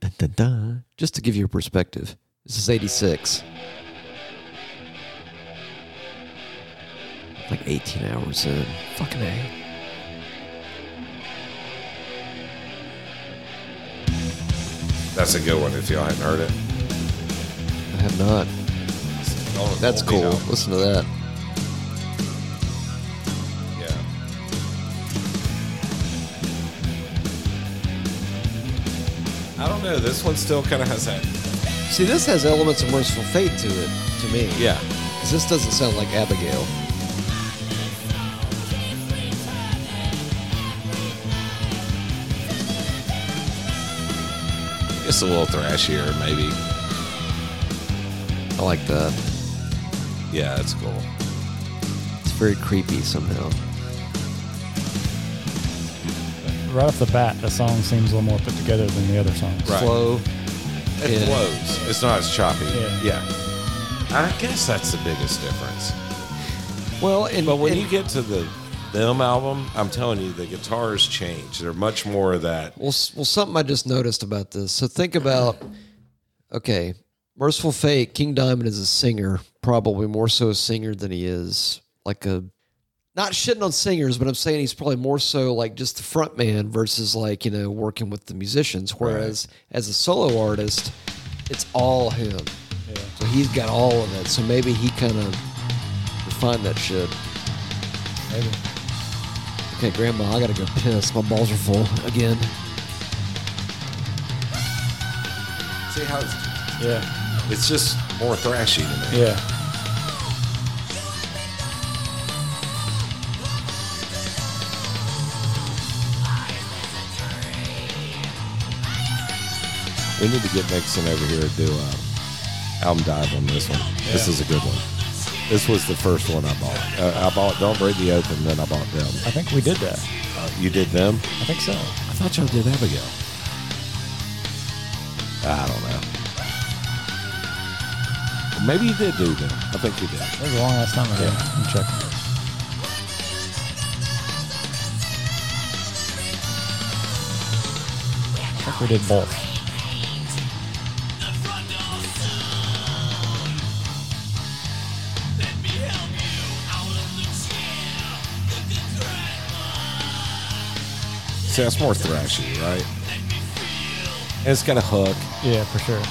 C: dun, dun, dun.
B: Just to give you a perspective, this is '86. Like 18 hours in. Fucking a.
A: That's a good one if y'all hadn't heard it.
B: I have not.
A: Oh,
B: That's
A: oh,
B: cool.
A: you know,
B: Listen to that.
A: Yeah. I don't know. This one still kind of has that.
B: See, this has elements of Merciful Fate to it, to me.
A: Yeah.
B: 'Cause This doesn't sound like Abigail.
A: It's a little thrashier, maybe.
B: I like that.
A: Yeah, it's cool.
B: It's very creepy somehow.
D: Right off the bat, the song seems a little more put together than the other songs.
A: Right.
B: Slow.
A: It
B: Yeah.
A: flows. It's not as choppy.
D: Yeah.
A: Yeah. I guess that's the biggest difference.
B: Well, and,
A: But when
B: and-
A: you get to the them album, I'm telling you, the guitars change. They're much more of that.
B: Well, s- well, something I just noticed about this. So think about, okay, Merciful Fate. King Diamond is a singer, probably more so a singer than he is like a. Not shitting on singers, but I'm saying he's probably more so like just the front man versus like you know working with the musicians. Whereas as a solo artist, it's all him. So he's got all of it. So maybe he kind of refined that shit. Okay, Grandma, I gotta go piss. My balls are full again.
A: See how it's,
D: Yeah.
A: it's just more thrashy to me.
D: Yeah.
A: We need to get Nixon over here and do a album dive on this one. This is a good one. This was the first one I bought. Uh, I bought Don't Break the Open, then I bought them.
D: I think we did that.
A: Uh, you did them?
D: I think so.
A: I thought y'all did Abigail. I don't know. Maybe you did do them. I think you did.
D: That was a long last time ago. I'm checking. I think we did both.
A: See, that's more thrashy, right? And it's got a hook
D: Yeah, for sure.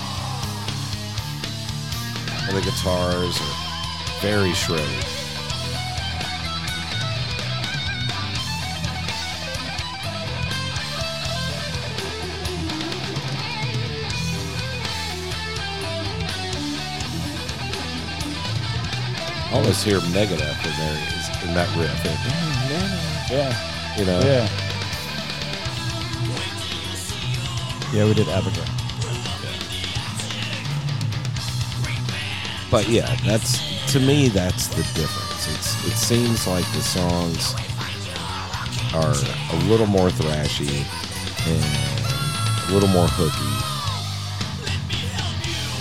A: and the guitars are very shredded. I almost hear Megadeth in there is- in that riff.
D: Yeah.
A: You know,
D: Yeah. Yeah, we did Abigail.
A: But yeah, that's to me that's the difference. It's it seems like the songs are a little more thrashy and a little more hooky.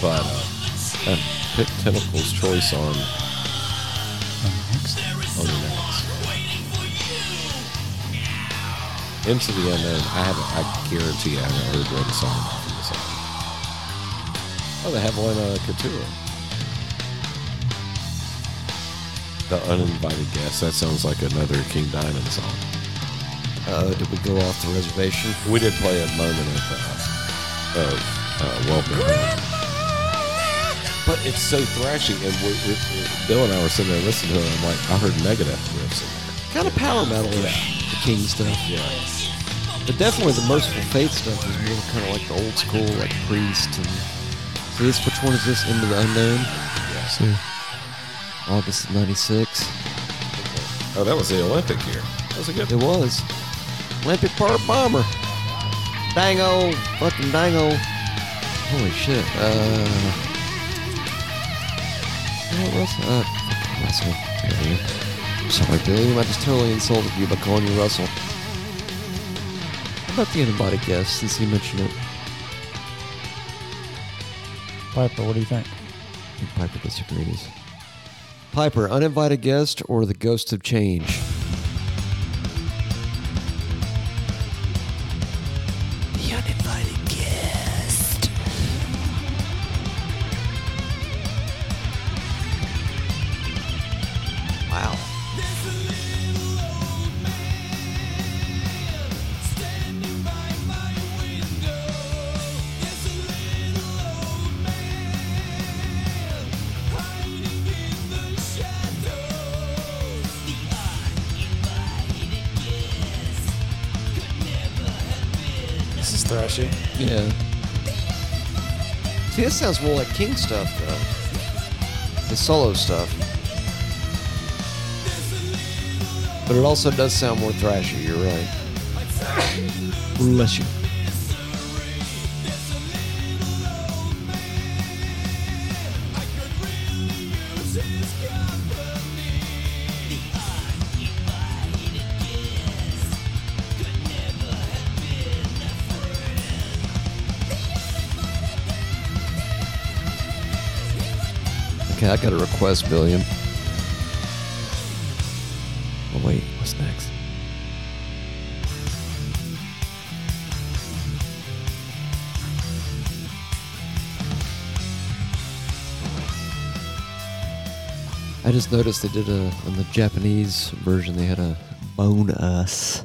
A: But uh, uh, pick Tentacles choice on on the next. Into the unknown. I haven't. I guarantee I haven't heard one song from this album. Oh, they have one uh, Couture. The Uninvited Guest. That sounds like another King Diamond song.
B: Uh, did we go off the reservation?
A: We did play a moment of, uh, of uh, Welcome. Home. But it's so thrashy, and we, we, we- Bill and I were sitting there listening to it. And I'm like, I heard Megadeth riffs. in
B: Kind of power metal ish, the King stuff.
A: there. Yeah,
B: But definitely the Merciful Fate stuff is more kind of like the old school, like Priest. And so this, which one is this? Into the Unknown. Hmm.
C: So,
B: August of '96.
A: Oh, that was the Olympic year. That was a good.
B: It was Olympic Park bomber. Dango, fucking dango. Holy shit. Uh, what was uh, Russell? There you go. Sorry, Billy. I just totally insulted you by calling you Russell. How about the antibody guest since you mentioned it?
D: Piper, what do you think?
B: Piper disagrees. Piper, uninvited guest or the ghost of change?
E: The uninvited guest.
B: Wow.
D: This is thrashy.
B: Yeah. See, this sounds more like King stuff, though. The solo stuff. But it also does sound more thrashy, you're right.
C: bless you.
B: Okay, I got a request, William.
C: Oh, wait, what's next?
B: I just noticed they did a, on the Japanese version, they had a,
C: Bone us.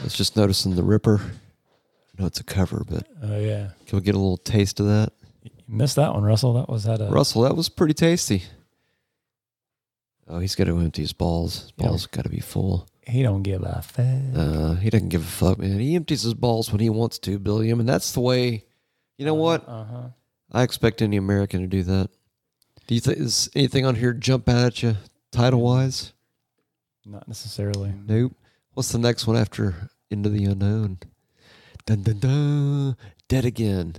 B: I was just noticing the Ripper. I know it's a cover, but
D: Oh yeah,
B: can we get a little taste of that?
D: you missed that one, Russell. That was had a
B: Russell, that was pretty tasty. Oh, he's got to empty his balls. His balls got to be full.
D: he don't give a fuck.
B: Uh, he doesn't give a fuck, man. He empties his balls when he wants to, Billiam, and that's the way. You know what?
D: Uh huh.
B: I expect any American to do that. Do you think is anything on here jump out at you title wise?
D: Not necessarily.
B: Nope. What's the next one after Into the Unknown? Dun dun dun. Dead Again.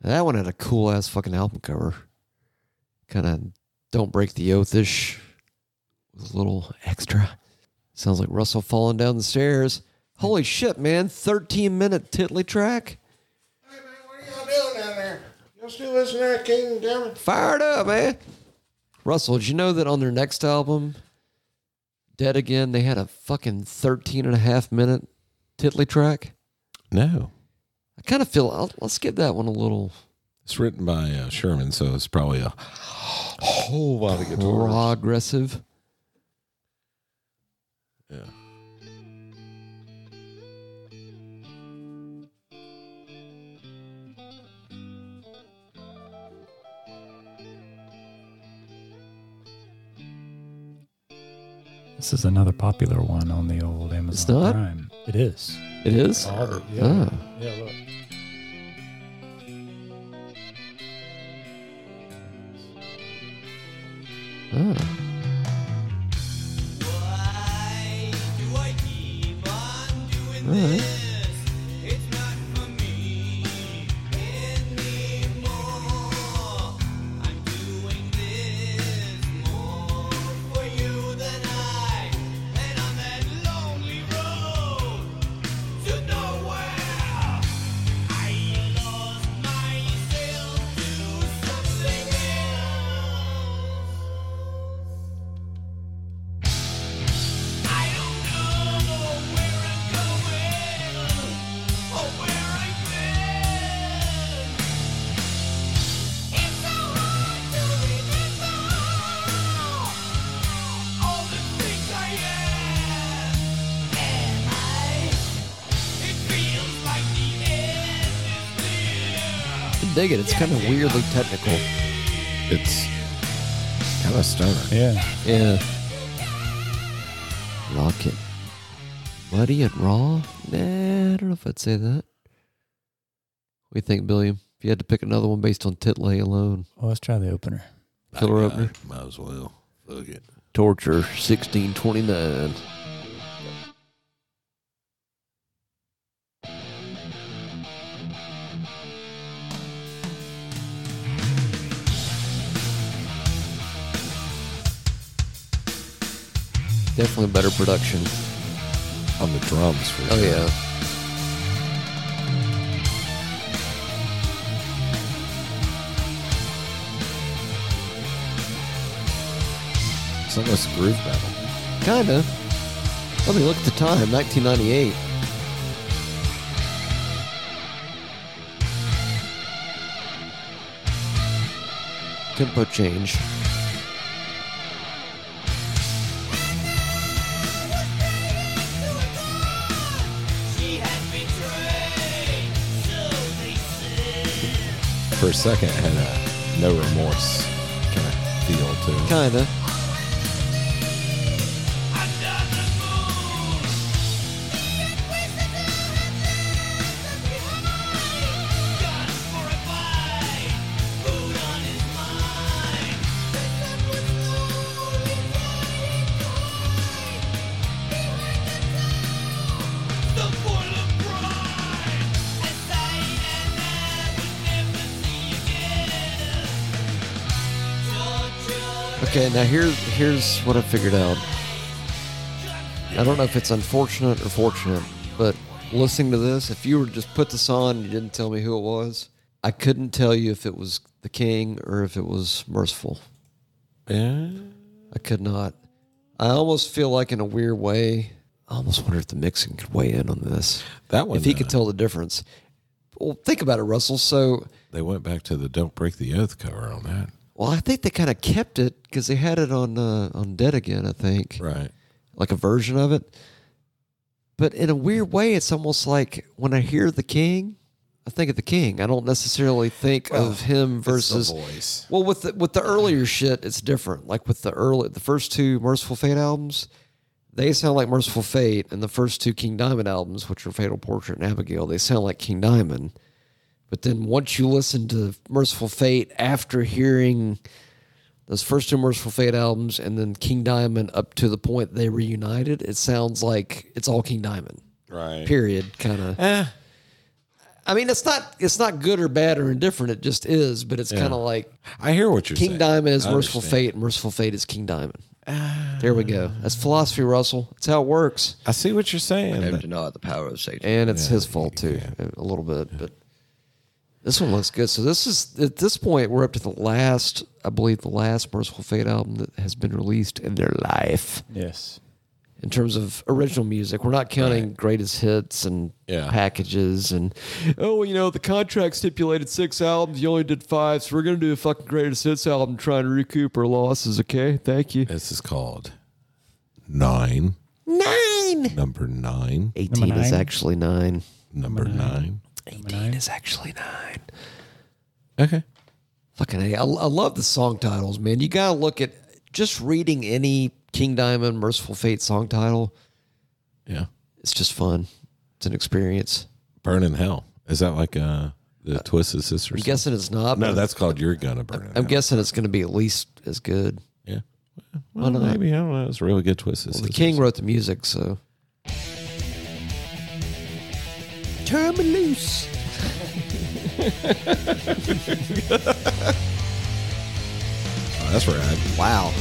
B: That one had a cool ass fucking album cover. Kind of Don't Break the Oath ish. With a little extra. Sounds like Russell falling down the stairs. Holy shit, man. 13 minute titly track.
H: Hey, man, what are y'all doing down there? Y'all still listening to that King and Diamond?
B: Fired up, man. Russell, did you know that on their next album, Dead Again, they had a fucking 13 and a half minute titly track?
A: No,
B: I kind of feel I'll, let's give that one a little
A: it's written by uh, Sherman, so it's probably a whole lot of guitars.
B: progressive.
A: Yeah.
D: This is another popular one on the old Amazon
B: not?
D: Prime. It is.
B: It is.
D: All of it, yeah.
B: Oh.
D: Yeah, look.
B: Oh. All right.
E: I don't know where I'm going.
B: dig it. It's kind of weirdly technical.
A: It's kind of stoner.
D: Yeah.
B: Yeah.
C: Lock it.
B: Bloody and raw? Nah, I don't know if I'd say that. What do you think, Billiam? If you had to pick another one based on Titley alone,
D: Well, Oh, let's try the opener.
B: Killer Opener,
A: Might as well. Fuck it.
B: Torture, 1629. Definitely better production.
A: On the drums for
B: Oh
A: sure.
B: yeah.
A: It's almost groove battle.
B: Kinda. I mean, look at the time, 1998. Tempo change.
A: For a second, it had a no remorse kind of feel to it.
B: Kinda. Okay, now here's here's what I figured out. I don't know if it's unfortunate or fortunate, but listening to this, if you were to just put this on and you didn't tell me who it was, I couldn't tell you if it was the king or if it was merciful.
A: Yeah.
B: I could not. I almost feel like, in a weird way, I almost wonder if the mixing could weigh in on this.
A: That one.
B: If he
A: uh,
B: could tell the difference. Well, think about it, Russell. So,
A: They went back to the "Don't Break the Oath" cover on that.
B: well, I think they kind of kept it because they had it on uh, on Dead Again, I think,
A: Right.
B: like a version of it. But in a weird way, it's almost like when I hear the King, I think of the King. I don't necessarily think of him versus
A: voice.
B: Well, with the, with the earlier shit, it's different. Like with the early, the first two Merciful Fate albums, they sound like Merciful Fate, and the first two King Diamond albums, which are Fatal Portrait and Abigail, they sound like King Diamond. But then once you listen to Merciful Fate after hearing those first two Merciful Fate albums, and then King Diamond up to the point they reunited, it sounds like it's all King Diamond.
A: Right.
B: Period. Kind of. I mean, it's not it's not good or bad or indifferent. It just is. But it's kind of like
A: I hear what you're
B: King
A: saying.
B: Diamond is
A: I
B: Merciful
A: understand.
B: Fate, and Merciful Fate is King Diamond. there we go. That's philosophy, Russell. That's how it works.
A: I see what you're
I: Never
A: saying.
I: deny the power of Satan.
B: And it's his fault too, a little bit. But this one looks good. So this is at this point we're up to the last, I believe, the last Merciful Fate album that has been released in their life
D: Yes.
B: in terms of original music. We're not counting greatest hits and
A: Yeah.
B: packages and oh, you know, the contract stipulated six albums. You only did five, so we're gonna do a fucking greatest hits album trying to recoup our losses. Okay, thank you.
A: This is called nine. Nine. Number nine.
B: 18
D: Number
B: is
D: nine?
B: actually nine.
A: Number nine.
D: Nine.
B: Is actually nine.
A: Okay.
B: Fucking hey, I, I love the song titles, man. You gotta look at just reading any King Diamond, Merciful Fate song title.
A: Yeah.
B: It's just fun. It's an experience.
A: Burn in hell. Is that like uh the Twisted
B: I'm
A: Sisters?
B: guessing it's not.
A: no,
B: but
A: that's called "You're Gonna Burn in
B: I'm
A: Hell.
B: guessing it's gonna be at least as good.
A: Yeah. Well,
B: not?
A: maybe I don't know. It's a really good Twisted
B: Well, the
A: Sisters.
B: King wrote the music, so. Turn me loose.
A: Oh, that's rad.
B: Wow.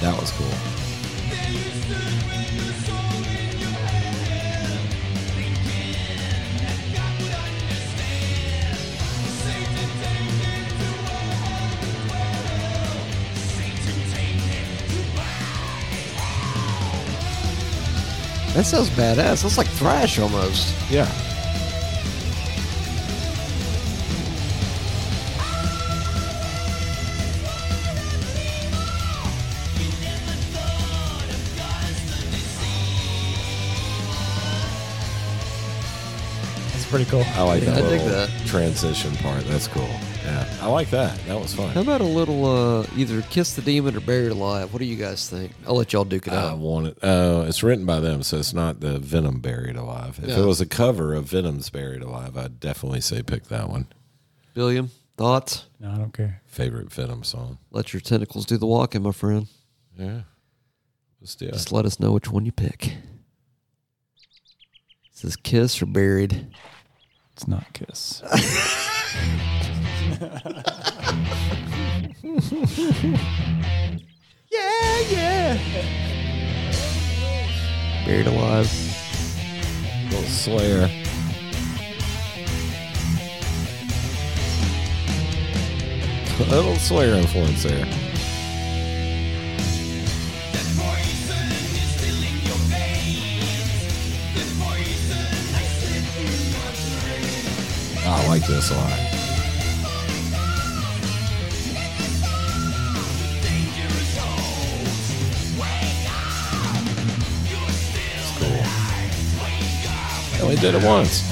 A: That was cool.
B: That sounds badass. That's like thrash almost.
A: Yeah.
D: pretty cool.
A: I like that
B: I dig
A: little
B: that.
A: transition part. That's cool. Yeah, I like that. That was fun.
B: How about a little uh, either kiss the demon or bury it alive? What do you guys think? I'll let y'all duke it
A: I
B: out.
A: want it. Oh, it's written by them, so it's not the Venom Buried Alive. If
B: No.
A: it was a cover of Venom's Buried Alive, I'd definitely say pick that one.
B: Billiam, thoughts?
D: No, I don't care.
A: Favorite Venom song.
B: Let your tentacles do the walking, my friend.
A: Yeah. Let's do it.
B: Just let us know which one you pick. Is this kiss or buried?
D: It's not Kiss.
B: Buried alive.
A: Little Slayer. A little Slayer influence there. I like this a lot. It's cool. I only did it once.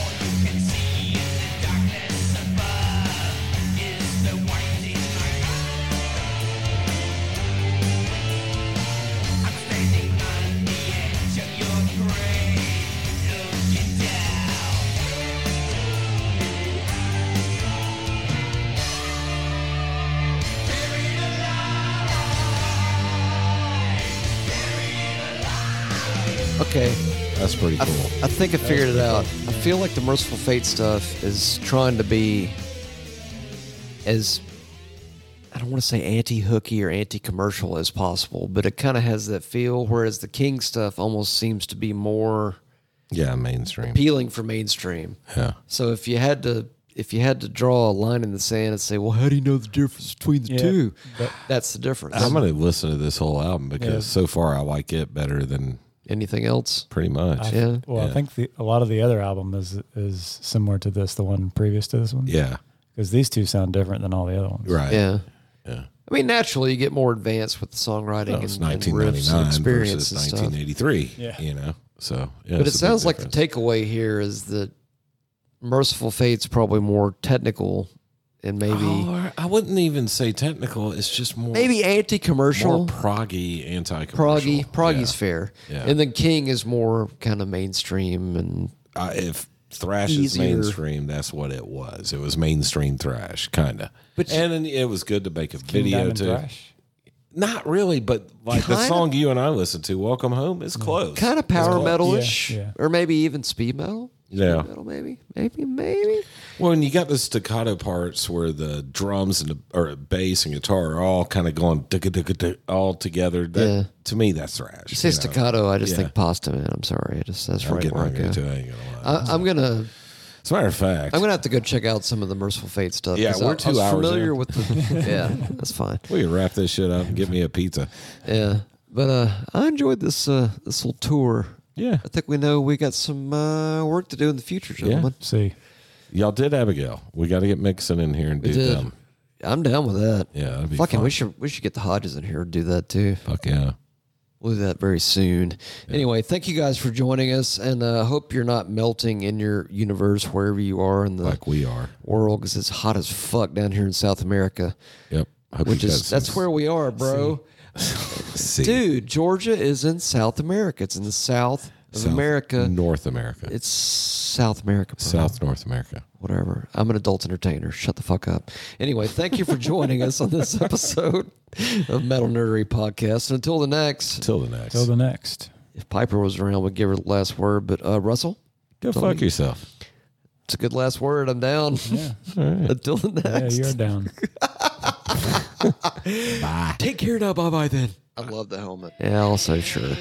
B: Okay,
A: That's pretty
B: I,
A: cool.
B: I think I figured it out. I feel like the merciful fate stuff is trying to be as I don't want to say anti-hooky or anti-commercial as possible, but it kind of has that feel. Whereas the King stuff almost seems to be more
A: yeah, mainstream.
B: appealing for mainstream.
A: Yeah.
B: So if you had to if you had to draw a line in the sand and say, "Well, how do you know the difference between the
D: Yeah,
B: two?
D: but-
B: That's the difference.
A: I'm going to listen to this whole album because
D: Yeah.
A: so far I like it better than
B: Anything else?
A: pretty much.
D: I,
B: Yeah.
D: Well, I
A: Yeah.
D: think the, a lot of the other album is is similar to this, the one previous to this one.
A: yeah.
D: Because these two sound different than all the other ones.
A: Right.
B: Yeah.
A: Yeah.
B: I mean, naturally, you get more advanced with the songwriting
A: That
B: and,
A: was
B: and riffs and
A: 1999
B: experience
A: versus
B: and stuff.
A: 1983.
D: Yeah.
A: You know, so. Yeah,
B: But it
A: it's a big
B: sounds like the
A: difference.
B: takeaway here is that Merciful Fate's probably more technical and maybe
A: Oh, I wouldn't even say technical. It's just more
B: maybe
A: more
B: anti-commercial,
A: proggy anti
B: proggy. Proggy's fair,
A: Yeah.
B: and then King is more kind of mainstream and
A: I, if thrash is
B: Easier.
A: mainstream, that's what it was. It was mainstream thrash, kind of.
B: But-
A: and then it was good to make a
D: King
A: video
D: Diamond
A: too.
D: Thrash.
A: Not really, but like the
B: Kinda.
A: song you and I listened to, "Welcome Home," is close.
B: kind of power metal-ish,
D: Yeah, yeah.
B: or maybe even speed metal.
A: Yeah.
B: Metal, maybe, maybe, maybe.
A: Well, and you got the staccato parts where the drums and the or bass and guitar are all kind of going digga digga dig- all together. That,
B: Yeah.
A: To me, that's thrash.
B: You say
A: you know.
B: staccato, I just
A: Yeah.
B: think pasta man. I'm sorry, I just that's
A: I'm
B: right
A: getting
B: where I
A: hungry
B: go.
A: too. I ain't gonna lie.
B: I, I'm gonna
A: As a matter of fact,
B: I'm gonna have to go check out some of the Merciful Fate stuff.
A: Yeah,
B: 'cause
A: we're
B: I,
A: two
B: I was
A: hours
B: familiar
A: in.
B: with the. yeah, that's fine.
A: we can wrap this shit up and get me a pizza.
B: Yeah, but uh, I enjoyed this uh, this little tour.
A: Yeah.
B: I think we know we got some uh, work to do in the future, gentlemen.
D: See,
A: Y'all did Abigail. We got to get Mixon in here and do
B: We did.
A: them.
B: I'm down with that.
A: Yeah, that'd be
B: Fucking,
A: fun.
B: we should we should get the Hodges in here and do that too.
A: Fuck yeah.
B: We'll do that very soon. Anyway, thank you guys for joining us, and uh, hope you're not melting in your universe wherever you are in the
A: Like we are.
B: world because it's hot as fuck down here in South America,
A: Yep. Hope
B: which
A: you
B: is
A: got
B: that's
A: some
B: where we are, bro.
A: sea.
B: Dude, Georgia is in South America. It's in the south of
A: South-
B: America.
A: North America.
B: It's South America. bro.
A: South North America.
B: Whatever. I'm an adult entertainer. Shut the fuck up. Anyway, thank you for joining us on this episode of Metal Nerdery Podcast. And until the next,
A: Till the next.
D: till the next.
B: if Piper was around, we'd give her the last word. But uh, Russell,
A: Go fuck yourself.
B: it's a good last word. I'm down. until the
D: Yeah,
B: next.
D: you're down.
B: Take care now. Bye bye then. I love the helmet. Yeah, also sure.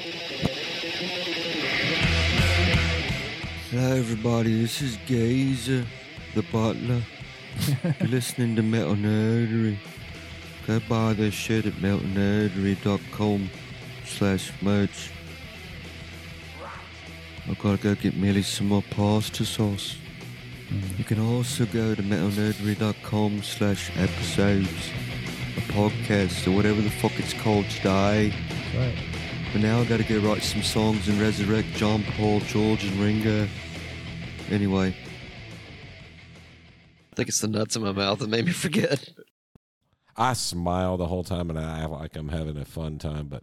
C: Hello, everybody. This is Gazer, the butler. You're listening to Metal Nerdery. Go buy their shit at metalnerdery.com slash merch. I've got to go get Millie some more pasta sauce. You can also go to metalnerdery.com slash episodes, a podcast, or whatever the fuck it's called today.
D: Right.
C: But now I gotta go write some songs and resurrect John Paul, George, and Ringo. Anyway,
B: think it's the nuts in my mouth that made me forget.
A: I smile the whole time and I act like I'm having a fun time, but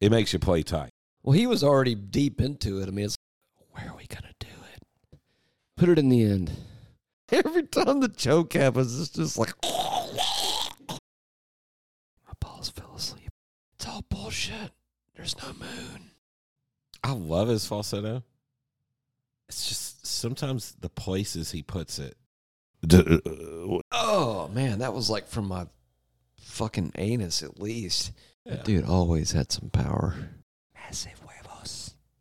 A: it makes you play tight.
B: Well, he was already deep into it. I mean, it's where are we gonna do it? Put it in the end. Every time the joke happens, it's just like my balls fell asleep. It's all bullshit. There's no moon.
A: I love his falsetto. It's just sometimes the places he puts it. uh, D-
B: Oh man, that was like from my fucking anus at least.
A: Yeah.
B: That dude always had some power. Massive huevos.